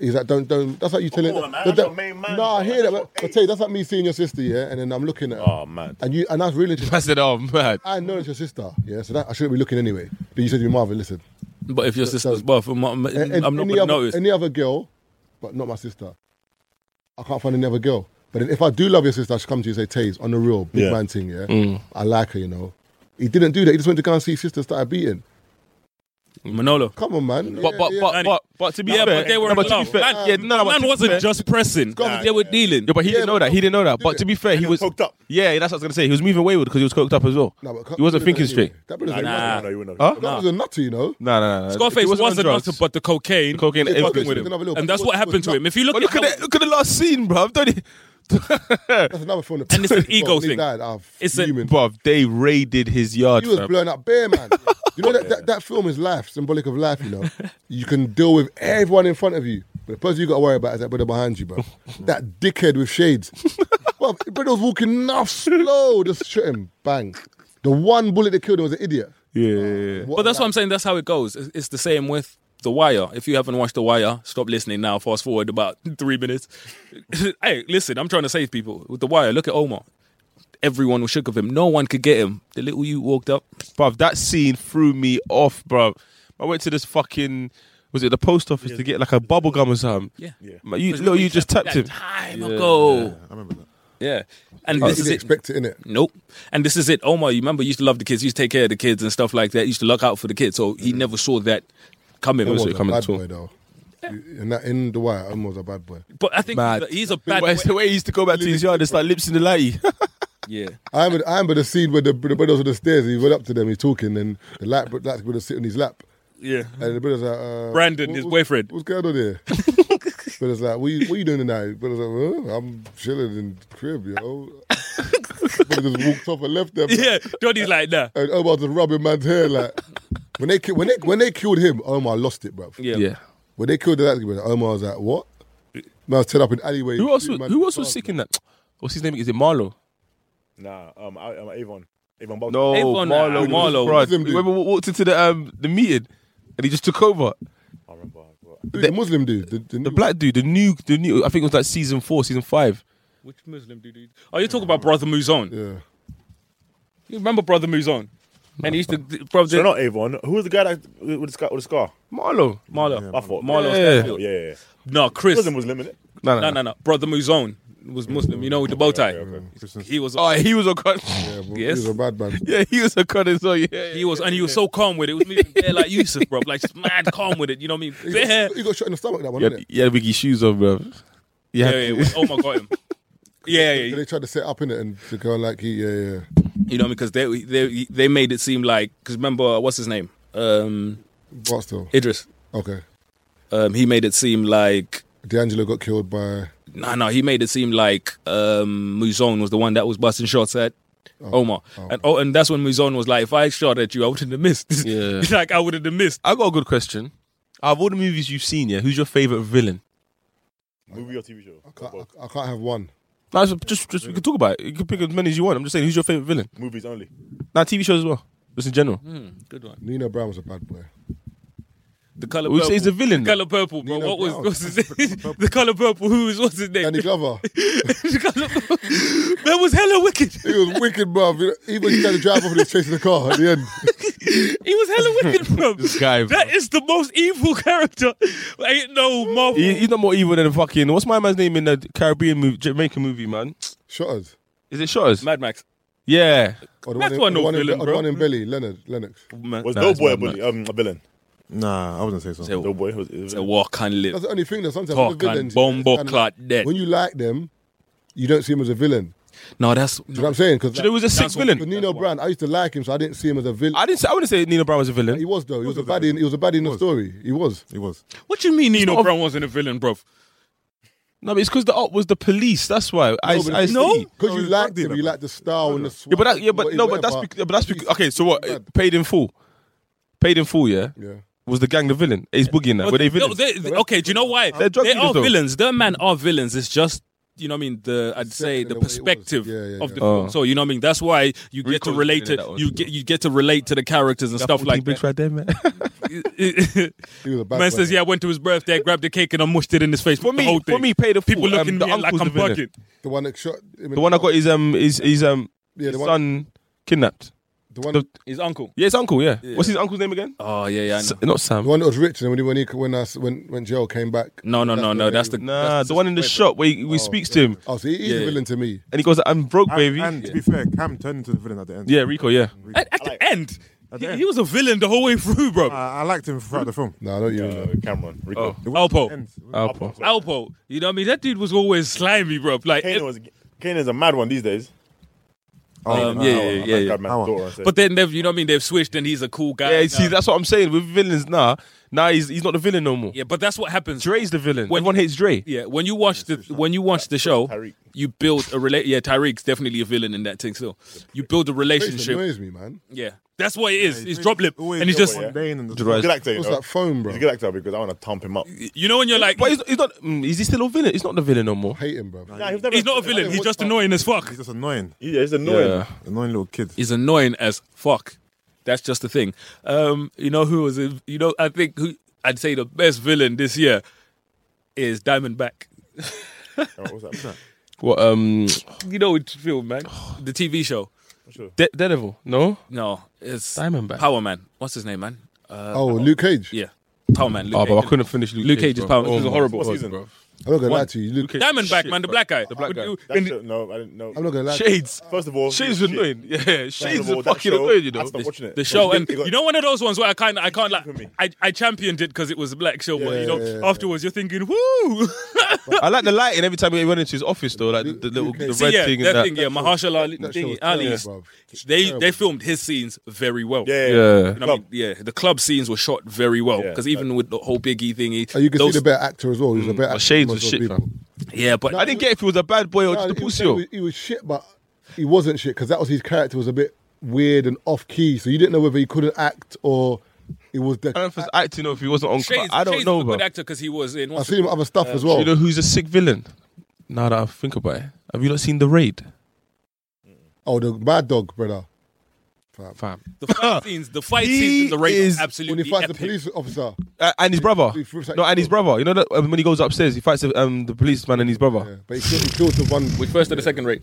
He's like, "Don't, don't." That's like you telling. on, man, that- that's your that- main man, Nah, I bro. hear that. That's But, your but tell you, that's like me seeing your sister, yeah, and then I'm looking at her, Oh man. and you, and that's really just. I said, oh man. I know it's your sister, yeah. So that I shouldn't be looking anyway. But you said to your mother, listen, But if your sister's buff, I'm, I'm, a- I'm not going any to other notice. any other girl, but not my sister. I can't find any other girl. But then if I do love your sister, I should come to you and say, Taze, on the real big Yeah. man thing, yeah. I like her, you know. He didn't do that. He just went to go and see his sister started beating. Manolo. Come on, man. But Yeah, but yeah. but but but to be Yeah, fair, but they were no, in but to be love. fair, Man, yeah, no, no, but to man be wasn't fair- just pressing. Nah, they were dealing. Yeah, but he Yeah, didn't know but that. He didn't know that. did But to be fair, he got was coked up. Yeah, that's what I was gonna say. He was moving wayward because he was coked up as well. No, but he wasn't thinking straight. That brother's Nah. nah. No, you wouldn't. Huh? Have. That was a nutter, you know. No, no, no. no. Scarface It wasn't, on drugs. nutter, but the cocaine. cocaine did fucking influenced with him. him. Another little- And that's what was- happened was to him. nut- If you look, But look at at that, that. Look at the last scene, bruv. Don't it? That's another film. that- (laughs) And it's an ego When he thing. died, I was It's a- fuming. Bruv, they raided his yard. He was fam. blowing up bear man. You know that, that that film is life, symbolic of life. You know, you can deal with everyone in front of you, but the person you got to worry about is that brother behind you, bro. That dickhead with shades. bro, the brother was walking enough slow, just shoot him, bang. The one bullet that killed him was an idiot. Yeah, yeah, yeah. but that's what I'm saying. That's how it goes. It's, it's the same with The Wire. If you haven't watched The Wire, stop listening now. Fast forward about (laughs) three minutes. hey, listen, I'm trying to save people with The Wire. Look at Omar. Everyone was shook of him. No one could get him. The little you walked up. bruv. That scene threw me off, bruv. I went to this fucking. Was it the post office to get like a bubble gum or something? Yeah. Yeah. Man, You, look, you just tapped him. Time ago. I remember that. Yeah. And You Oh, Oh, this is didn't it. expect it, innit? Nope. And this is it. Omar, you remember, used to love the kids, used to take care of the kids and stuff like that, used to look out for the kids. So he never saw that coming. Omar it was a coming bad at all? boy though. In that in the wire, Omar was a bad boy. But I think Mad. he's a But bad boy. it's the way he used to go back to his yard and start lips in the (laughs) lighty. Yeah. I remember, I remember the scene where the, the brother was on the stairs. He went up to them, he's talking, and the light, light brother sitting on his lap. Yeah. (laughs) And the brother's like, uh, Brandon, his what's- boyfriend. What's going on here? brother's like, what you, what you doing tonight? Brother's like, "Huh? I'm chilling in the crib, you know. brother just walked off and left them. Yeah. Johnny's like, nah. And Omar just rubbing man's hair like. When they ki- when they when they killed him, Omar lost it, bro. Yeah. Yeah. When they killed the last brother, Omar was like, what? Man's turned up in alleyways. Who else? shooting man Was, who else was cars, sick in that? What's his name? Is it Marlo? Nah. Um. I, um Avon. Avon. Bogdan. No, Avon, Oh, Marlo. uh, Marlo. Bruv, Muslim dude. remember we walked into the um the meeting and he just took over. I remember. Bro. bro. Who, The Muslim dude. The, the, The black dude, the new, the new. I think it was like season four, season five. Which Oh, Muslim dude? Are you talking about Brother Muzon? Yeah. You remember Brother Muzon? And he used to, bro, So not Avon. Who was the guy that with the scar? With the scar? Marlo. Marlo. I thought Marlo Yeah. Stanfield. Yeah, yeah. yeah. No, He Chris. wasn't Muslim, innit? No, No, no, no. Bro, the Muzon was Muslim, you know, with the bow tie. He was, Oh, (laughs) he was a con. (laughs) Yeah, but Yes. He's a bad man. Yeah, he was a con as well. Yeah, yeah. he was, and he was so calm with it. It was me there like Yusuf, bro, (laughs) like just mad calm with it. You know what I mean? He Fair hair. got, he got shot in the stomach that one, yeah, didn't it? yeah, Wiggy shoes on, bro. Yeah, Yeah, yeah, (laughs) yeah. Oh my god. him. Yeah, yeah, yeah. They tried to set up in it and to go like he, yeah, yeah. You know, because they they they made it seem like because remember uh, what's his name, um, Barstow. Idris. Okay. Um, he made it seem like D'Angelo got killed by. no, no. He made it seem like um, Muzon was the one that was busting shots at Omar, and oh, and that's when Muzon was like, "If I shot at you, I wouldn't have missed." (laughs) Yeah. like I would have missed. I got a good question. Out of all the movies you've seen, yeah, who's your favorite villain? Movie or TV show? I, I can't have one. No, it's just, just we can talk about it. You can pick as many as you want. I'm just saying, who's your favorite villain? Movies only. Nah, TV shows as well, just in general. Mm, Good one. Nino Brown was a bad boy. The color. Would you purple. say he's a villain, The though? color purple, bro. Nino what was Brown. what's his name? (laughs) the color purple. Who was what's his name? Danny Glover. The Colour Purple. that was hella wicked. He was wicked, bruv. You know, Even he tried to drive off and he was chasing the car at the end. He was hella wicked, bro. (laughs) This guy, bro. That is the most evil character. Ain't no Marvel. He, he's not more evil than fucking what's my man's name in the Caribbean movie, Jamaican movie, man? Shot us. Is it Shotters? Mad Max. Yeah, Or the That's in- why or no the one in, villain, or the bro. one in Belly, Leonard, Lennox. Was Nah, no it's boy a Mad bully? Um, a villain. Nah, I wouldn't say so. No boy. Was, was Say, what can That's live? the only thing that sometimes Talk with the villains, and bombo yeah, it's kinda- clot dead. When you like them, you don't see him as a villain. No, that's. Do you know what I'm saying? Because so there was a sick for villain. Nino Brown, I used to like him, so I didn't see him as a villain. I didn't. Say, I wouldn't say Nina Brown was a villain. he was though. He was a baddie. in- He was a baddie in the story. He was. He was. What you mean Nino not a- Brown wasn't a villain, bro? No, but it's because the op was the police. That's why. I, but I it's- see. because you he's liked baddie, him. You man. liked the style and the swag. Yeah, but that, yeah, but what- no, but that's whatever. bec- but that's bec- okay. So what? Paid in full. Paid in full. Yeah. Yeah. Was the gang the villain? Ace Boogie and that. Were they No, villains? they- they- okay, do you know why? They're drug They dealers, are though. villains. The man are villains. It's just. You know what I mean? The I'd say in the the way it was. perspective Yeah, yeah, of the yeah. film. Oh. So you know what I mean? That's why you get Rico's to relate good in that to one. you get you get to relate to the characters and stuff like Big that. right (laughs) there, man. He was a bad boy. Man says, "Yeah, I went to his birthday, I grabbed the cake, and I mushed it in his face." For the me- whole for thing. me, pay the people fool. looking Um, at the me like uncle's I'm the villain. bugging. The one that shot. him in the one that got his um his his um Yeah, his the one- son kidnapped. The one. The- His uncle. yeah, his uncle. Yeah. What's his uncle's name again? Oh yeah, yeah. I know. S- not Sam. The one that was rich, and when he when he when I, when when Joel came back. No, no, no, no. That's the Nah, that's the one in the shop where he, where he speaks to him Oh, so he, he's Yeah, a yeah. villain to me. and he goes, "I'm broke, And, baby." and yeah. to be fair, Cam turned into the villain at the end. Yeah, Rico. Yeah. At, at the end, the Ah, he, end. he was a villain the whole way through, bro. Uh, I, I liked him throughout the film. No, I don't even know. uh, Cameron. Oh. Rico. Alpo, End. Alpo. Alpo. You know what I mean? That dude was always slimy, bro. Like, Kane was. Kane is a mad one these days. um, yeah, Oh, yeah, yeah, yeah. Our- But then they've, you know what I mean? They've switched, and he's a cool guy. Yeah. now. See, that's what I'm saying. With villains now, now he's he's not the villain no more. yeah. But that's what happens. Dre's the villain. When- Everyone hates Dre. Yeah, when you watch the when you watch the show, Tariq. you build a relate. Yeah, Tariq's definitely a villain in that thing. Still, you build a It relationship. annoys me, man. Yeah, that's what it is. It's droplet, Always and he's the just mundane and the- good actor, you What's know? that phone, bro? He's a good actor because I want to thump him up. you know when you're like But he's, he's not. mm, Is he still a villain? He's not the villain no more. Hate him, bro. Nah, he was never- He's not a villain. He's just annoying as fuck. He's just annoying. Yeah, he's annoying. Yeah. Annoying little kid. He's annoying as fuck. That's just the thing. Um, you know who was? a- You know, I think who I'd say the best villain this year is Diamondback. Oh, what's that? (laughs) What's that? What? Um, You know which film, man? The TV show. De- Daredevil. No. No, it's Diamondback. Power Man. What's his name, man? Uh, Oh, Luke Cage. yeah, Power Man. Luke Oh, but I Cage. couldn't finish Luke. Luke Cage's bro. power. This Oh is my horrible. God, What season? bro. I'm not gonna One. lie to you. Luke, Cage. Diamondback, Shit, man, the bro. black guy. The black guy. That show- no, I didn't know. I'm not gonna lie. to you. Shades. First of all, Shades (laughs) shit. annoying. Yeah, Second Shades of all, are that fucking show, annoying. You know. I stopped watching it. The show, and It got- you know, one of those ones where I can't, I can't like, for me. I, I championed it because it was a black show, but you know, yeah, yeah. afterwards you're thinking, woo. (laughs) I like the lighting every time he went into his office though, like the, the little the See, red yeah, thing and that, that. thing, yeah, Mahershala Ali, That show thing, was Ali, terrible, bruv. they they filmed his scenes very well. Yeah. Yeah, You know what I mean? yeah, the club scenes were shot very well Yeah, because even with the whole Biggie thing, he, Oh, you can those- Mm. see the better actor as well. He's a better actor. Shades than was most shit, people. fam. yeah, but I didn't get if he was a bad boy or No, just a he was- pussy. he yo. was- He was shit, but he wasn't shit because that was his character was a bit weird and off key. So you didn't know whether he couldn't act or it was I the. don't know if it's acting or if he wasn't on. crack. Shades, I don't Shades know, was a bro. good actor because he was in. I've what's seen him in other stuff as well. You know who's a sick villain? Now that I think about it, have you not seen the raid? Oh, the Mad Dog, brother. Fam. the fight scenes, the fight He scenes in the race is- is when When absolutely he fights epic. the police officer. Uh, and his brother. He flips out No, his and his brother. You know that um, when he goes upstairs, he fights the, um, the policeman and his brother. Yeah, but he killed, he killed the one, Which first or the second rate?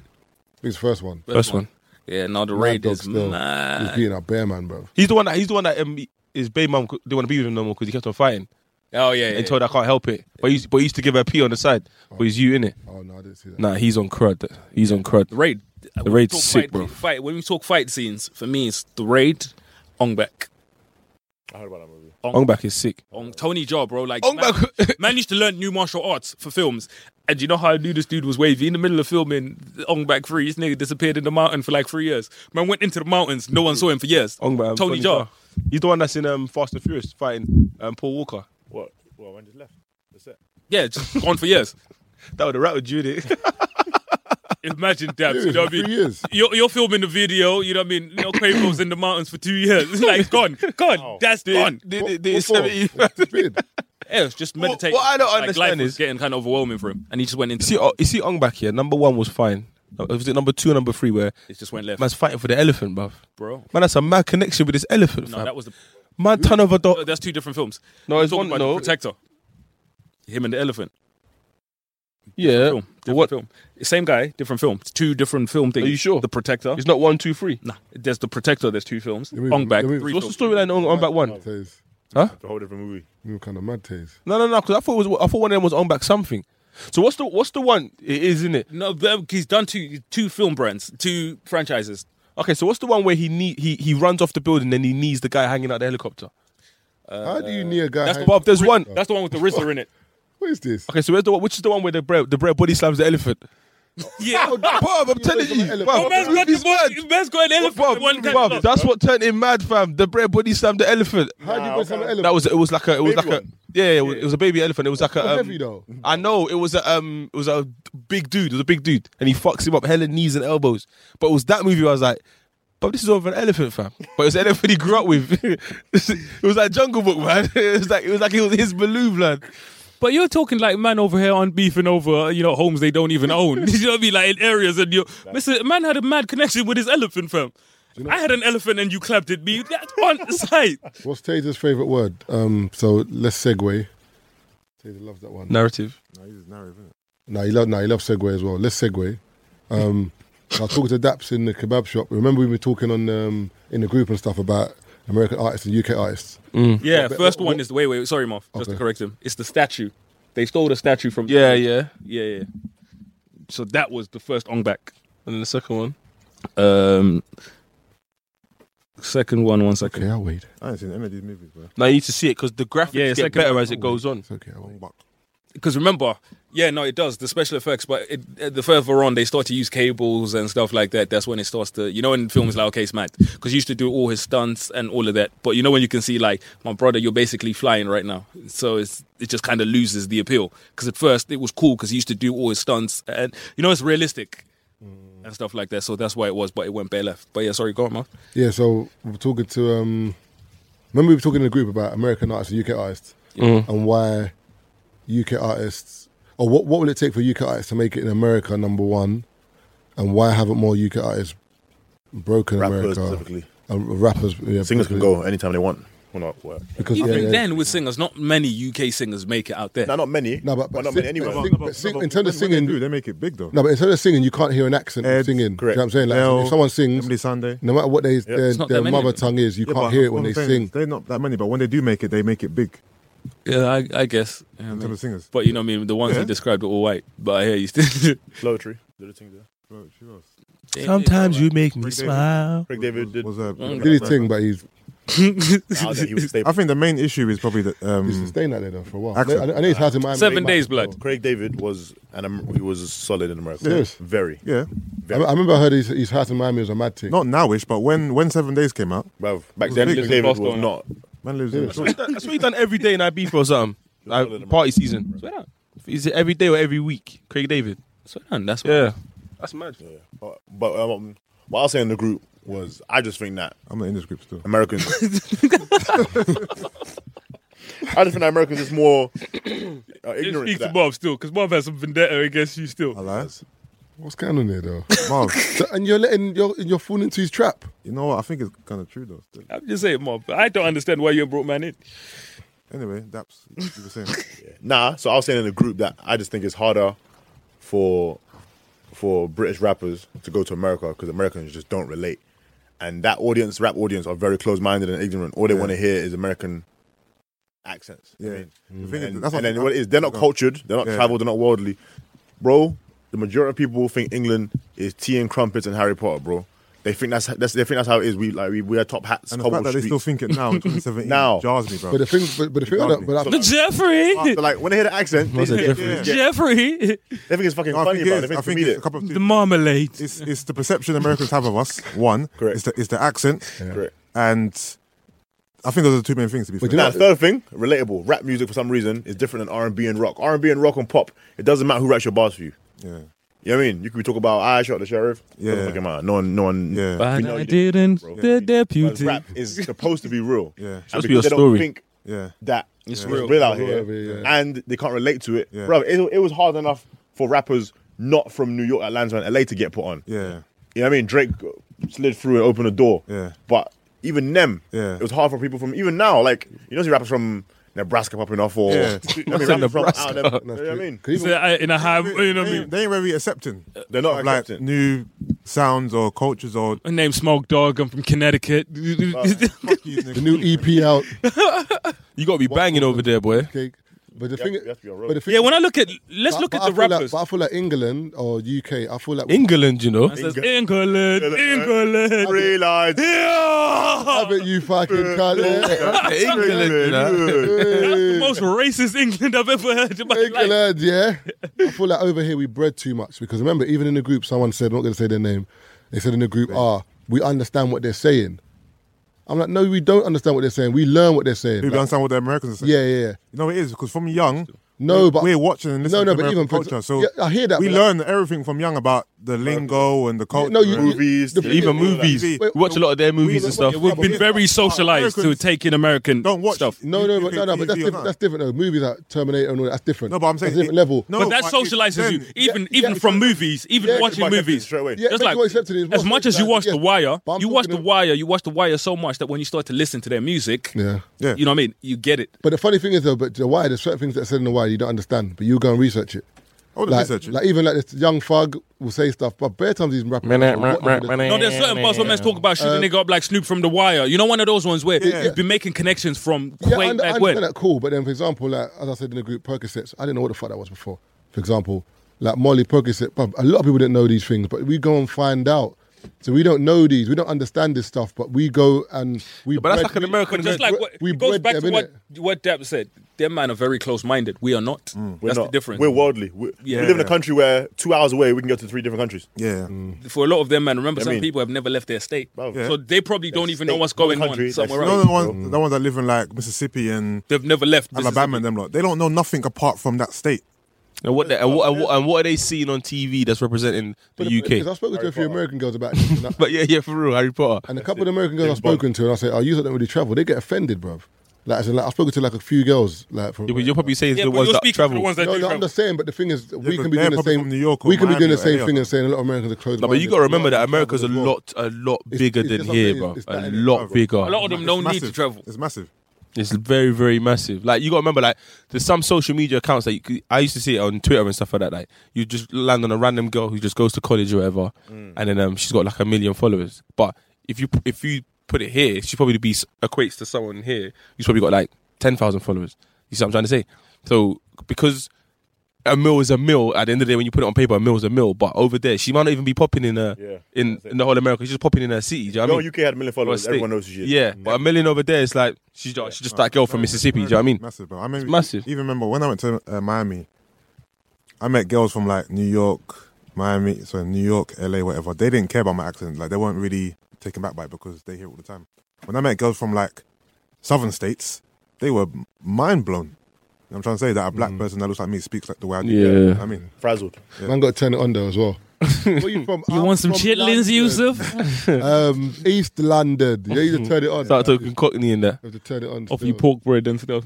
his first one. First one. Yeah, no, the Mad raid dog is still. He's mad. beating up Bear Man, bro. He's the one that he's the one that um, his baby mum c- didn't want to be with him no more because he kept on fighting Oh yeah, yeah. and told her I can't help it. But he, used- but he used to give her a pee on the side. But he's you in it. Oh no, I didn't see that. Nah, he's on crud. He's on crud. the raid. When we raid's talk sick, fight, bro. Fight when we talk fight scenes for me, it's the raid, Ong back. I heard about that movie. Ongback is sick. on Tony Jaa, bro. Like Ong man, Bak- man used to learn new martial arts for films. And you know how I knew this dude was wavy in the middle of filming Ong Bak Free. This nigga disappeared in the mountain for like three years. Man went into the mountains, no one saw him for years. Ongback. Tony Jaa. um, He's the one that's in um, Fast and Furious fighting um, Paul Walker. What? Well, when just left. That's it. Yeah, just gone for years. That would have rattled you, innit? Imagine that. Yeah, you know what I three mean? years. You're, you're filming the video, you know what I mean? You know, Quavo's in the mountains for two years. It's like gone, gone, that's (laughs) gone. Did- What- did- did what for? 70 Disappeared. Yeah, it's just meditate. what I don't like, life understand was is- getting kind of overwhelming for him. And he just went You into see, oh, you see Ong back here. Number one was fine. Uh, Was it number two and number three where it just went left. man's fighting for the elephant, bruv? Bro. Man, that's a mad connection with this elephant, No, fam. that was the Man, turn over the... No, that's two different films. No, I'm it's talking one- about no. the Protector. Him and the elephant. yeah. Film. But Different Uh, what? film? Same guy, different film. It's two different film things. Are you sure? The Protector. It's not one, two, three. Nah, there's the Protector. There's two films. mean- Ong Bak. you mean- Three What's films. the storyline on, on back (laughs) one? Taze. It's a whole different movie. You were kind of mad taste. No, no, no. Because I thought it was, I thought one of them was on back something. So what's the what's the one? It is, isn't it? No, but he's done two two film brands, two franchises. Okay, so what's the one where he knee, he he runs off the building and he knees the guy hanging out the helicopter? Uh, How do you need a guy? that's hang- the Bob, there's one. That's the one with the Rizzler in it. what is this? Okay, so where's the one, which is the one where the bread the bread body slams the elephant? Ah! Yeah. Oh, Bob, I'm telling talking you, about Bob, elephant? Oh, man's got he's the mad. boy- man's got an elephant. Bob, one can- Bob, that's what turned him mad, fam. The bread body slammed the elephant. How do you put some That elephant? was it. Was like a it was Baby like a one. yeah, yeah, it was- it was a baby elephant. It was like a um, heavy though. I know it was a um, it was a big dude. It was a big dude, and he fucks him up, hella knees and elbows. But it was that movie. Where I was like, but this is over an elephant, fam. But it was an elephant he grew up with. (laughs) it was like Jungle Book, man. (laughs) It was like it was like it was his Baloo, lad. But you're talking like man over here on beefing over, you know, homes they don't even own. (laughs) you know what I mean? Like in areas and you Mr. Man had a mad connection with his elephant fam. I had an elephant and you clapped at me. That's (laughs) on site. What's Taser's favorite word? Um, so let's segue. Taser loves that one. Narrative. No, he's narrative, isn't it? No, he loves no, he loves segue as well. Let's segue. Um, I was talking to Daps in the kebab shop. Remember we were talking on um, in the group and stuff about American artists and UK artists. Mm. Yeah, first what- one is the wait, wait, sorry, Marv, just to Okay. correct him. It's the statue. They stole the statue from Yeah, yeah. yeah, yeah. So that was the first on back. And then the second one. Um second one, one second. Okay, I'll wait. I ain't seen any of these movies, bro. Now you need to see it because the graphics Yeah, get second better one. as it goes on. It's okay, I'll wait. because remember, yeah, no, it does the special effects, but it, uh, the further on they start to use cables and stuff like that, that's when it starts to, you know, in films like Okay, it's mad because he used to do all his stunts and all of that, but you know when you can see like my brother, you're basically flying right now, so it's it just kind of loses the appeal because at first it was cool because he used to do all his stunts and you know it's realistic and stuff like that, so that's why it was, but it went bare left. But yeah, sorry, go on, man. Yeah, so we we're talking to um remember we were talking in a group about American artists and UK artists and why UK artists or what what will it take for UK artists to make it in America number one and why haven't more UK artists broken Rappers America specifically. and rappers yeah, Singers can particularly. go anytime they want. Well, not well. because Even yeah, yeah. then, with singers, not many UK singers make it out there. No, not many. no but, but, not sing- many anyway. but sing- but sing- in terms of singing Dude, they make it big, though. no but in terms of singing you can't hear an accent Ed, singing you correct. know what I'm saying like L, if someone sings Emily Sunday. no matter what they, their, It's not their that many of mother them. tongue is you Yeah, but can't hear it what when I'm they saying sing is They're not that many, but when they do make it, they make it big Yeah, I, I guess. Yeah, I in mean- terms of singers. But you know, what I mean, the ones he described were all white. But I hear you still. (laughs) Floetry. Did a thing there. Bro, she was- Sometimes you make me Rick Davis. smile. Craig Mm, David did. was, uh, did he sing but he's Now that (laughs) he was I stable. think the main issue is probably that. he's Um, staying out there though for a while I, Accent. I know he's hard in Miami Seven but- Days Blood. Craig David was and he was solid in America. Yes. Very. yeah, I, I remember I heard his, his house in Miami was a mad thing. not nowish, but when when Seven Days came out, Bruv, back then, big. Craig David Fast was on. not. man lives in. That's what he done every day in Ibiza or something. Like, party season. Is it every day or every week? Craig David. Swear down, that's what. Yeah. That's mad. But, but um, what I was saying in the group was, I just think that I'm not in this (laughs) group still. Americans. (laughs) I just think that Americans is more uh, ignorant. to Speak to that. Bob still, because Bob has some vendetta against you still. I lie. What's going on there though? Marv, So- and you're letting you're you're falling into his trap. you know what? I think it's kind of true though. Still. I'm just saying, Bob. I don't understand why you brought man in. Anyway, that's (laughs) you were saying. Nah, so I was saying in the group that I just think it's harder for for British rappers to go to America because Americans just don't relate. And that audience, rap audience, are very closed minded and ignorant. All they Yeah. want to hear is American accents. Yeah. I mean, The thing is, and, that's and what- then what it is, they're not cultured, they're not Yeah. traveled, they're not worldly. Bro, the majority of people think England is tea and crumpets and Harry Potter, bro. They think that's, that's they think that's how it is. We like we wear top hats. And the fact cobble that they still streets. think it now, in 2017, (laughs) Now. jars me, bro. But the thing, but, but the thing, that, It jars me. but I, So, The Jeffrey, like, like when they hear the accent, they, Was it think- Jeffrey? yeah. Jeffrey, they think it's fucking No, I funny, think it bro. is. They I think think we need it's a it. couple of the things. marmalade. It's, it's the perception Americans have of us. One, Correct. It's the, it's the accent, Correct. and I think those are the two main things. To be fair, do you Now, know- third thing, relatable. Rap music for some reason is different than R and B and rock. R and B and rock and pop. It doesn't matter who writes your bars for you. yeah. You know what I mean? You could be talking about I shot the sheriff. Yeah. Doesn't fucking matter. No one, no one. Yeah. But know I you didn't. bro. The Whereas deputy. Rap is supposed to be real. Yeah. And Supposed to be because a they story. Don't think Yeah. that It's it's real. real, out Real, here, yeah. and they can't relate to it. Yeah. Bro, it, it was hard enough for rappers not from New York, Atlanta, and LA to get put on. Yeah. You know what I mean? Drake slid through and opened the door. Yeah. But even them, Yeah. it was hard for people from even now. Like you know, see rappers from Nebraska popping off, or Yeah. (laughs) you know what I mean, rappers from out there, you know what I mean? Cause even, in a high, Um, you know what I They, mean? ain't- they ain't very accepting. Uh, They're not of, like accepting. new sounds or cultures (laughs) or My name's Smoke Dog. I'm from (laughs) Connecticut. the new EP (laughs) out. You got to be banging over there, boy. Okay, but the You thing, have- you have to be on road. but the thing, (laughs) yeah, when I look at, let's but- look but at the I feel like- rappers. but I feel like England or UK. I feel like England, you know. It says, England, (laughs) England. Ah, Realize. I Yeah. bet you (laughs) fucking can't. Yeah. (laughs) England, you know. That's the most racist England I've ever heard in my life. England, (laughs) yeah. I feel like over here we bred too much because remember, even in the group, someone said, I'm not going to say their name, they said in the group, ah, we understand what they're saying. I'm like, no, we don't understand what they're saying. We learn what they're saying. people Like, understand what the Americans are saying. yeah, yeah, yeah. You know it is because from young, No, we- but- we're watching and listening No, no, to but American even for- culture. So yeah, I hear that, we but learn everything from young about the lingo and the culture. No, you, you- Movies, the- Even movies. We watch a lot of their movies and stuff. We've been very socialized to Americans taking American Don't watch. stuff. No, no, but, no, no, UK but that's TV or different. not. That's different. Though. Movies like Terminator and all that, that's different. No, but I'm saying that's a different it- level. no, But that but it- socializes you, then- even yeah, even yeah, from because- movies, even yeah, watching because- movies. straight away. Yeah, Just but like you watch Accepted, it's as more much as you socialized, watch The yeah. Wire, But I'm you watch The talking of- Wire, you watch The Wire so much that when you start to listen to their music, Yeah. Yeah. you know what I mean. You get it. But the funny thing is, though, but the why there's certain things that are said in the why you don't understand, but you go and research it. Oh, the Like, research. like even like this young thug will say stuff, but bare times he's rapping. what the- No, there's certain parts where men talk about Uh, shooting a nigga up like Snoop from The Wire. You know, one of those ones where you've been making connections from Yeah, way I, under- I back understand when. that cool, but then for example, like as I said in the group, Percocets, I didn't know what the fuck that was before. For example, like Molly Percocet, but a lot of people didn't know these things, but we go and find out. So we don't know these, we don't understand this stuff, but we go and we. But that's bred- like an we- American. Just like what, we it goes bred back them, to what innit? what Dap said. Them man are very close-minded. We are not. Mm. We're That's the not, difference. We're worldly. We, Yeah. we live in a country where two hours away we can go to three different countries. yeah. Mm. for a lot of them, man. Remember, I some mean- people have never left their state, Bro. so they probably don't Their even know state, what's going their on country, their somewhere state. No, else. the ones, Mm. the ones that live in like Mississippi and They've never left. This is- Alabama and them lot, they don't know nothing apart from that state. And what, the, and, what, and, what, and what are they seeing on TV that's representing the But the- Because I UK? spoke to a few American girls about this, and, I- But yeah, yeah, for real, Harry Potter. and a couple of American girls I've spoken to, and I say, "Oh, you lot don't really travel." They get offended, bruv. Like, as in, like I've spoken to like a few girls, like from. Yeah, but You're probably saying Yeah, the but ones you're that speaking travel. for the ones that no, do no, I'm travel. just saying, but the thing is, we can but be they're doing the probably same. from New York or we can be doing Miami the or same LA. thing and saying a lot of Americans are closed. No, but you got to remember that America's a lot, a lot bigger it's than just here, something- bro. it's A that, innit? lot bigger. a lot of them It's don't need massive. to travel. It's massive. It's very, very massive. Like you got to remember, like there's some social media accounts that you could, I used to see it on Twitter and stuff like that. Like you just land on a random girl who just goes to college or whatever, Mm. and then um, she's got like a million followers. But if you if you put it here, she probably be equates to someone here who's probably got like ten thousand followers. You see what I'm trying to say? So because a mill is a mill. At the end of the day, when you put it on paper, a mill is a mill. But over there, she might not even be popping in a Yeah, in, in the whole America. She's just popping in her city. Do you know what I No, mean? UK had a Or million a followers. state. Everyone knows who she is. Yeah, but a million over there, it's like she's just, she's just that girl from Mississippi. Do you know what I mean? Massive, bro. I mean, massive. Even remember when I went to uh, Miami, I met girls from like New York, Miami, so New York, LA, whatever. They didn't care about my accent. Like they weren't really taken back by it because they hear it all the time. When I met girls from like southern states, they were mind blown. You know what I'm trying to say that a black person that looks like me speaks like the way I do. Mm. Yeah. You know what I mean, Frazzled. Man, got to turn it on though as well. Where you from? You want some chitlins, Yusuf? Um, East London. Yeah, you just turn it on. Start You talking cockney in there. have to turn it on. Off still. you pork bread and stuff.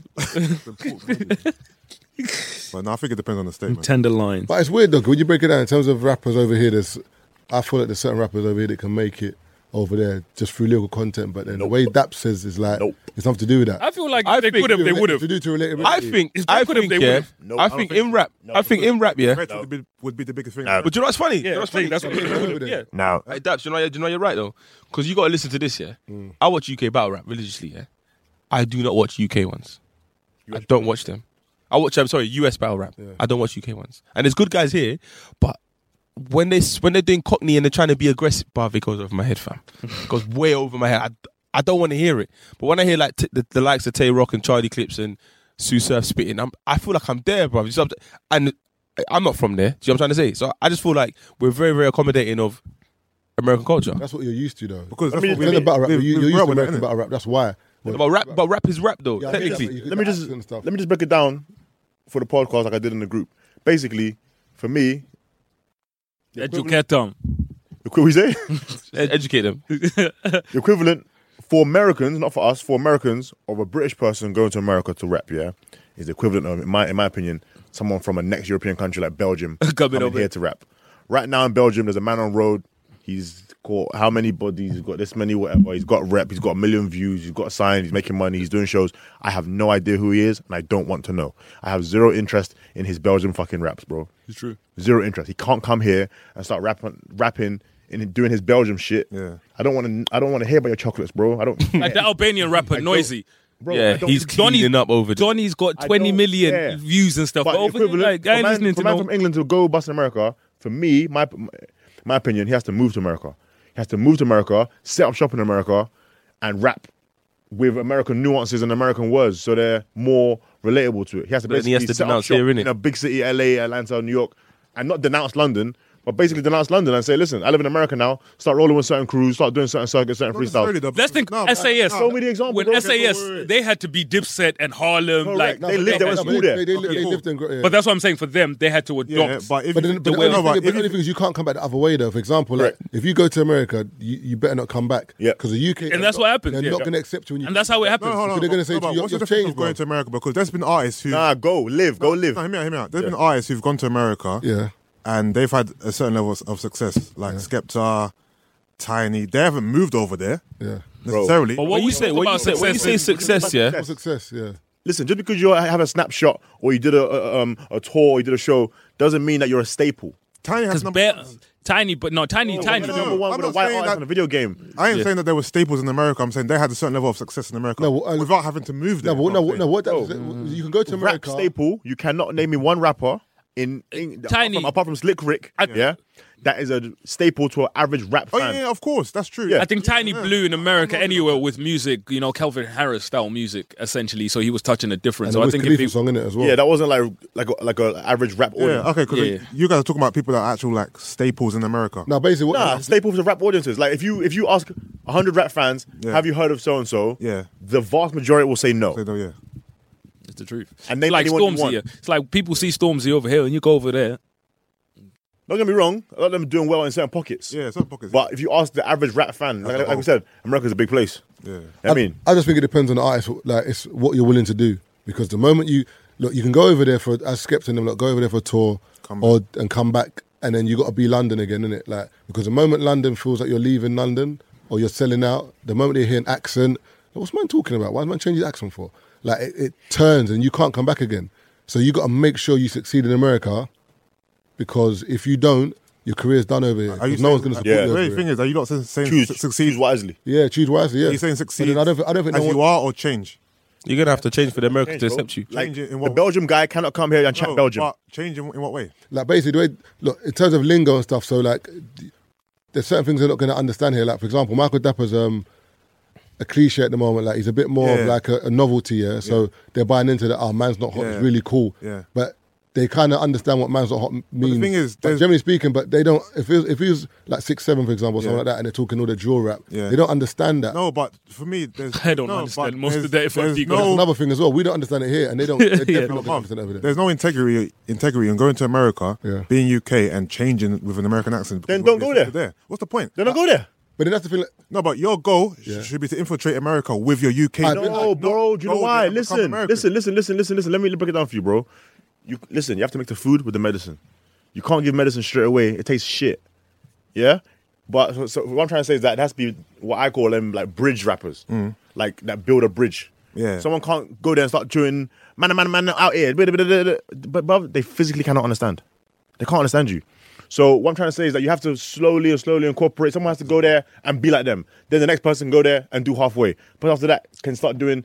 but no, I think it depends on the state. man. Tenderloin. But it's weird though. 'cause When you break it down in terms of rappers over here, there's I feel like there's certain rappers over here that can make it. over there just through lyrical content. But then the way Dap says is like Nope. it's nothing to do with that. I feel like I if they think would have. They would have. To do to relatability. I think, If they I could've, think, they yeah. would've. No, I I don't think think- in rap, No, I think in rap, yeah. Threats would, be, would be the biggest thing. Nah. But do you know what's funny? Yeah, do you know what's that's, funny? that's what (laughs) they would have. Yeah. Now, Hey, Daps, you know, you know you're right though, because you got to listen to this. Yeah, I watch UK battle rap religiously. Yeah, I do not watch UK ones. I don't watch them. I watch. I'm sorry, US battle rap. I don't watch UK ones. And there's good guys here, but when they s- when they're doing Cockney and they're trying to be aggressive, bah, it goes over my (laughs) head, fam. it goes way over my head. I, I don't want to hear it. But when I hear like t- the, the likes of Tay Rock and Charlie Clips and Sue Surf spitting, I'm, I feel like I'm there, bro. And I'm not from there. Do you know what I'm trying to say? So I just feel like we're very, very accommodating of American culture. that's what you're used to though. because that's mean, what we You're in the need. battle rap. We- You- You're we used rap to with it, American innit? battle rap. That's why. Well, But rap, but rap is rap though. yeah, I think that's what technically, you could let me accent just and stuff. let me just break it down for the podcast like I did in the group. Basically, for me, the equivalent, Educate them. the equi- what you say? Ed- educate them. the equivalent for Americans, not for us, for Americans of a British person going to America to rap, yeah, is the equivalent of, in my in my opinion, someone from a next European country like Belgium coming over. here to rap. Right now in Belgium, there's a man on road. He's caught how many bodies? He's got this many, whatever. He's got rep. He's got a million views. He's got signed. He's making money. He's doing shows. I have no idea who he is, and I don't want to know. I have zero interest in his Belgium fucking raps, bro. It's true. Zero interest. He can't come here and start rapping, rapping, and doing his Belgium shit. Yeah. I don't want to. I don't want to hear about your chocolates, bro. I don't. (laughs) Like the Albanian rapper, noisy. bro, I yeah, don't- he's Donny- cleaning up over. there. Donny's got I 20 don't million care. views and stuff. But, But over here, like, equivalent, I ain't for man- listening for to man no. from England to go bust in America. For me, my my opinion, he has to move to America. He has to move to America, set up shop in America, and rap with American nuances and American words, so they're more relatable to it. He has to But then basically he has to set up denounce shop here, innit? in a big city, LA, Atlanta, New York, and not denounce London. But basically denounce London and say, listen, I live in America now. Start rolling with certain crews, start doing certain circuits, certain Not necessarily, freestyles. though, Let's because- think no, but- SAS. no, Show me the example. When bro. SAS, they had to be Dipset and Harlem. Correct. Like, No, they but- lived there and no, but school there. They, they, Okay, they cool. lived and grew- yeah. But that's what I'm saying. For them, they had to adopt. Yeah, but if But, you- then, but, the way- only no, thing, but if the only you- thing is you can't come back the other way though. For example, like Correct. if you go to America, you, you better not come back. Yeah. Because the UK And that's they're what not- happens, They're yeah. not going to accept you. When you And that's how it happens. No, hold on. They're gonna no, say no, to but you, what's "You've the difference changed, of going bro." to America because there's been artists who. Nah, go live, go live. No, hear me out, hear me out. There's been artists who've gone to America. Yeah. and they've had a certain level of- of success, like Skepta, Tiny. They haven't moved over there Yeah. necessarily. But what When we you say, when you about say, when you say success, success, yeah, What success? Yeah. Listen, just because you have a snapshot or you did a, a um a tour or you did a show doesn't mean that you're a staple. Tiny because has number. bare, tiny, but no, tiny, tiny. You're no, number one I'm with a not white saying artist that- on a video game. I ain't saying that they were staples in America. I'm saying they had a certain level of success in America No, well, I- without having to move there. No, but, I'm no, saying. no. What that Bro. you can go to oh. Rap America. staple. You cannot name me one rapper in, in apart, Tiny. from, apart from Slick Rick. yeah, that is a staple to an average rap Oh fan. yeah, yeah, of course, that's true. I think Tiny blew in America anywhere with music, you know, Calvin Harris style music, essentially. So he was touching a difference. And So the I Wiz think Khalifa if he, song in it as well. Yeah, that wasn't like like a, like an average rap audience. Yeah, okay, because Yeah. you guys are talking about people that are actual like staples in America. Now, basically, what, Nah, staple to rap audiences. Like if you if you ask hundred rap fans, Yeah. have you heard of so and so? Yeah. the vast majority will say no. So, though, yeah. it's the truth. And name like anyone you Stormzy. want. yeah. It's like people see Stormzy over here and you go over there. Don't get me wrong, a lot of them are doing well in certain pockets. Yeah, certain pockets. But if you ask the average rap fan, like, like we said, America's a big place. Yeah. I mean, I just think it depends on the artist. Like it's what you're willing to do because the moment you look, you can go over there for as Skepta and them, like go over there for a tour, Come or and come back, and then you got to be London again, innit? Like because the moment London feels like you're leaving London or you're selling out, the moment they hear an accent, like, what's man talking about? Why is man changing his accent for? Like it, it turns and you can't come back again. So you got to make sure you succeed in America, because if you don't, your career's done over here. Are you 'cause no one's going saying- to support yeah. you. The over great here. thing is, are you not saying saying choose, su- choose succeed? wisely. Yeah, choose wisely. Yeah, Are you saying But succeed? then I don't. think- I don't think as no one, you are or change. you're gonna have to change for the Americans to bro. accept you. Like, Change it in the what- Belgium guy cannot come here and chat No, Belgium. but change in, in what way? like basically the way look in terms of lingo and stuff. So like, there's certain things they're not going to understand here. Like for example, Michael Dapper's um a cliche at the moment. Like he's a bit more of Yeah. like a, a novelty. Yeah, so they're buying into that. Oh, man's not hot. Yeah. It's really cool. Yeah. but. They kind of understand what man's not hot m- means. thing is, Like, there's- generally speaking, but they don't. If it was, if he was like six seven, for example, or something Yeah. like that, and they're talking all the drill rap, Yeah. they don't understand that. No, but for me, there's (laughs) I don't no, understand but most there's- of that if I'm there's being That's no, another thing as well. We don't understand it here, and (laughs) they don't. They're definitely not going to understand it over there. There's no integrity, integrity in going to America, Yeah. being UK, and changing with an American accent. because Then what don't they go said there. What's the point? Then I go there. but then that's the thing. Like, No, but your goal sh- Yeah. should be to infiltrate America with your UK. I- like, No, not- bro. Do you know go why? there and become Listen, American. listen, listen, listen, listen, listen. Let me break it down for you, bro. You listen. You have to make the food with the medicine. You can't give medicine straight away. It tastes shit. Yeah. But so, so what I'm trying to say is that it has to be what I call them like bridge rappers, like that build a bridge. Mm. Yeah. someone can't go there and start doing man, man, man out here, blah, blah, blah, blah, blah," but but they physically cannot understand. They can't understand you. So what I'm trying to say is that you have to slowly and slowly incorporate. Someone has to go there and be like them. Then the next person go there and do halfway. But after that, can start doing.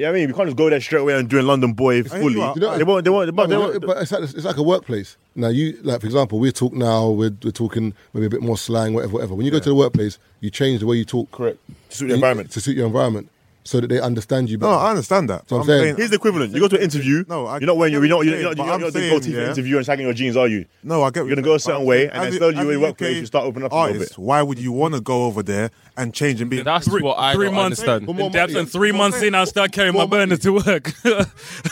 Yeah, you know what I mean, we can't just go there straight away and doing London Boy you fully. are- they won't. They won't. But, they No, won't but, but it's, like, it's like a workplace. Now you like, for example, we talk now. We're, we're talking maybe a bit more slang, whatever, whatever. When you go to the workplace, you change the way you talk. correct. To suit You- the environment. to suit your environment, so that they understand you No, better. I understand that. So but I'm saying- Here's the equivalent. You go to an interview. No, I- you're not wearing your. You're not. You're But not. You're not, I'm you're not saying, doing goatee for yeah. an interview and sagging your jeans, are you? No, I get. what You're gonna mean, go a certain but way, as and then a- slowly as you a work UK you start opening up a little artist, bit. Why would you want to go over there and change and be? That's Three- what I three don't months- understand. Well, In more depth, money. and three months in, I start carrying my More money. burner to work. (laughs)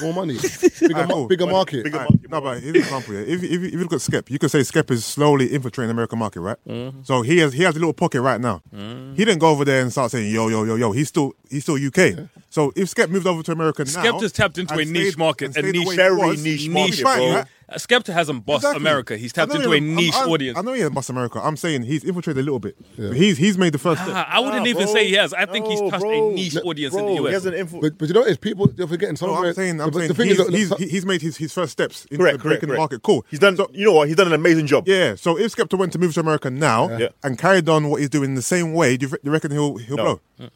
More (laughs) money, bigger, mar- Alright, cool. bigger Money. market. Bigger Alright, market, no, but here's an example. yeah. If, if, if you look at Skep, you could say Skep is slowly infiltrating the American market, right? Mm-hmm. So he has he has a little pocket right now. He didn't go over there and start saying yo yo yo yo. He's still he's still UK. So if Skep moved over to America now, Skep just tapped into and a niche stayed- market, and a stayed the niche- way he very was, niche he's Niche, market, fine, bro. right? Skepta hasn't bossed Exactly. America. He's I tapped know into he- a niche I'm- I'm- audience. I know he has boss America. I'm saying he's infiltrated a little bit. He's he's made the first step. (laughs) Ah, (laughs) I wouldn't Nah, even bro. say yes. I think he's No, touched bro. a niche No, audience bro, in the He US. hasn't influ- But, but you know, it's people they're forgetting No, somewhere. Oh, I'm saying, I'm the, saying the thing he's, is, that- he's, he's made his, his first steps into correct, the correct, American correct. market. Cool. He's done. So- you know what? He's done an amazing job. Yeah, so if Skepta went to move to America now Yeah. and carried on what he's doing the same way, do you, do you reckon he'll he'll No. Mm. blow?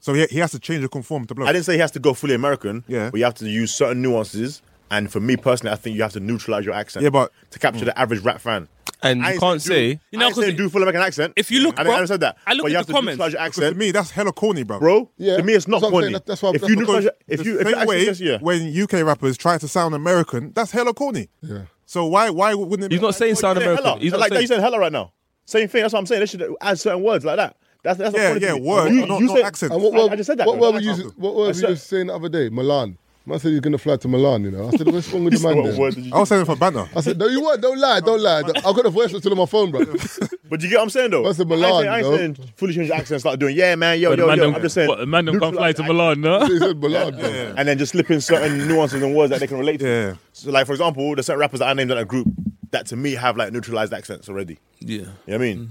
So he, he has to change and conform to blow. I didn't say he has to go fully American. Yeah. But you have to use certain nuances, and for me personally, I think you have to neutralize your accent. Yeah, but- to capture the average rap fan. And I you ain't can't saying say. do, You know, I ain't saying 'cause do full American accent. if you look, I, bro, I said that. I look but you at have the to comments. neutralize your Because to accent, me, that's hella corny, bro. bro. Yeah, To me, it's that's not what I'm corny. saying, that- that's what I'm- if that's you what I'm neutralize, Because your- if the you if same your accent way says, yeah. when UK rappers try to sound American, that's hella corny. Yeah. So why why wouldn't it? He's not saying Well, sound you said American. hella. He's not like that, saying- you said hella right now. Same thing. That's what I'm saying. They should add certain words like that. That's that's not Yeah, funny to yeah, me. word, You- not, you not said- accent. And what, I- were- I just said that, What though. were we I just, said- what were I we said- just saying the other day? Milan. Man said he's gonna fly to Milan. You know, I said what's (laughs) wrong with the man? What there? word did (laughs) you I was saying it for (laughs) banter. I said no, you weren't. Don't lie. Don't lie. I've got the voice still on my phone, bro. But you get what I'm saying though. That's a But Milan, I ain't saying, I ain't though. saying fully change the accent, start doing yeah, man, yo, But yo, the man yo. don't- I'm just saying, what, the man don't come fly neutralize to the Milan, no? He said Milan. bro. accent And then just slip in certain nuances and words that they can relate to. Yeah. So like for example, there's certain rappers that I named in a group that to me have like neutralized accents already. Yeah. You know what I mean? Yeah.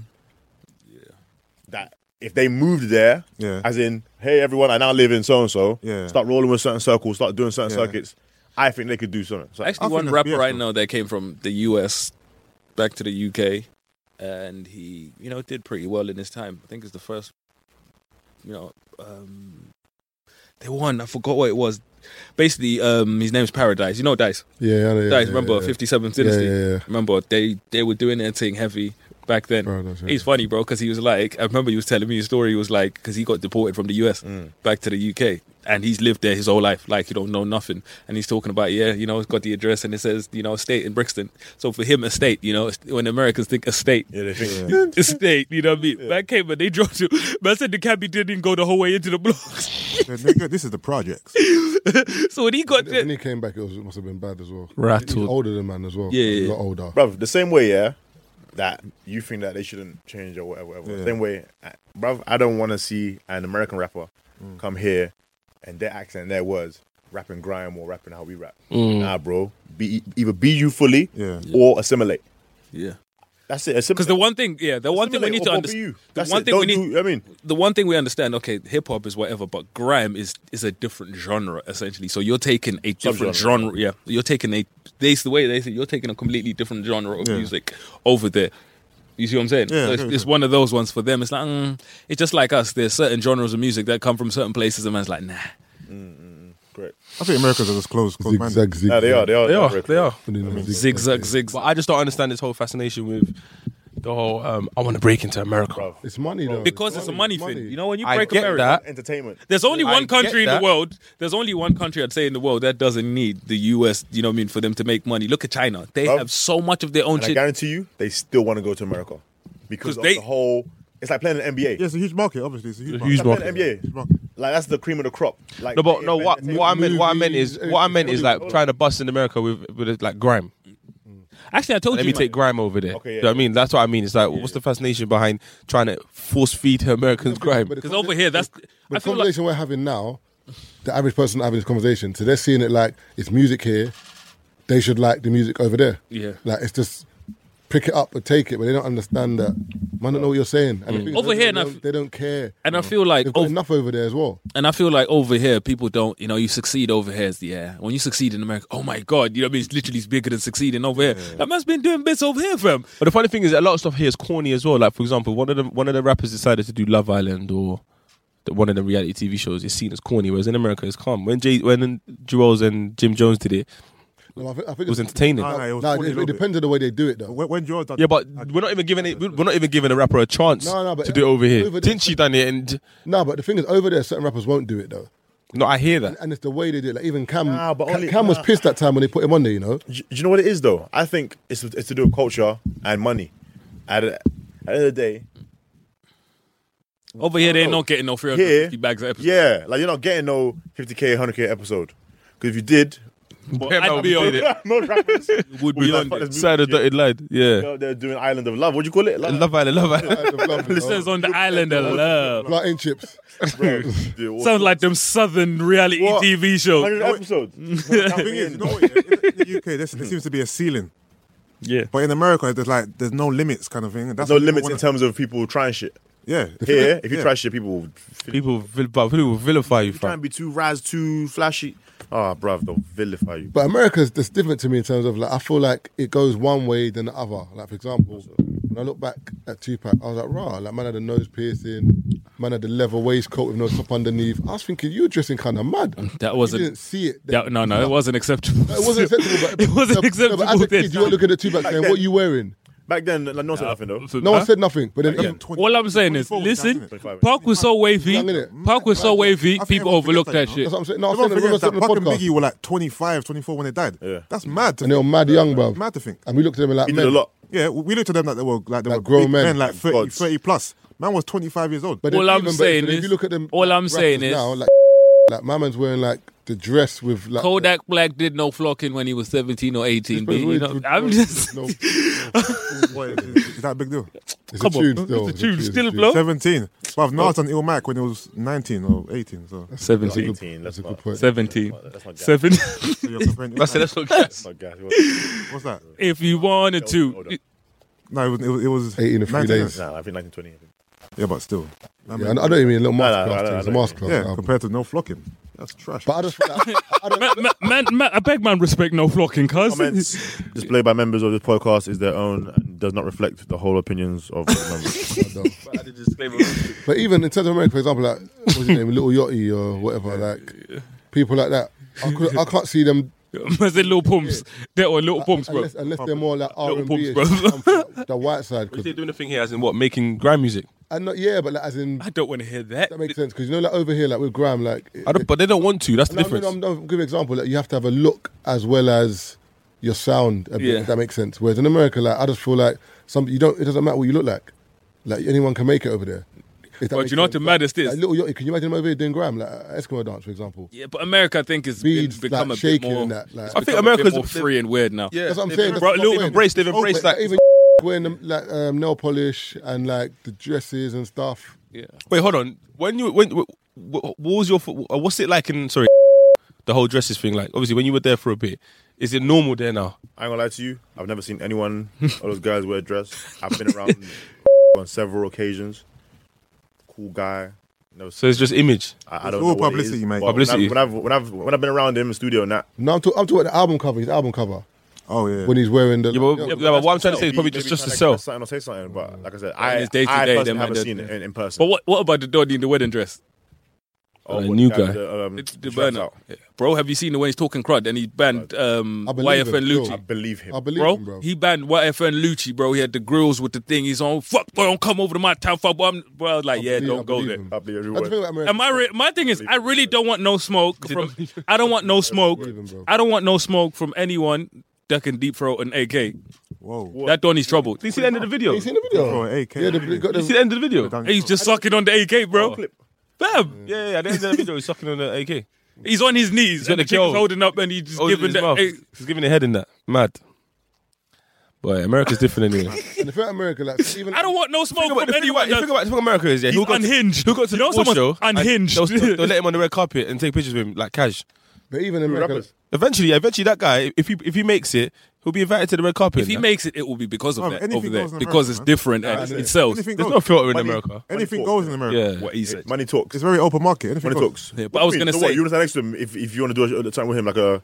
That if they moved there, Mm. Yeah. as in, hey everyone, I now live in so and so. Yeah. Start rolling with certain circles, start doing certain Yeah. circuits. I think they could do something. So Actually, think one that's rapper BS, I bro. know that came from the US back to the UK, and he, you know, did pretty well in his time. I think it's the first, you know, um, they won. I forgot what it was. Basically, um, his name's Paradise. You know Dice. Yeah, yeah, yeah. Dice, yeah, remember yeah. 57th Yeah, Dynasty. yeah, yeah. Remember they they were doing their thing heavy back then. Paradise, yeah. He's funny, bro, because he was like, I remember he was telling me a story. He was like, because he got deported from the US back to the UK, and he's lived there his whole life, like you don't know nothing. And he's talking about, yeah, you know, he's got the address, and it says, you know, estate in Brixton. So for him, estate, you know, when Americans think estate, yeah, they (laughs) think estate, you know what I mean? Back came, but they dropped you. Man said the cabby didn't go the whole way into the block. Nigga, this is the projects. (laughs) so when he got there, When he came back, it, was, it must have been bad as well. Rattled. He's older than man as well. Yeah, He's a yeah. lot older. (laughs) bruv, the same way, yeah, that you think that they shouldn't change or whatever, whatever. Yeah. Same way, I- bruv, I don't want to see an American rapper Mm. come here and their accent, and their words, rapping grime or rapping how we rap. Mm. Nah, bro, be either be you fully Yeah. or assimilate. (laughs) yeah. That's it. Assimilate. Because the one thing, yeah, the one thing we Assimilate need or- to or be understand. you. The That's one it. thing we Don't need. do- I mean- the one thing we understand. Okay, hip hop is whatever, but grime is is a different genre essentially. So you're taking a different Subgenre. genre. Yeah, you're taking a. They the way they say you're taking a completely different genre of Yeah. music over there. You see what I'm saying? Yeah, So I it's, agree with it's one of those ones for them. It's like mm, it's just like us. There's certain genres of music that come from certain places, and man's like, nah. Great. I think Americans are just closed, closed minded. Zigzag, zigzag. Nah, they are. They are. They are. very They are. I mean, Zigzag, But zigzag. I just don't understand this whole fascination with the whole. Um, I want to break into America. It's money though. Because it's a money thing. You know, when you I break get America, that. Entertainment. There's only I one get country in the that. world. There's only one country I'd say in the world that doesn't need the US, you know what I mean, for them to make money. Look at China. They Bro. have so much of their own And I shit. guarantee you, they still want to go to America because 'Cause of they- the whole. It's like playing an NBA. Yeah, it's a huge market, obviously. It's a huge, It's a market. huge Like market. playing an NBA. market. Like that's the cream of the crop. Like No, but no. yeah, What what I meant what I meant is Movies, what I meant is everything. like trying to bust in America with with like grime. Actually, I told Let you. me take grime over there. Okay, yeah, Do you know what I yeah. mean? That's what I mean. It's like, what's the fascination behind trying to force feed Americans grime? But the Because conver- over here, that's. But I the feel like. conversation we're having now, the average person having this conversation, so they're seeing it like it's music here. They should like the music over there. Yeah. Like it's just pick it up or take it, but they don't understand that. Man, don't know what you're saying. And the thing is, Mm. they- Over here, they and I don't, f- they don't care. And I feel like They've got over, enough over there as well. and I feel like over here people don't, you know, you succeed over here is the air. When you succeed in America, oh my god, you know what I mean? It's literally bigger than succeeding over here. That man's been doing bits over here, fam. But the funny thing is, that a lot of stuff here is corny as well. Like for example, one of the one of the rappers decided to do Love Island or the, one of the reality TV shows is seen as corny, whereas in America it's calm. When Jay, when Jewels and Jim Jones did it, No, I think, I think it was it's- entertaining. Nah, nah, it was Nah, funny a it, little it bit. depends on the way they do it, though. When, when Joel's done, Yeah, but we're not even giving it. We're not even giving a rapper a chance No, no, but to do it over here. over there- Didn't she done it? And No, but the thing is, over there, certain rappers won't do it though, no, I hear that. and it's the way they do it. Like even Cam, Nah, but Ca- only- Cam was nah. pissed that time when they put him on there. You know, Do you- do you know what it is though? I think it's it's to do with culture and money. At, at the end of the day, Over here, they're not getting no free here, bags an episode. yeah, like you're not getting no 50k, 100k episode. Because if you did, Bare I'd man be did on it. (laughs) most rappers would be on it. Side of dotted line. Yeah. they're doing Island of Love. What do you call it? Like, Love Island, Love (laughs) Island. It says on the island of love. Blood and chips. bro, dude, what- Sounds like them southern reality What? TV shows. 100 (laughs) episodes. the thing is, you know what, yeah, in the UK, there's- there seems to be a ceiling, Yeah. but in America, there's like there's no limits, kind of thing. That's no what people limits in wanna- terms of people trying shit. Yeah, Here, if you Yeah. try shit, people will People, vil- but people vilify you. try and Fam. be too raz, too flashy. Oh, bruv, they'll vilify you. But America's just different to me in terms of like I feel like it goes one way than the other. Like for example, when I look back at Tupac, I was like, rah, like man had a nose piercing, man had a leather waistcoat with no top underneath. I was thinking you're dressing kind of mad. That you wasn't. didn't see it. that- no, no, it wasn't acceptable. It wasn't acceptable. But it wasn't no, no, acceptable. but as a then. kid, you were looking at Tupac saying, then. "What you wearing?" Back then, like, no one said nothing though. No one said nothing. But then, Even 20 (laughs) All I'm saying is, 24, listen, that's it. Park was so wavy. Young, innit? Park was so wavy. I think People everyone overlooked forgets that, that you shit. that's what I'm saying. No, I'm saying Everyone the remember forgets on that the Puff and Biggie podcast, were like 25, 24 when they died. Yeah. That's mad. To and they were mad young, bro. mad to think. And we looked at them like, He did a men. lot. Yeah, we we looked at them like they were like they Like were grown big men. like 30, Gods. 30 plus. Man was 25 years old. But All then I'm even better, saying then if is- you look at them, all I'm saying rappers is- now, like, like my man's wearing like the dress with like Kodak Black did no flocking when he was 17 or 18. But B, you wait, know, wait, I'm wait, just. no, (laughs) What, is, is- is that a big deal? it's Come a on, tune it's still. a it's tune, it's a still blow. 17. But now it's on Ill Mac when he was 19 or 18. So, 17. That's 18, let's a good not. point. 17. That's my guy. 7. so you're comparing Ill That's it. Mac- That's what that's My guy. What's that? If you wanted Hold to. on. No, it was, it was, it was 18 in three 19. days. (laughs) Nah, I think 1920. I think. Yeah, but still. I Yeah, mean, I don't even mean a little no, mask no, class. no, thing, It's a no, mask class. yeah, album. compared to no flocking. That's trash. But I just, I, (laughs) I don't, Man, man, man, I beg man respect no flocking, (laughs) cuz. Comments displayed by members of this podcast is their own and does not reflect the whole opinions of the (laughs) members. I don't. But even in terms of America, for example, like what's his name, Little Yachty or whatever, like people like that, I, could, I can't see them Man said little pumps. That or little pumps, (laughs) bro. unless, unless they're more like R Little and B, pumps, bro. (laughs) the white side. 'cause- They're doing the thing here as in what making grime music. And not yeah, but like, as in I don't want to hear that. that makes sense because you know, like over here, like with Graham, like I don't, but they don't want to. That's the No, difference. No, no, no, I'll give you an example. Like, you have to have a look as well as your sound. A bit, Yeah. if that makes sense. Whereas in America, like I just feel like some you don't. It doesn't matter what you look like. Like anyone can make it over there. If that But makes you know sense. what the maddest Like, is? little Yachty, can you imagine him over here doing Graham like uh, Eskimo dance, for example? Yeah, but America, I think, has been- Beads, become like a bit shaking more. and that. Like, I think become a bit America's- more free and weird now. yeah, that's what I'm they've saying. bro, That's look, what I'm embraced. They've saying. embraced Like, that. even (laughs) wearing them, like um, nail polish and like the dresses and stuff. Wait, hold on. When you when wh- wh- what was your uh, what's it like in sorry the whole dresses thing like? Obviously, when you were there for a bit, is it normal there now? I ain't gonna lie to you. I've never seen anyone of those guys wear a dress. I've been around (laughs) on several occasions. Cool guy. Never So seen. it's just image. I, I It's don't all know what it publicity, is, mate. but Publicity. When I've, when I've when I've when I've been around him in the studio and that, No, I'm, talk, I'm talking about the album cover. His album cover oh, yeah. when he's wearing the. Yeah, but, yeah, but what I'm trying to say is Maybe- probably just Mm. maybe just to trying sell. express Something or say something, but like I said, in I, his day-to-day, I they personally might haven't not- seen it in, in person. But what, what about the Doddy in the wedding dress? Oh, A what new the guy. with The, um, The, the straps burner. out. Yeah. Bro, have you seen the when he's talking crud and he banned um, I believe YFN it, yo. I Lucci? believe him. I believe Bro, him, bro. he banned YFN Lucci, bro. He had the grills with the thing. He's on, fuck, boy, don't come over to my town. Fuck, boy. I'm, bro, I was like, yeah, believe- I don't go believe there. him. I believe every That's the thing word. about America. Am I re- my thing is, I really don't want no smoke. From, I don't want no smoke. Believe him, bro. I don't want no smoke from anyone that can deep throat an AK. Whoa. That Donny's troubled. Did you see the end of the video? You seen the video? Bro, AK. yeah, the, got You see the, the end of the video? Done. He's just sucking on the AK, bro. Bam. Yeah, yeah, yeah, the end of the video, he's sucking on the AK. He's on his knees. got and the the chick girl. is holding up and he's just Oh, giving his mouth. the. He's giving a head in that. Mad. But America's (laughs) different anyway. and the thing about America, like even I don't want no smoke Think about- from the thing about- anyone. the thing that- about the thing about America is yeah, He's who got to- unhinged. Who got to You know the award someone's show? and unhinged. They'll, they'll- they'll let him on the red carpet and take pictures with him like cash. But even in America, rappers. Eventually, yeah, eventually that guy, if he if he makes it, He'll be invited to the red carpet. If he man. makes it, it will be because of Bruv, that anything over there goes in because it's America, man. different Yeah, and that's it, it. sells. Anything There's goes. no filter in Money- America. Anything Money goes in talks. America. Yeah. What he said. Money talks. It's very open market. Anything Money goes. talks. Yeah, but I was You know gonna what? say- you want to next to him if, if you want to do a, a time with him like a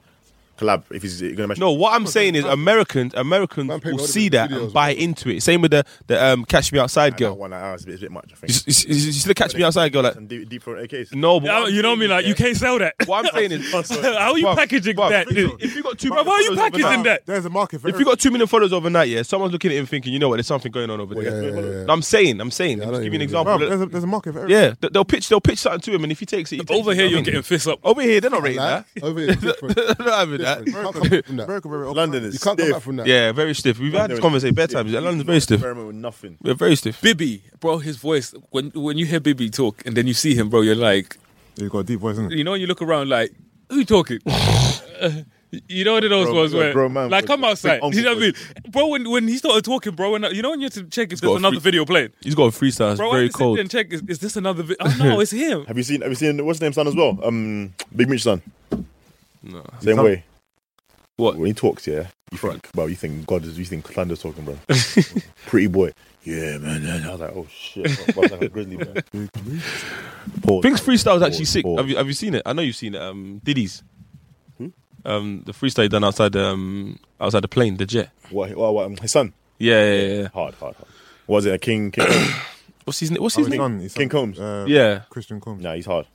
collab if he's going to mention. No, what I'm saying is Americans Americans Man, pay will me all the see that videos, and buy into it. Same with the the um, Catch Me Outside that girl. one hour is a bit, it's a bit much. I You, think. s- you s- you see the Catch Me Outside girl like Some deep, deep throat AKs. no, but (laughs) Yeah, you know what I mean? Like you can't sell that. What I'm saying is- how are you Bruv, packaging bruv, that? if you- if you got two Bruv, how are you million followers packaging overnight- that? Ah, There's a market for If you got two million followers overnight, yeah, someone's looking at him thinking, you know what, there's something going on over there. yeah, yeah, yeah. No, I'm saying, I'm saying, Yeah, I I'm just don't give you even- an example. Bruv, there's, a, there's a market for everything. yeah, th- they'll pitch, they'll pitch something to him, and if he takes it, he (laughs) takes Over it, here, you're you know what I mean? getting fists up. Over here, they're not rating Like, that. over here, it's (laughs) (laughs) different. They're not having that. Different. You can't come back from that. America very open London market. is You can't come stiff. back from that. Yeah, very stiff. We've had this conversation bare times. London's very stiff. Experiment with nothing. We're very stiff. Bibby, bro, his voice. When when you hear Bibby talk and then you see him, bro, you're like, You've got a deep voice, isn't it? you know, you look around like, who you (laughs) talking? You know what those Bro, ones bro, where, bro, man, like, bro, come bro, outside. big You know what I mean, uncle bro? When when he started talking, bro, and you know when you have to check if got there's a another free- video playing, He's got a freestyle. It's bro. I very had to sit there cold. and check is, is this another? Vi- oh no, it's him. Have you seen? Have you seen what's his name's son as well? Um, Big Mitch son. No. Same Son- way. What? When he talks, yeah. You think, well, you think God is? You think Thunder's (laughs) talking, bro? Pretty boy. Yeah, man. man. I was like, oh shit. Bro, I was like a grizzly bear. Pause. Bing's freestyle is actually Pause, sick. pause. Have you, have you seen it? I know you've seen it. Um, Diddy's. Hmm? Who? Um, the freestyle he done outside um outside the plane, the jet. What, what, what, um, his son. Yeah, yeah, yeah. yeah. Hard, hard, hard. Was it a King? King (coughs) What's his name? What's Oh, his his name? son, his son, King Combs. Uh, Yeah. Christian Combs. nah, he's hard.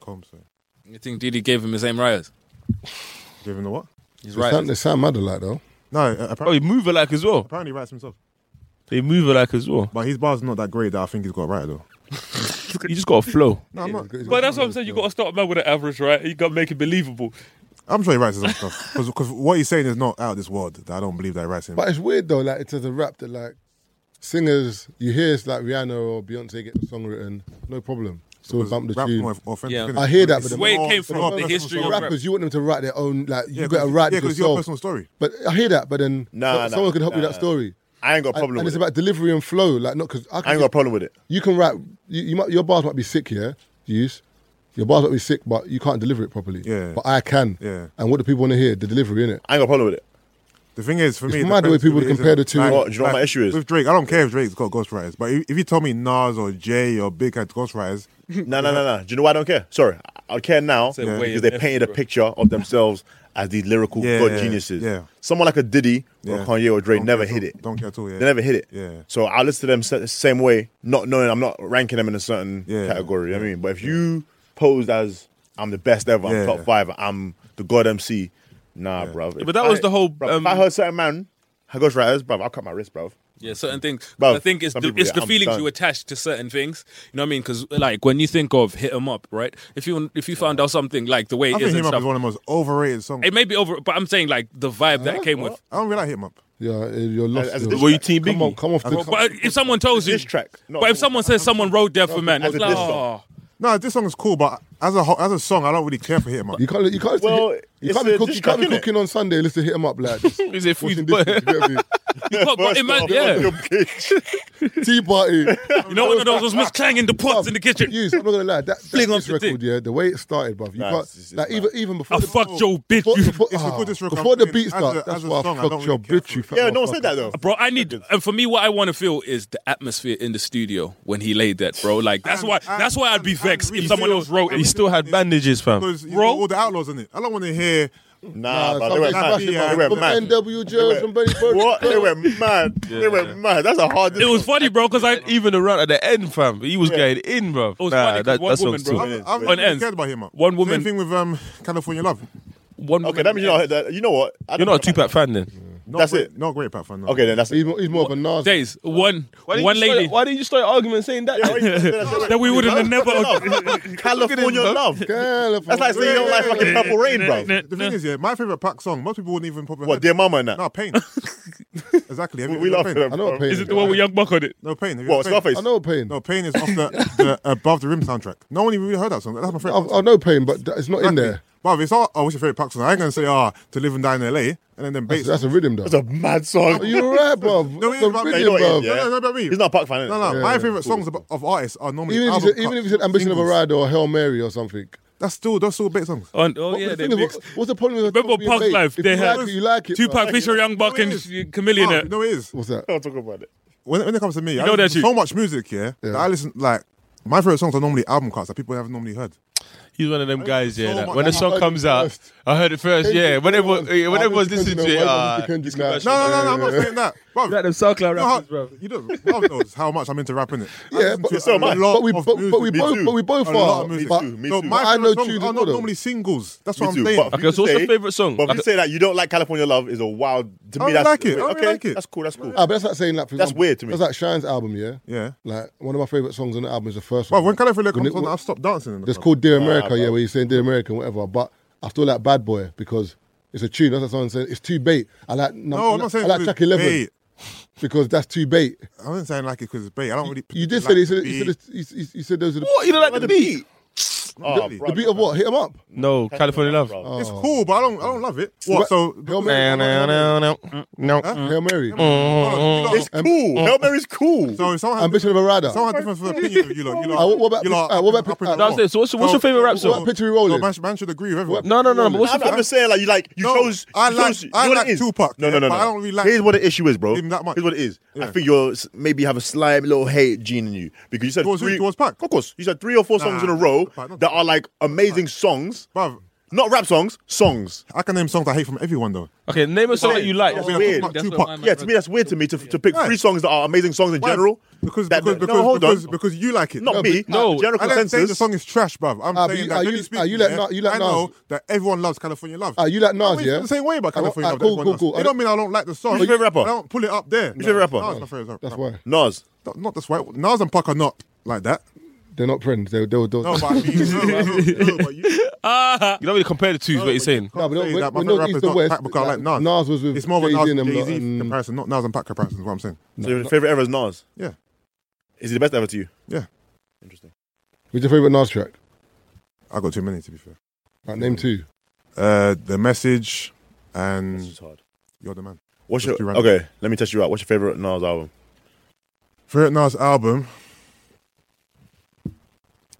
Combs, sorry. (laughs) You think Didi gave him his same riders? Do you even know what? He's They right. sound, they sound mad alike though. No, uh, apparently, Oh, he move alike as well. apparently he writes himself. They move alike as well. But his bar's not that great that I think he's got right, though. He just got (laughs) a flow. No, I'm not. But that's what I'm saying. You got to start a man with an average, right? You got to make it believable. I'm sure he writes his own stuff. Because what he's saying is not out of this world. That I don't believe that he writes it. But it's weird though, like it's as a rap that like singers you hear it's like Rihanna or Beyonce get the song written, no problem. Still bump the Rap's more tune. authentic. Yeah. innit? I hear that, It's but the Where it more- came it's from, more the personal history story. of rap. rappers, you want them to write their own like you Yeah, got to 'cause- write yeah, it 'cause it's your yourself. personal story. But I hear that, but then Nah, so- nah, someone could help you nah, with that nah. story. I ain't got a And- problem and with it's it. about delivery and flow, like not because I ain't got a problem with it. you can rap. You, you might your bars might be sick, yeah. Use your bars might be sick, but you can't deliver it properly. Yeah. But I can. Yeah. And what do people want to hear? The delivery in it. I ain't got a problem with it. The thing is, for me, It's it mad the way depends who people it is, compare the innit? two. Like- What- do you know what my like, issue is? with Drake? I don't care if Drake's got ghostwriters, but if, if you tell me Nas or Jay or Big had ghostwriters, No, no, no, no. Do you know why I don't care? Sorry, I I care now a way because of they effort, painted a bro. picture of themselves as these lyrical Yeah, god yeah, geniuses. yeah. Someone like a Diddy or Yeah. Kanye or Dre Don't never care hit at all. it. Don't care at all, yeah. They never hit it. Yeah. So I listen to them se- same way, not knowing I'm not ranking them in a certain Yeah, category. you know what I mean, but if you posed as I'm the best ever, Yeah. I'm top five, I'm the god MC. Nah, bruv. If But that was I- the whole, bruv, um, if I heard certain man, I goes right, bruv. I'll cut my wrist, bruv. Yeah, certain things. Bruv, I think it's some the, people it's get the feelings undone. you attach to certain things. You know what I mean? Because like when you think of hit 'em up, right? If you if you found out something like the way it I is think and Him Up stuff, is one of the most overrated songs. it may be over. But I'm saying like the vibe that it came with. I don't really like Him Up. Yeah, you're lost. As- as still. a diss Were you track. Team Come Biggie? on, come off the. But if someone tells you, diss track. No, but if no, someone says someone wrote death for man, as it's a like, diss song. oh, No, this song is cool, but as a ho- as a song, I don't really care for Hit 'Em Up. You can't. You can't. Well, you it's can't be, a cook, you diss can't be track, innit? cooking on Sunday. Let's hit him up, (laughs) like Is it food? watching this, you get me? but, but (laughs) First imagine, off, yeah. tea party. (laughs) You know, one of those was Miss Clanging the pots in the kitchen. Use. I'm not gonna lie. That, that Fling this onto the record, dick. yeah, the way it started, bruv. You Nah, can't it's- it's like mad. even even before. I the- (laughs) fucked your bitch, Before, you- before, It's a good ah, disrespect. before the I mean, beat as a- starts, as that's a why song, I I don't fucked your really care bitch. for You it. fat Yeah, no one motherfucker. said (laughs) that though. Bro, I need, and for me, what I want to feel is the atmosphere in the studio when he laid that, bro. Like that's And- why, that's why I'd be and- vexed and if we someone feel- else wrote He and it. we still had bandages, fam. Because Bro. Bro, all the outlaws in it. I don't want to hear. Nah, Nah, bruv, they something went mad. smashed smashing, it, Yeah, bruv, they From NW Jones from Benny Burke. What? They went mad. They went mad. That's a hard. It was funny, bro, because I Even around at the end, fam, he was getting in, bro. was nah, Oh, funny 'cause that, one that woman, song's bro, too- It I'm, is, I'm bro. On really ends. cared about Him Up. One woman- Same thing with um, California Love. one. Okay, that means you know that. You know what? I You're don't not a know. Tupac fan then. Not That's great, it. Not great, Pat. Fan. No. Okay, then that's it. (laughs) He's more, he's more of a Nas. days. One, didn't one you start- lady why didn't you start an argument saying that? Yeah, wait, wait, wait, wait, wait. that we would have never. California bro. love. California. That's like saying you don't like fucking Purple Rain, bro. The thing is, yeah, my favorite Pac song. Most people wouldn't even probably. What, Dear Mama and that? (laughs) No, pain. exactly. Have We, you- we no, love Pain? them. I know bro. a pain. Is it the one with Young Buck on it? No pain. Have you What, heard Pain? Scarface? I know pain. No pain is off the, the (laughs) above the rim soundtrack. No one even really heard that song. That's my favorite. I, I know pain, but th- it's not in Oh, there. But it's all. Oh, what's your favorite Pac song? I ain't gonna say ah to live and die in L.A. and then them bass. That's, that's a rhythm, though. That's a mad song. Are you alright, bro? No, That's it's a about- rhythm, No, it bro. is, yeah. No, no, no, about me. He's not a Pac fan, innit? No, no. Yeah, my yeah, favorite cool. songs about, of artists are normally Even if, album it's a, even cuts, if it's an ambition of a singles. ride or Hail Mary or something. That's still that's still bait songs. On, oh What- yeah, the they thing is, mix. what- what's the problem with Remember Scorpion Punk Bait? Life? If They you had like it, you like it. Tupac bro. featuring Young Buck No, and it is. Chameleon. Ah, in it. no, it is. What's that? Don't talk about it. When, when it comes to me, I know know that there's shit. so much music, yeah. Yeah. That I listen like my favorite songs are normally album cuts that people haven't normally heard. He's one of them guys, yeah. so that much- when I the song heard comes it out, first. I heard it first, yeah. Kendrick Whenever, Lamar. yeah, whenever I was Kendrick listening to it, Lamar, uh, Mr. Kendrick it's commercial. No, no, no, no, I'm not (laughs) saying that. Bro, Like them SoundCloud you know how- rappers, bro. You don't. Marv knows how much I'm into rapping it. I Yeah, listen but, to so am I. a lot but we, of but, but we music. both, too. but we both A lot are. of music. But, too, me so too. my I know favorite songs Judas are not Model. normally singles. That's Me what I'm too, saying. but- Okay, so what's your say- favorite song? But if Okay. you say that you don't like California Love is a wild to I me. don't That's like it. I don't okay. like it. That's cool. That's cool. ah, but that's like saying like for That's example, weird to me. That's like Shine's album, yeah. Yeah. Like one of my favorite songs on the album is the first Bro, one. when California When comes it- on, I've stopped dancing. in the It's club. called Dear America, bro. yeah, where you're saying Dear America and whatever. But I still like Bad Boy because it's a tune. That's what someone said. It's too bait. I like num- No, I I'm like- not saying I like it's track eleven bait. because that's too bait. I wasn't saying like it because it's bait. I don't really. You did like say that. beat. You said, you said, you said, you said those are the, (laughs) What you don't like the beat? Oh, The bro, the beat of what? Hit 'em up. No, California Love. bro. It's Oh. cool, but I don't. I don't love it. What? So Hail No, Mary. no, no, no, no. Huh? Hail Mary. Hold on, you It's lot- cool. Hail Mary's cool. So if someone has, Ambition of a Rider. someone has different opinions of you lot. You lot. Ah, what about- you lot ah, what about- up in ah, the that's lot. it. So what's- what's your favourite rap so- song? What about Picture Rolling? No, man, should- man should agree with everyone. No, no, no. But what's I'm, your I'm favorite? just saying, like you like you No, chose. I you like- I chose, you know what like it is? Tupac, No, yeah, no, no, but no. I don't really like Here's what the issue is, bro. him that much. Here's what it is. I Yeah. think you're s- maybe have a slight little hate gene in you because you said Towards who? three, Towards Pac? Of course, you said three or four songs in Nah, a row Pac, not that are like amazing songs, Bruv, not rap songs, songs. I can name songs I hate from everyone though. Okay, name a song that you like. That's That's weird. Tupac, That's what Tupac. mine- Yeah, to me that's weird to me to, to pick Why? three songs that are amazing songs in Why? general. Because that, because no, because, hold on. because, because you like it. not No, me. but- No. the general I didn't say consensus. the song is trash, bruv. I'm Ah, but saying you- that. are generally you- speaking, are you like yeah, Na- you like I know Nas? that everyone loves California Love. Ah, you like I Nas, mean, yeah? it's The same way about Ah, California ah, Love. that cool, everyone cool, loves. cool. I It don't- don't mean I don't like the song. Who's your favourite rapper? I don't pull it up there. Who's your favourite rapper? Nas, my favorite That's rapper. why Nas. Not- Not that's why. Nas and Puck are not like that. they're not friends. They're they're. they're (laughs) No, but I mean, you know, I know, no, but you- Uh-huh. You don't really compare the two, is what you're saying. No, but Say when- that my when favorite North rapper East is and not West, Pac, but I like like, Nas. Nas was with it's more of a Jay-Z Nas and them mm. lot, Jay-Z and- comparison, not Nas and Pac comparison. Is what I'm saying. So your favorite ever is Nas. Yeah, Is he the best ever to you? yeah. Interesting. What's your favorite Nas track? I got too many to be fair. Like name two. Uh, the message This and is hard. you're the man. What's your Just do random. okay? Let me test you out. What's your favorite Nas album? Favorite Nas album.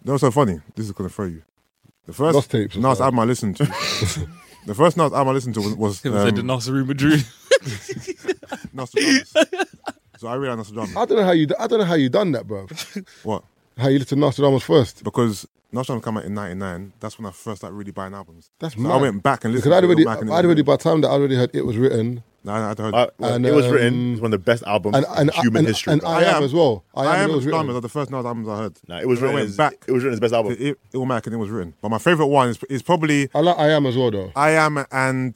That was so funny. This is gonna throw you. The first Lost tapes or Nas something. album I listened to. (laughs) the first Nas album I listened to was, was It was at the um, Nassery Madrid. Nostradamus. (laughs) so I really like Nostradamus. I don't know how you. I don't know how you done that, (laughs) bro. What? How you listened to Nostradamus first? Because Nostradamus came out in '99. That's when I first started really buying albums. That's so mad. I went back and Because listened. I'd to it already, back and it I'd was already really- by the time that I'd already heard it was written, No, I I'd heard. Uh, well, And, it was um, written. It's one of the best albums and and, in human and, history. and bro. I, am, as well. I am. I am it was Nostradamus written. are the first Nas albums I heard. Nah, it was And I written. went as- back. It was written as best album. It, it, Illmatic and it was written. But my favorite one is, is probably I like I am as well though. I Am and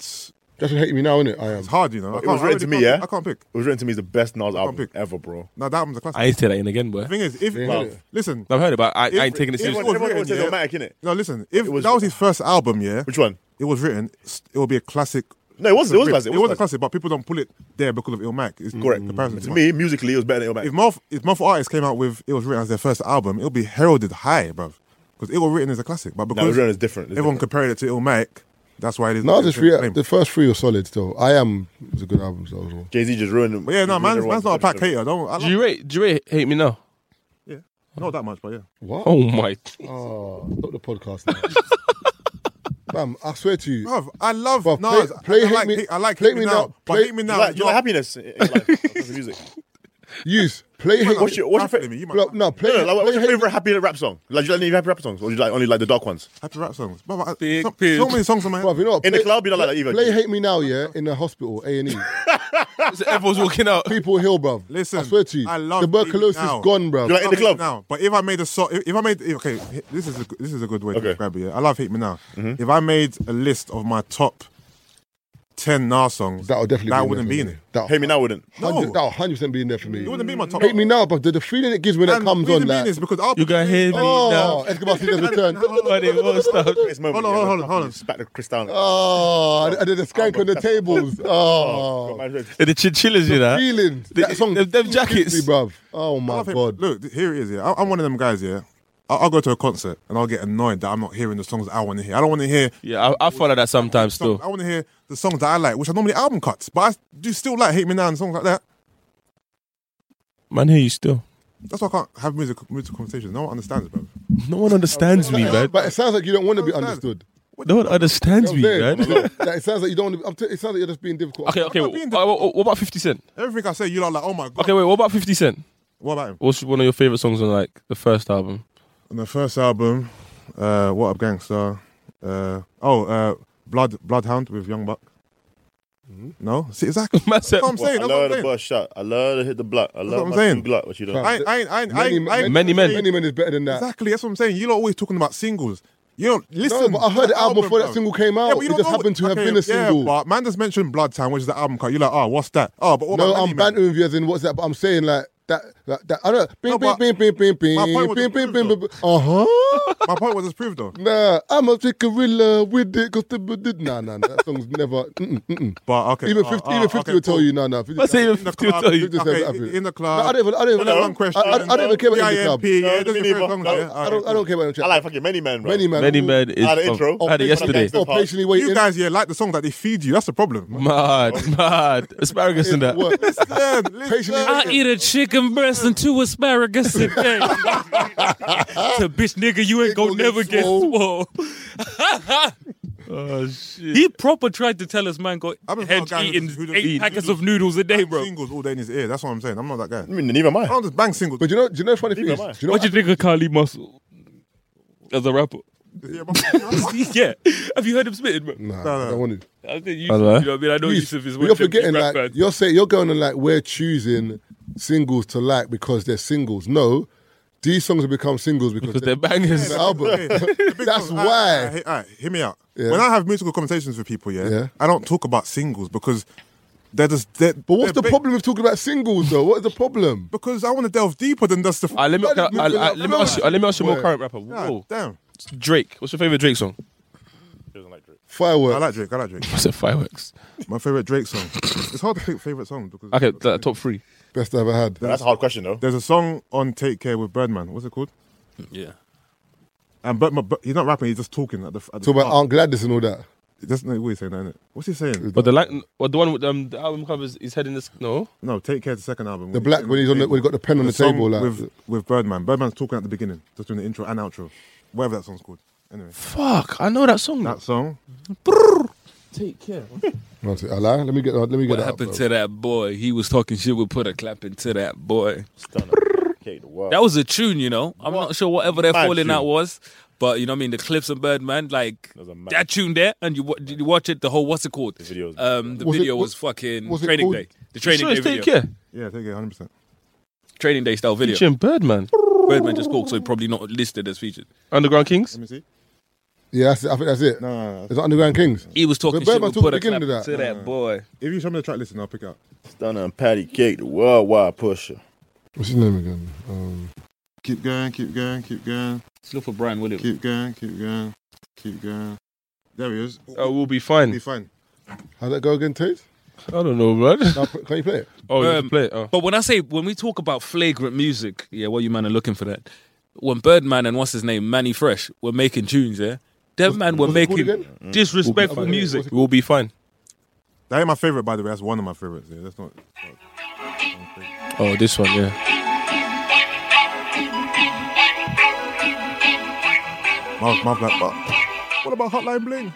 it's Doesn't hate me now, innit? I am. hard, you know. I It can't- was I written to really me, can't- yeah? I can't pick. It was written to me as the best Nas album pick. ever, bro. No, that album's a classic. I ain't say that in again, boy. the thing is, if Yeah, yeah. listen, I've heard it, but I, I ain't taking it It was seriously. Everyone, everyone written, says yeah. Illmatic, innit? no, listen, if It was- that was his first album, yeah, Which one? it was written, s- it would be a classic. No, it wasn't. It was Written. classic. It was a classic, but people don't pull it there because of Illmatic. It's Correct. Mm, comparison To much. me, musically, it was better than if Illmatic. more if more artists came out with it was written as their first album, it'll be heralded high, bruv. Because it was written as a classic, but No, it because was written as different. It's everyone different. compared it to Illmatic, that's why it is. Nas it's is free. claimed. The first three were solid still. I am was a good album so as well. Jay Z just ruined them. But yeah, no, man's, man's not a pack hater. Don't I Do you like, rate? Do you rate? Hate me now. yeah, not that much, but yeah. What? Oh my! Oh, stop the podcast. now. (laughs) Bam! I swear to you, Bruv, I love Bruv, Nas. play- play I Hate like, Me- hate- I like play hate Me me Now. now, but Play- hate me You now. like, is you like not- happiness in in life. That's the (laughs) music. use play. Hate What's Me- your, what's your Happy favorite? Me, you might Bro, like no, play. No, no, like, what's play your Hate Me- favorite happy rap song? Like, do you like any happy rap songs, or do you like only like the dark ones? happy rap songs. Bruv, I, Big so, pig. so many songs on my Bruv, head. you know what? In the Play- club, you don't like that either. Play hate me now, yeah, in the hospital, A and E. So everyone's walking out. People heal, bruv. Listen, I swear to you, I love tuberculosis Hate Me Now. gone, bruv. You like in the Hate Me club? now. But if I made a song, if, if I made if- okay, h- this is a, g- this is a good way Okay. to describe it. Yeah? I love hate me now. If I made a list of my top ten Nas songs, That'll definitely that be wouldn't be in it. That Hate me now wouldn't. No. That'll hundred percent be in there for me. It wouldn't be my top. Hate me now, bruv. The, the feeling it gives when it And comes the on, reason being like, is because I'll You gotta hear me oh, now. Escobar Singers (laughs) return. But it won't stop. It's moment, Hold on, hold yeah, on, the- hold on. Spat the Chris down. Oh, and- and then the skank on the tables. (laughs) Got Oh, my- And the chinchillas, you (laughs) know. feeling. That song, them- them jackets. me, bruv. Oh I my love him. god. Look, th- here it is. Yeah, I, I'm one of them guys. Yeah, I, I'll go to a concert and I'll get annoyed that I'm not hearing the songs that I want to hear. I don't want to hear. Yeah, I, I follow that sometimes Songs, still. I want to hear the songs that I like, which are normally album cuts. But I do still like "Hate Me Now" and songs like that. Man, hear you still. That's why I can't have music, musical conversations. No one understands, bro. No one understands me, man. But it sounds like you don't want to be Understand. understood. No one understands I'm me, there. man. Like, it sounds like you don't. Want to be, it sounds like you're just being difficult. Okay, okay. not wh- being uh, wh- what about Fifty Cent? Everything I say, you're like, oh my god. Okay, wait. What about Fifty Cent? What about him? What's one of your favorite songs on like the first album? (laughs) On the first album, uh, What Up Gangsta. Uh, oh, uh, Blood Bloodhound with Young Buck. No, (laughs) see exactly. Man said, That's what I'm Well, saying. I That's what love the I'm saying. first shot. I love to hit the block. I what love I'm my saying. two Glock. What you doing? I, I, I, I, Many, I, men- Many men. Many men is better than that. Exactly, that's what I'm saying. You're not always talking about singles. You don't No, listen. but I heard the album before that bro. single came out. Yeah, but you it don't just know- happened to have okay, been a Yeah, single. but man just mentioned Blood Time, which is the album cut. You're like, oh, what's that? Oh, but what no, about I'm Many Men? bantering with you as in what's that? But I'm saying like that. Like, that I don't. Bing, No, bing, but- bing, bing, bing, bing, My point was bing, bing, approved, bing, though. bing. Uh huh. (laughs) My point was it's proved though. Nah, I'm a big gorilla with it. Cause the, the, nah, nah, nah, that song's never. Mm-mm, mm-mm. But okay, Even uh, 50, uh, even 50 okay, will tell cool. you, nah, nah. 50, I say In the Fifty will club, tell you you. just have okay, Africa. in the No, I club. don't even. I don't even. Hold on, one I, question. I, I don't even care about the club. EIMP, yeah, No, those are me your neither. songs, No, yeah? I Alright, don't. I cool. don't care about the I club. like fucking many men, bro. many man. Many men is. Ah, the intro. I had it yesterday. Or patiently waiting. You guys, yeah, like the songs that they feed you. That's the problem. (laughs) Mad, mad. Asparagus in that. What? Listen, listen. Patiently I eat a chicken breast and two asparagus a (laughs) day. so, bitch, nigga, you ain't gonna gonna never get get swole. Oh shit. He proper tried to tell us, man, got I've been head following guys eating who just eight eat packets of noodles a day, bro. Singles all day in his ear. That's what I'm saying. I'm not that guy. I mean, neither am I I. don't just bang singles. But do you know, do you know, the funny thing Neither is, am I. do you know, What do you think of Kali Muscle as a rapper? Yeah, (laughs) but- (laughs) yeah. Have you heard him spitting, bro? nah, I don't want to. I think you, you Hello? know what I mean? I know Yusuf is one you're of the big forgetting, like, rap fans. you're saying you're going on like we're choosing singles to like because they're singles. No, these songs have become singles because, Because they're bangers. the (laughs) album. (laughs) That's Alright, why. alright, alright, hear me out. Yeah. When I have musical conversations with people, yeah, Yeah. I don't talk about singles because they're just. They're, But what's the problem with talking about singles though? What is the problem? Because I want to delve deeper than just the. Ah, let me, That is can I- moving ah, up let me forward. ask you. ah, let me ask you a more Where? current rapper. Ah, Whoa. damn. Drake. What's your favorite Drake song? I Fireworks. like Drake. I like Drake. I said fireworks. My favorite Drake song. It's hard to pick favorite song because. Okay, th- top three. Best I ever had. That's a hard question, though. There's a song on Take Care with Birdman. What's it called? Yeah. And but, but he's not rapping. He's just talking at the. At the Talk about start. Aunt Gladys and all that. That's not what he's saying, innit? What's he saying? But the like, well, the one with um, the album covers is heading this. No, No, Take Care's the second album. The black when he's on the, when he got the pen on the, table, song like with with Birdman. Birdman's talking at the beginning, just doing the intro and outro, whatever that song's called. Anyway, fuck, I know that song. that song. Take care. That's it. I lie. Let me get let me get What that happened up, bro. to that boy? He was talking shit. We put a clap into that boy. Okay, the world. That was a tune, you know. I'm not sure whatever their Mad falling tune. out was, but you know what I mean. The Cliffs and Birdman, like was a that, mad tune there, and you wa- did you watch it? The whole what's it called? The video was mad. Um, the Was it- video was was- fucking was it Training called- Day. The Training sure, Day it's video. take care. Yeah, Take Care, hundred percent. Training Day style video. Featuring Birdman, Birdman just spoke, so it probably not listed as featured. Underground Kings. Let me see. Uh, Yeah, that's it. I think that's it. No, no, no. Is it Underground Kings? He was talking But shit. Birdman We talked put at a the beginning clap of that. Uh-huh. to that boy. If you show me the track list, I'll pick it out. Stunner and Patty Cake, the worldwide pusher. What's his name again? Um, Keep going, keep going, keep going, Let's look for Brian Williams. keep going, keep going, keep going. There he is. Oh, we'll be Be fine. fine. how that go again, Tate? I don't know, man. Now, can you play it? (laughs) Oh, you Um, play it. Oh. But when I say when we talk about flagrant music, yeah, what you man are looking for that. When Birdman and what's his name, Manny Fresh, were making tunes, yeah, them man were what's it called making again? disrespectful What's it- music. what's We'll be fine. That ain't my favorite, by the way. That's one of my favorites. Yeah, that's not. Oh, this one, yeah. My, my black butt. What about Hotline Bling?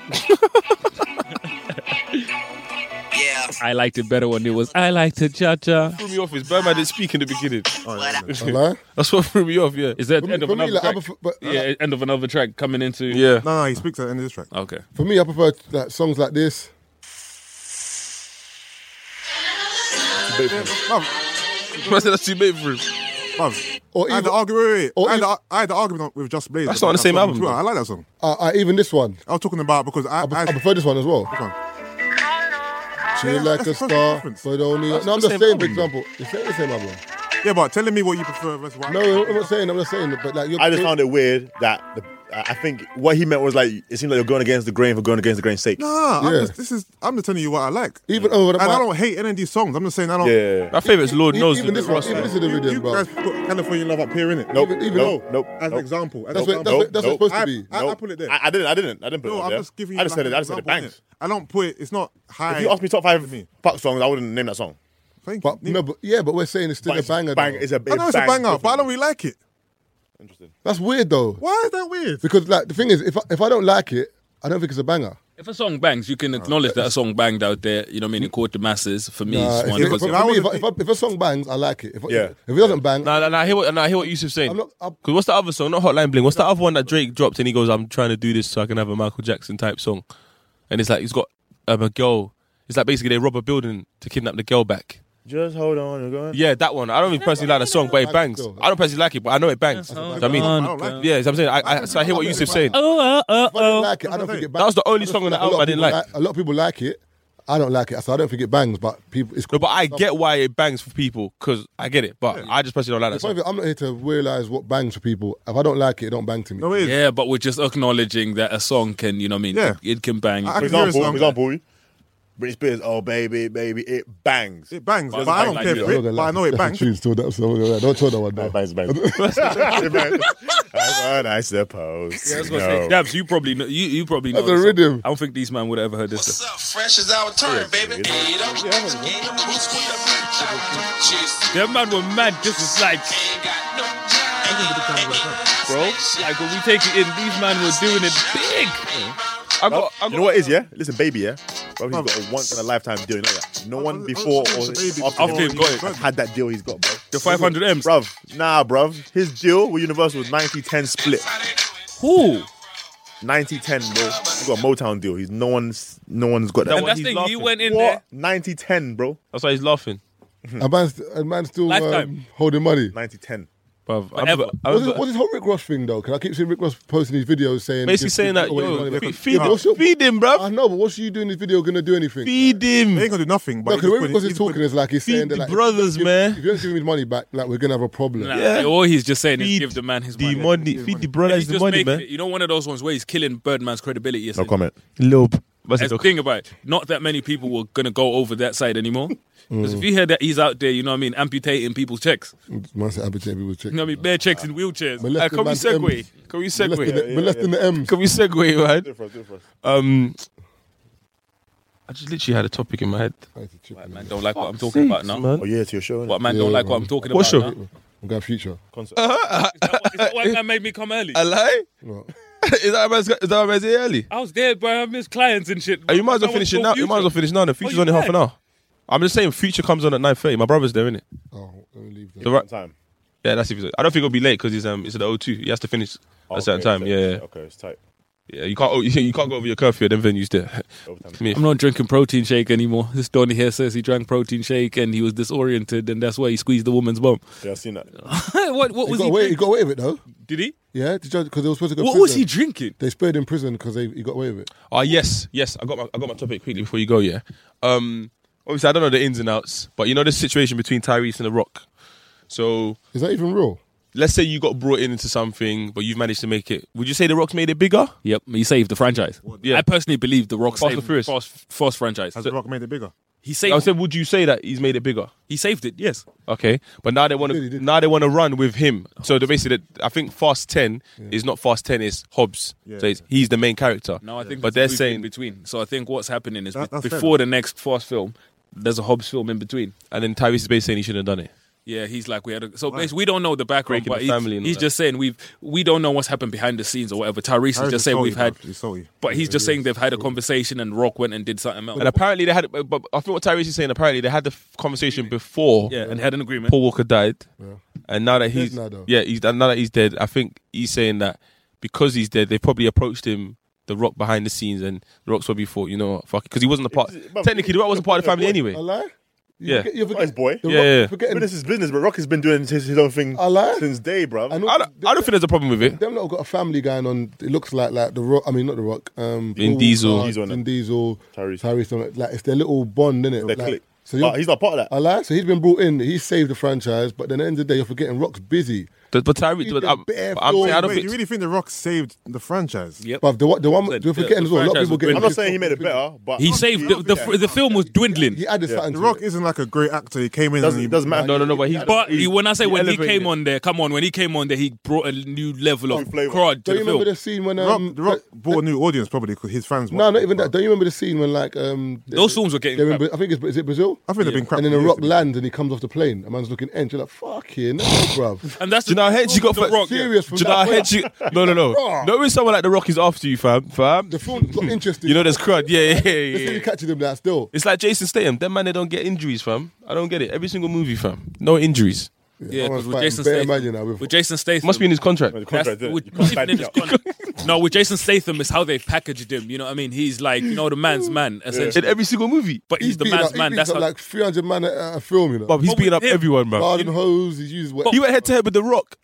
Yeah, I liked it better when it was I like to cha cha. Threw me off. Is Birdman didn't speak in the beginning. I lie. That's what threw me off. Yeah. Is that For the me- end of for me, another like, I track? prefer- but- yeah, end of another track coming into. Yeah. No, no, he speaks at the end of this track. Okay. (laughs) For me, I prefer like songs like this. Bruv, I said that's too late for him. bruv. Or I had the even, argument. Wait, wait, or I, had even- the, I had the argument on- with Just Blaze. Oh, That's not on the about same that song album, too. though. I like that song. uh, uh, even this one. I was talking about because I. I, I, I prefer this one as well. Which one? She Yeah, like that's a the first star, reference. but only. No, the I'm just same saying, for album. example, it's the same album. Yeah, but telling me what you prefer versus what. No, I'm not saying. I'm not saying. But like, you're, I just found it weird that the, I think what he meant was like it seemed like you're going against the grain for going against the grain's sake. Nah, I'm Yeah. just, this is. I'm just telling you what I like. Even over the and I mic- don't hate any of these songs. I'm just saying I don't. Yeah. My favorite's Lord E- knows. even with this the one, Ross, even man. this is the You, rhythm, you bro. guys put California Love up here, innit? Nope. Even- even nope. though- Nope. As nope. an example. As That's an what- example. that's what it's supposed to I- be. I, I Nope. put it there. I, I didn't. I didn't. I didn't put no, it I'm there. just giving you. I just like Thank but no, but yeah, but we're saying it's still But a it's banger. bang- though. it's a- I know it's a it's banger, banger, but I don't really like it. Interesting. That's weird though. Why is that weird? Because like the thing is, if I, if I don't like it, I don't think it's a banger. If a song bangs, you can Uh-huh. acknowledge that a song banged out there. You know what I mean? It caught the masses. For me, Nah, it's if, one. if- because- for me, if, I- if, I- if a song bangs, I like it. If, I- Yeah. if it doesn't bang, Nah, nah, nah, I hear what, nah, I hear what Yusuf's saying. Because what's the other song? Not Hotline Bling. What's the other one that Drake dropped and he goes, I'm trying to do this so I can have a Michael Jackson type song? And it's like, he's got um, a girl. It's like basically they rob a building to kidnap the girl back. Just hold on. We're going. Yeah, that one. I don't even personally like the song, but it bangs. I don't personally like it, but I know it bangs. Do you know what I mean, I don't like yeah, so I'm saying, I, I, so I hear what Yusuf's saying. Oh, oh, I don't like it. I don't think it bangs. That was the only song on A the lot of album I didn't people like. A lot of people like it. I don't like it, so I don't think it bangs. But people, it's No, but I get why it bangs for people because I get it, but I just personally don't like The that point of song. it, I'm not here to realize what bangs for people. If I don't like it, it don't bang to me. No, it is. yeah, but we're just acknowledging that a song can, you know what I mean? Yeah. It, it can bang. I For can hear a example, for song- example, Britney Spears. Oh baby, baby, it bangs. It bangs, Doesn't but I bang don't like care you. for I'm not it. gonna But lie. I (laughs) know it That's the bangs. tune still, that's- I'm not gonna lie. Don't tell that one. It Now. bangs, bangs. It bangs. That's what I suppose. Yeah, I was you gonna say, know. Dabs, you probably know. You, you probably know. That's a this song. rhythm. I don't think these man would have ever heard this. What's up? Fresh is our turn, baby. Hey, them niggas get them boots with the black top. Cheers. Them man were mad. This is like, Ain't got no time. bro, like when we take it in, these man were doing it big. I got, I You know what it is, yeah? Listen, baby, yeah? Bro, he's got a once in a lifetime deal, you know that? No one before or after After him got it. has had that deal he's got, bro. The 500 M's. Bruv, nah, bruv. His deal with Universal was 90 10 split. Who? 90 10, bro. He's got a Motown deal. He's no one's no one's got that. And what that's he's the thing. He laughing. went in there. What? 90 10, bro. That's why he's laughing. A man's, a man's still um, Lifetime. holding money. 90 10. Bruv, I Whatever. remember- I What's remember- this, what's this whole Rick Ross thing though? Because I keep seeing Rick Ross posting these videos saying oh, basically give saying people that, away money back. yo, feed, Yeah, but feed, what's your- feed (laughs) him, I bruv. know, but what's you doing this video gonna do anything? Feed They him. ain't gonna do nothing. But No, because he just Rick put- Ross he is just put- talking is like he's feed saying the that like, brothers, if, man. If you don't give me money back, like we're gonna have a problem. Nah, Yeah. All he's just saying is Feed give the man his The money. money, feed the brothers He's the just money, making man. it- You know, one of those ones where he's killing Birdman's credibility. No isn't it? comment. Lobe. That's That's it, the okay. thing about it. Not that many people were gonna go over that side anymore. Because Mm. if you hear that he's out there, you know what I mean, amputating people's checks. Man said Abba Jamie was check. You know what I mean, bare checks in wheelchairs. Uh, Molesting Can we man's segue? M's. Can we Molesting segue? the- Molesting the M's. (laughs) Can we segue, man? Do it for us, do it for us. Um, I just literally had a topic in my head. Man, don't like what I'm talking about now. man. Oh, yeah, it's your show. innit? What man don't Yeah, like what man. I'm talking What's about? your- now? I'm going future. Uh-huh. (laughs) Is that what- is that why man made me come early? A lie? (laughs) What? is that man's, is that man's here early? I was there, bro. I missed clients and shit. Uh, you might as No one well finish it saw now. You might as well Future. finish now. The future's you only half can. an hour. I'm just saying, future comes on at nine thirty. My brother's there, isn't it? Oh, let me leave that. The right, Time. yeah, that's if he's, I don't think he'll be late because he's um, it's at the O2. He has to finish at a certain Okay, time. so- Yeah, yeah, Okay, it's tight. yeah. You can't, (laughs) oh, you, you can't go over your curfew. Then venues there. Me- I'm not drinking protein shake anymore. This Donny here says he drank protein shake and he was disoriented, and that's why he squeezed the woman's bum. (laughs) Yeah, I've seen that. what what He was got he? away. He drink- got away with it though. Did he? Yeah, because they were supposed to go. What prison. was he drinking? They spared him prison because they he got away with it. Oh yes, yes. I got my I got my topic quickly before you go. Yeah. Um. Obviously, I don't know the ins and outs, but you know this situation between Tyrese and The Rock. So Is that even real? let's say you got brought in into something, but you've managed to make it. Would you say The Rock's made it bigger? Yep, he saved the franchise. Yeah. I personally believe the Rock Fast and saved Furious. Fast, Fast franchise. Has the rock made it bigger? He I would saved. say, would you say that he's made it bigger? He saved it. Yes. Okay, but now they want did, he to did. now they want to run with him. So the basically, the, I think Fast Ten is not Fast Ten, it's Hobbs. so it's, he's the main character. No, I think. but they're there's a brief in saying, between. So I think what's happening is That- be- that's fair before the next Fast film, there's a Hobbs film in between. and then Tyrese is basically saying he shouldn't have done it. Yeah, he's like we had. A, so basically, we don't know the background, Breaking but the he's, family and all he's that. just saying we've we don't know what's happened behind the scenes or whatever. Tyrese, Tyrese is is just saying salty, we've had, bruv. He's salty. but he's Yeah, just he saying is. they've had a conversation and Rock went and did something else. And apparently they had, but, but I think what Tyrese is saying, apparently they had the f- conversation before yeah, and had an agreement. Paul Walker died, and now that he's now, though. yeah, he's and now that he's dead, I think he's saying that because he's dead, they probably approached him. The Rock behind the scenes, and The Rock's probably thought, you know, what, fuck, because he wasn't a part. but- Technically, The Rock wasn't part of the family anyway. A lie? You Yeah. forget- you forget- Nice boy. the Yeah, Rock- yeah. you're forgetting- But this is business, but Rock has been doing his, his own thing I lie. since day, bro. I know- I don't, I don't think there's a problem with it. Them lot have got a family going on. It looks like like the rock. I mean, not the rock. Um, Vin Paul Diesel. Walker, Diesel, innit? Vin Diesel, Tyrese. Tyrese. on it. Like it's their little bond, innit? Their like, clique. So But you're- he's not part of that. I lie. So he's been brought in. He saved the franchise, but then at the end of the day, you're forgetting Rock's busy. But, but Tyrese, He's but the I'm, bare but I'm saying I don't Wait, think you really think the rock saved the franchise? Yep. But the one- the one you're the- forgetting the as well. A lot of franchise people was get. brilliant. I'm not saying he made it better, but he saved the, the, the film was dwindling. He added something. The to rock it. isn't like a great actor. He came in doesn't, and he it doesn't matter. No, no, no. But he's But he- when I say he when he elevated came it. on there, come on, when he came on there, he brought a new level of New flavour. crowd to Don't the you remember film. the scene when The Rock, um, the rock bought a new audience probably because his fans. No, watched not it, even bro. that. Don't you remember the scene when like um Those films were getting they're in crap. Bra- I think it's is it Brazil? bro. I think they've been crap And then for the years, rock to be lands and he comes off the plane. A man's looking end. You're like, fucking, bro. And that's Janelle Hedge, you got The Rock, yeah. Serious from Janelle that (laughs) Hedge, you, no, no, no. Rock. no, when someone like The Rock is after you, fam, fam. The film's (laughs) not interesting. You know, there's crud. Yeah, yeah, They yeah. still yeah. catching him that still. It's like Jason Statham. Them man, they don't get injuries, fam. I don't get it. Every single movie, fam. No injuries. Yeah, I was because with fighting Jason Bear Statham, Man, you know, with- with Jason Statham, Must be in his contract. The That's- contract, didn't it? with- You can't even sign in it his out. contract. no, with Jason Statham is how they packaged him. You know what I mean? He's like, you know, the man's man, In essentially. every single movie. But he's, the beating man's up, man. He That's beats how. up like 300 man at- at a film, you know. But he's But beating with up him- everyone, bro. Garden hose, he's used. (laughs) What, He went head to head with The Rock.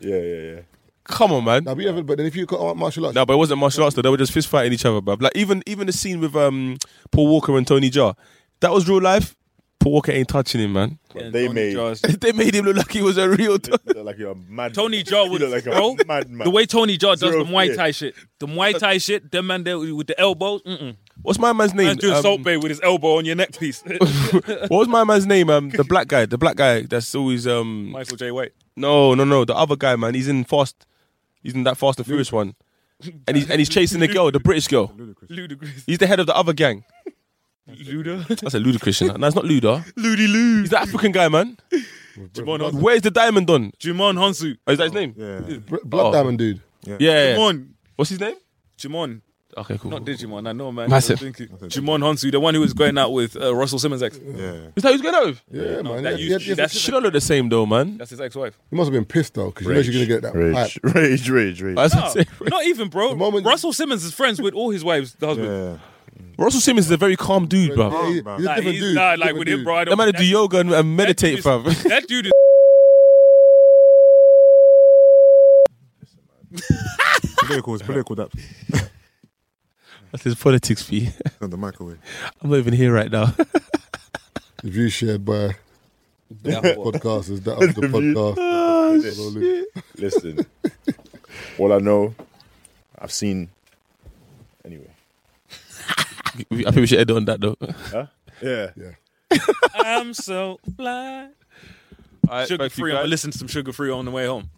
Yeah, yeah, yeah. Come on, man. now, but, you ever, but then if you got martial arts, No, but it wasn't martial arts. Though. They were just fist fighting each other, bruv. Like even even the scene with um Paul Walker and Tony Jaa, that was real life. Paul Walker ain't touching him, man. But Yeah, they Tony made Jaa's- (laughs) they made him look like he was a real. (laughs) they look like you're a mad. (laughs) Tony Jaa You would look like a bro, madman. the way Tony Jaa does Zero the Muay fear. Thai shit, the Muay Thai shit, them man there with the elbows. Mm-mm. What's my man's name? Man's doing Um, Salt Bay with his elbow on your neck piece. (laughs) what was my man's name? Um, the black guy. The black guy that's always um. Michael J. White. No, no, no. The other guy, man. He's in Fast. He's in that Fast and Furious one, and he's and he's chasing the girl, the British girl. Ludicrous. He's the head of the other gang. (laughs) Luda. That's a ludicrous. you know. No, it's not Luda. Ludy Lou. He's the African guy, man. Jimon Honsu. Where's the diamond on? Jimon Honsu. Oh, is that his name? Yeah. Br- Blood Oh. Diamond dude. Yeah. Jimon. What's his name? Jimon. Okay, cool. Not Digimon, I know, man. Massive. I was thinking- Jimon Honsu, the one who was going out with uh, Russell Simmons' ex. Yeah. Is that who's going out with? Yeah, man. that He- you- he had- he had- that's- She don't look the same though, man. That's his ex-wife. he must have been pissed though, because you know you're gonna get that (laughs) Rage, pipe. rage, (laughs) rage, (laughs) rage. That's No, not even, bro. The moment- Russell Simmons is friends with all his wives, the husband. Yeah. Russell Simmons is a very calm dude, Yeah, bro. he- he's Nah, a Nah, different he's- dude. nah, he's a like different with dude. him, bro. I That don't- man to do yoga and, and that dude meditate, is- (laughs) fam. That dude is. Political, it's political that. That's his politics fee. (laughs) on the microwave. I'm not even here right now. (laughs) The view shared by (laughs) podcast is that of the The view. podcast. Listen, all I know, I've seen. Anyway, I think we should edit on that though. huh? Yeah. Yeah. I'm so fly. Sugar free. I'm gonna listen to some sugar free on the way home.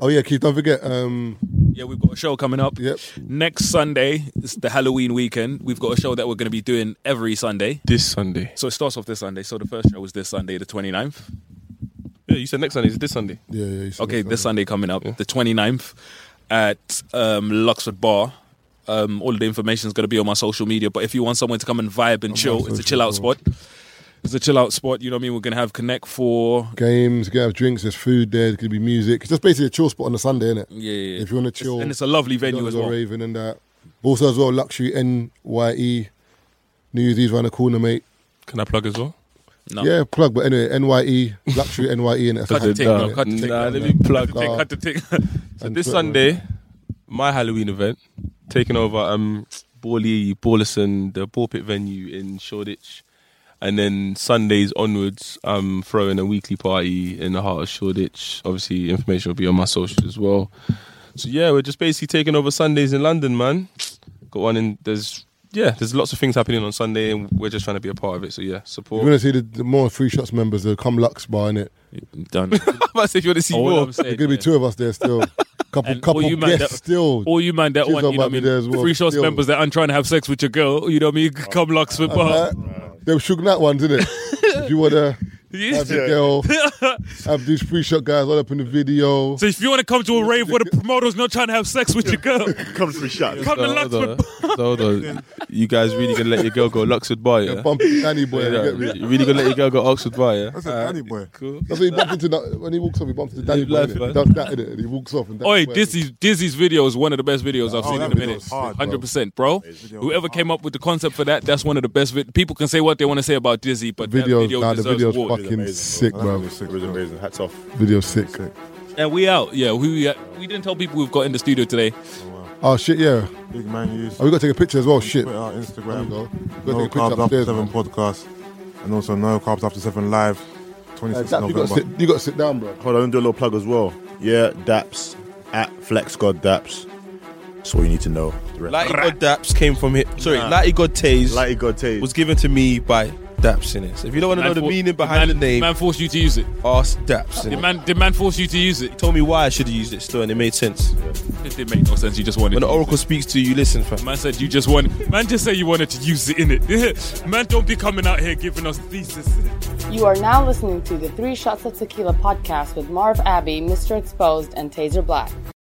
Oh yeah, Keith, don't forget. Um, Yeah, we've got a show coming up. yep. Next Sunday is the Halloween weekend. We've got a show that we're going to be doing every Sunday. This Sunday. So it starts off this Sunday. So the first show was this Sunday, the 29th. Yeah, you said next Sunday. Is it this Sunday? Yeah, yeah. he's- Okay, this Sunday coming up, the 29th at um, Luxford Bar. Um, all of the information is going to be on my social media. But if you want somewhere to come and vibe and chill, it's a chill out spot. It's a chill out spot. You know what I mean? We're going to have Connect for. Games, get have drinks. There's food there. There's gonna be music. It's just basically a chill spot on a Sunday, isn't it? Yeah, yeah, yeah. If you want to chill, And it's a lovely don't venue as go well. Raving and that. Also as well, luxury NYE. New Year's Eve around the corner, mate. Can I plug as well? No. (laughs) Yeah, plug. But anyway, NYE, luxury NYE, and Cut the tick, Nah, no, cut the tick. nah, no. let me plug. Tick, Cut (laughs) the tick. So this Sunday, my Halloween event, taking over um Borley Borlison, the pulpit venue in Shoreditch. And then Sundays onwards, I'm throwing a weekly party in the heart of Shoreditch. Obviously, information will be on my socials as well. So yeah, we're just basically taking over Sundays in London, man. Got one in there's yeah, there's lots of things happening on Sunday, and we're just trying to be a part of it. So yeah, We're (laughs) support. gonna see the, the more free shots members. They'll come Lux Bar in it. Done. (laughs) I if you want to see more, There's gonna be two of us there still. couple, And all couple you man guests that- still. Or you man that She's one, not you know what about me I mean? there as well, Free shots still. members that aren't trying to have sex with your girl, you know what I mean? (laughs) Come locks with Uh-huh. bar. Them Suge Knight ones, innit? (laughs) if you wanna have your girl, have these free shot guys all up in the video. So if you want to come to a rave where (laughs) the promoter's not trying to have sex with your girl, Come three shots. come to Hold locks on, with hold on. You guys really gonna let your girl go Luxwood Bar? Yeah? Bumpy Danny boy, you Yeah, get me? you really gonna let your girl go Oxford Bar? Yeah. That's a Danny boy. That's what he bumped into. That, when he walks off, he bumps into Danny Live boy. innit? life, man. He does that, innit? And he walks off. And that's Oi, where- Dizzy, Dizzy's video is one of the best videos I've Oh, seen that in a video minute. was hard, bro. Hundred percent, bro. video was Whoever came up with the concept for that, that's one of the best. Vid- People can say what they want to say about Dizzy, but Video, that video nah, the deserves video's award. fucking sick, That bro. was sick, It was amazing. Hats off. Video's sick. And we out. Yeah, we we didn't tell people we've got in the studio today. Oh shit, yeah. Big man use. Oh, we gotta take a picture as well. Shit. Twitter, Instagram. There we go. Go No take a picture carbs after upstairs, seven man. podcast, and also no carbs after seven live, Uh, 26th Dap, you gotta November. sit. You gotta sit down, bro. Hold on, let me do a little plug as well. Yeah, Daps at Flex God Daps. That's all you need to know. The rest- Lighty God Daps came from him. Sorry, Nah. Lighty God Taze Lighty God Taze. was given to me by Daps in it. So if you don't want to Man know the for- meaning behind the name, man forced you to use it. Ask Daps. Did man, did man force you to use it? Told me why I should have used it still, and it made sense. It did make no sense. You just wanted. When the to Oracle speaks to you, you listen, fam. Man said you just want. Man just said you wanted to use it in it. (laughs) man, don't be coming out here giving us thesis. You are now listening to the Three Shots of Tequila podcast with Marv Abbey, Mr. Exposed, and Taser Black.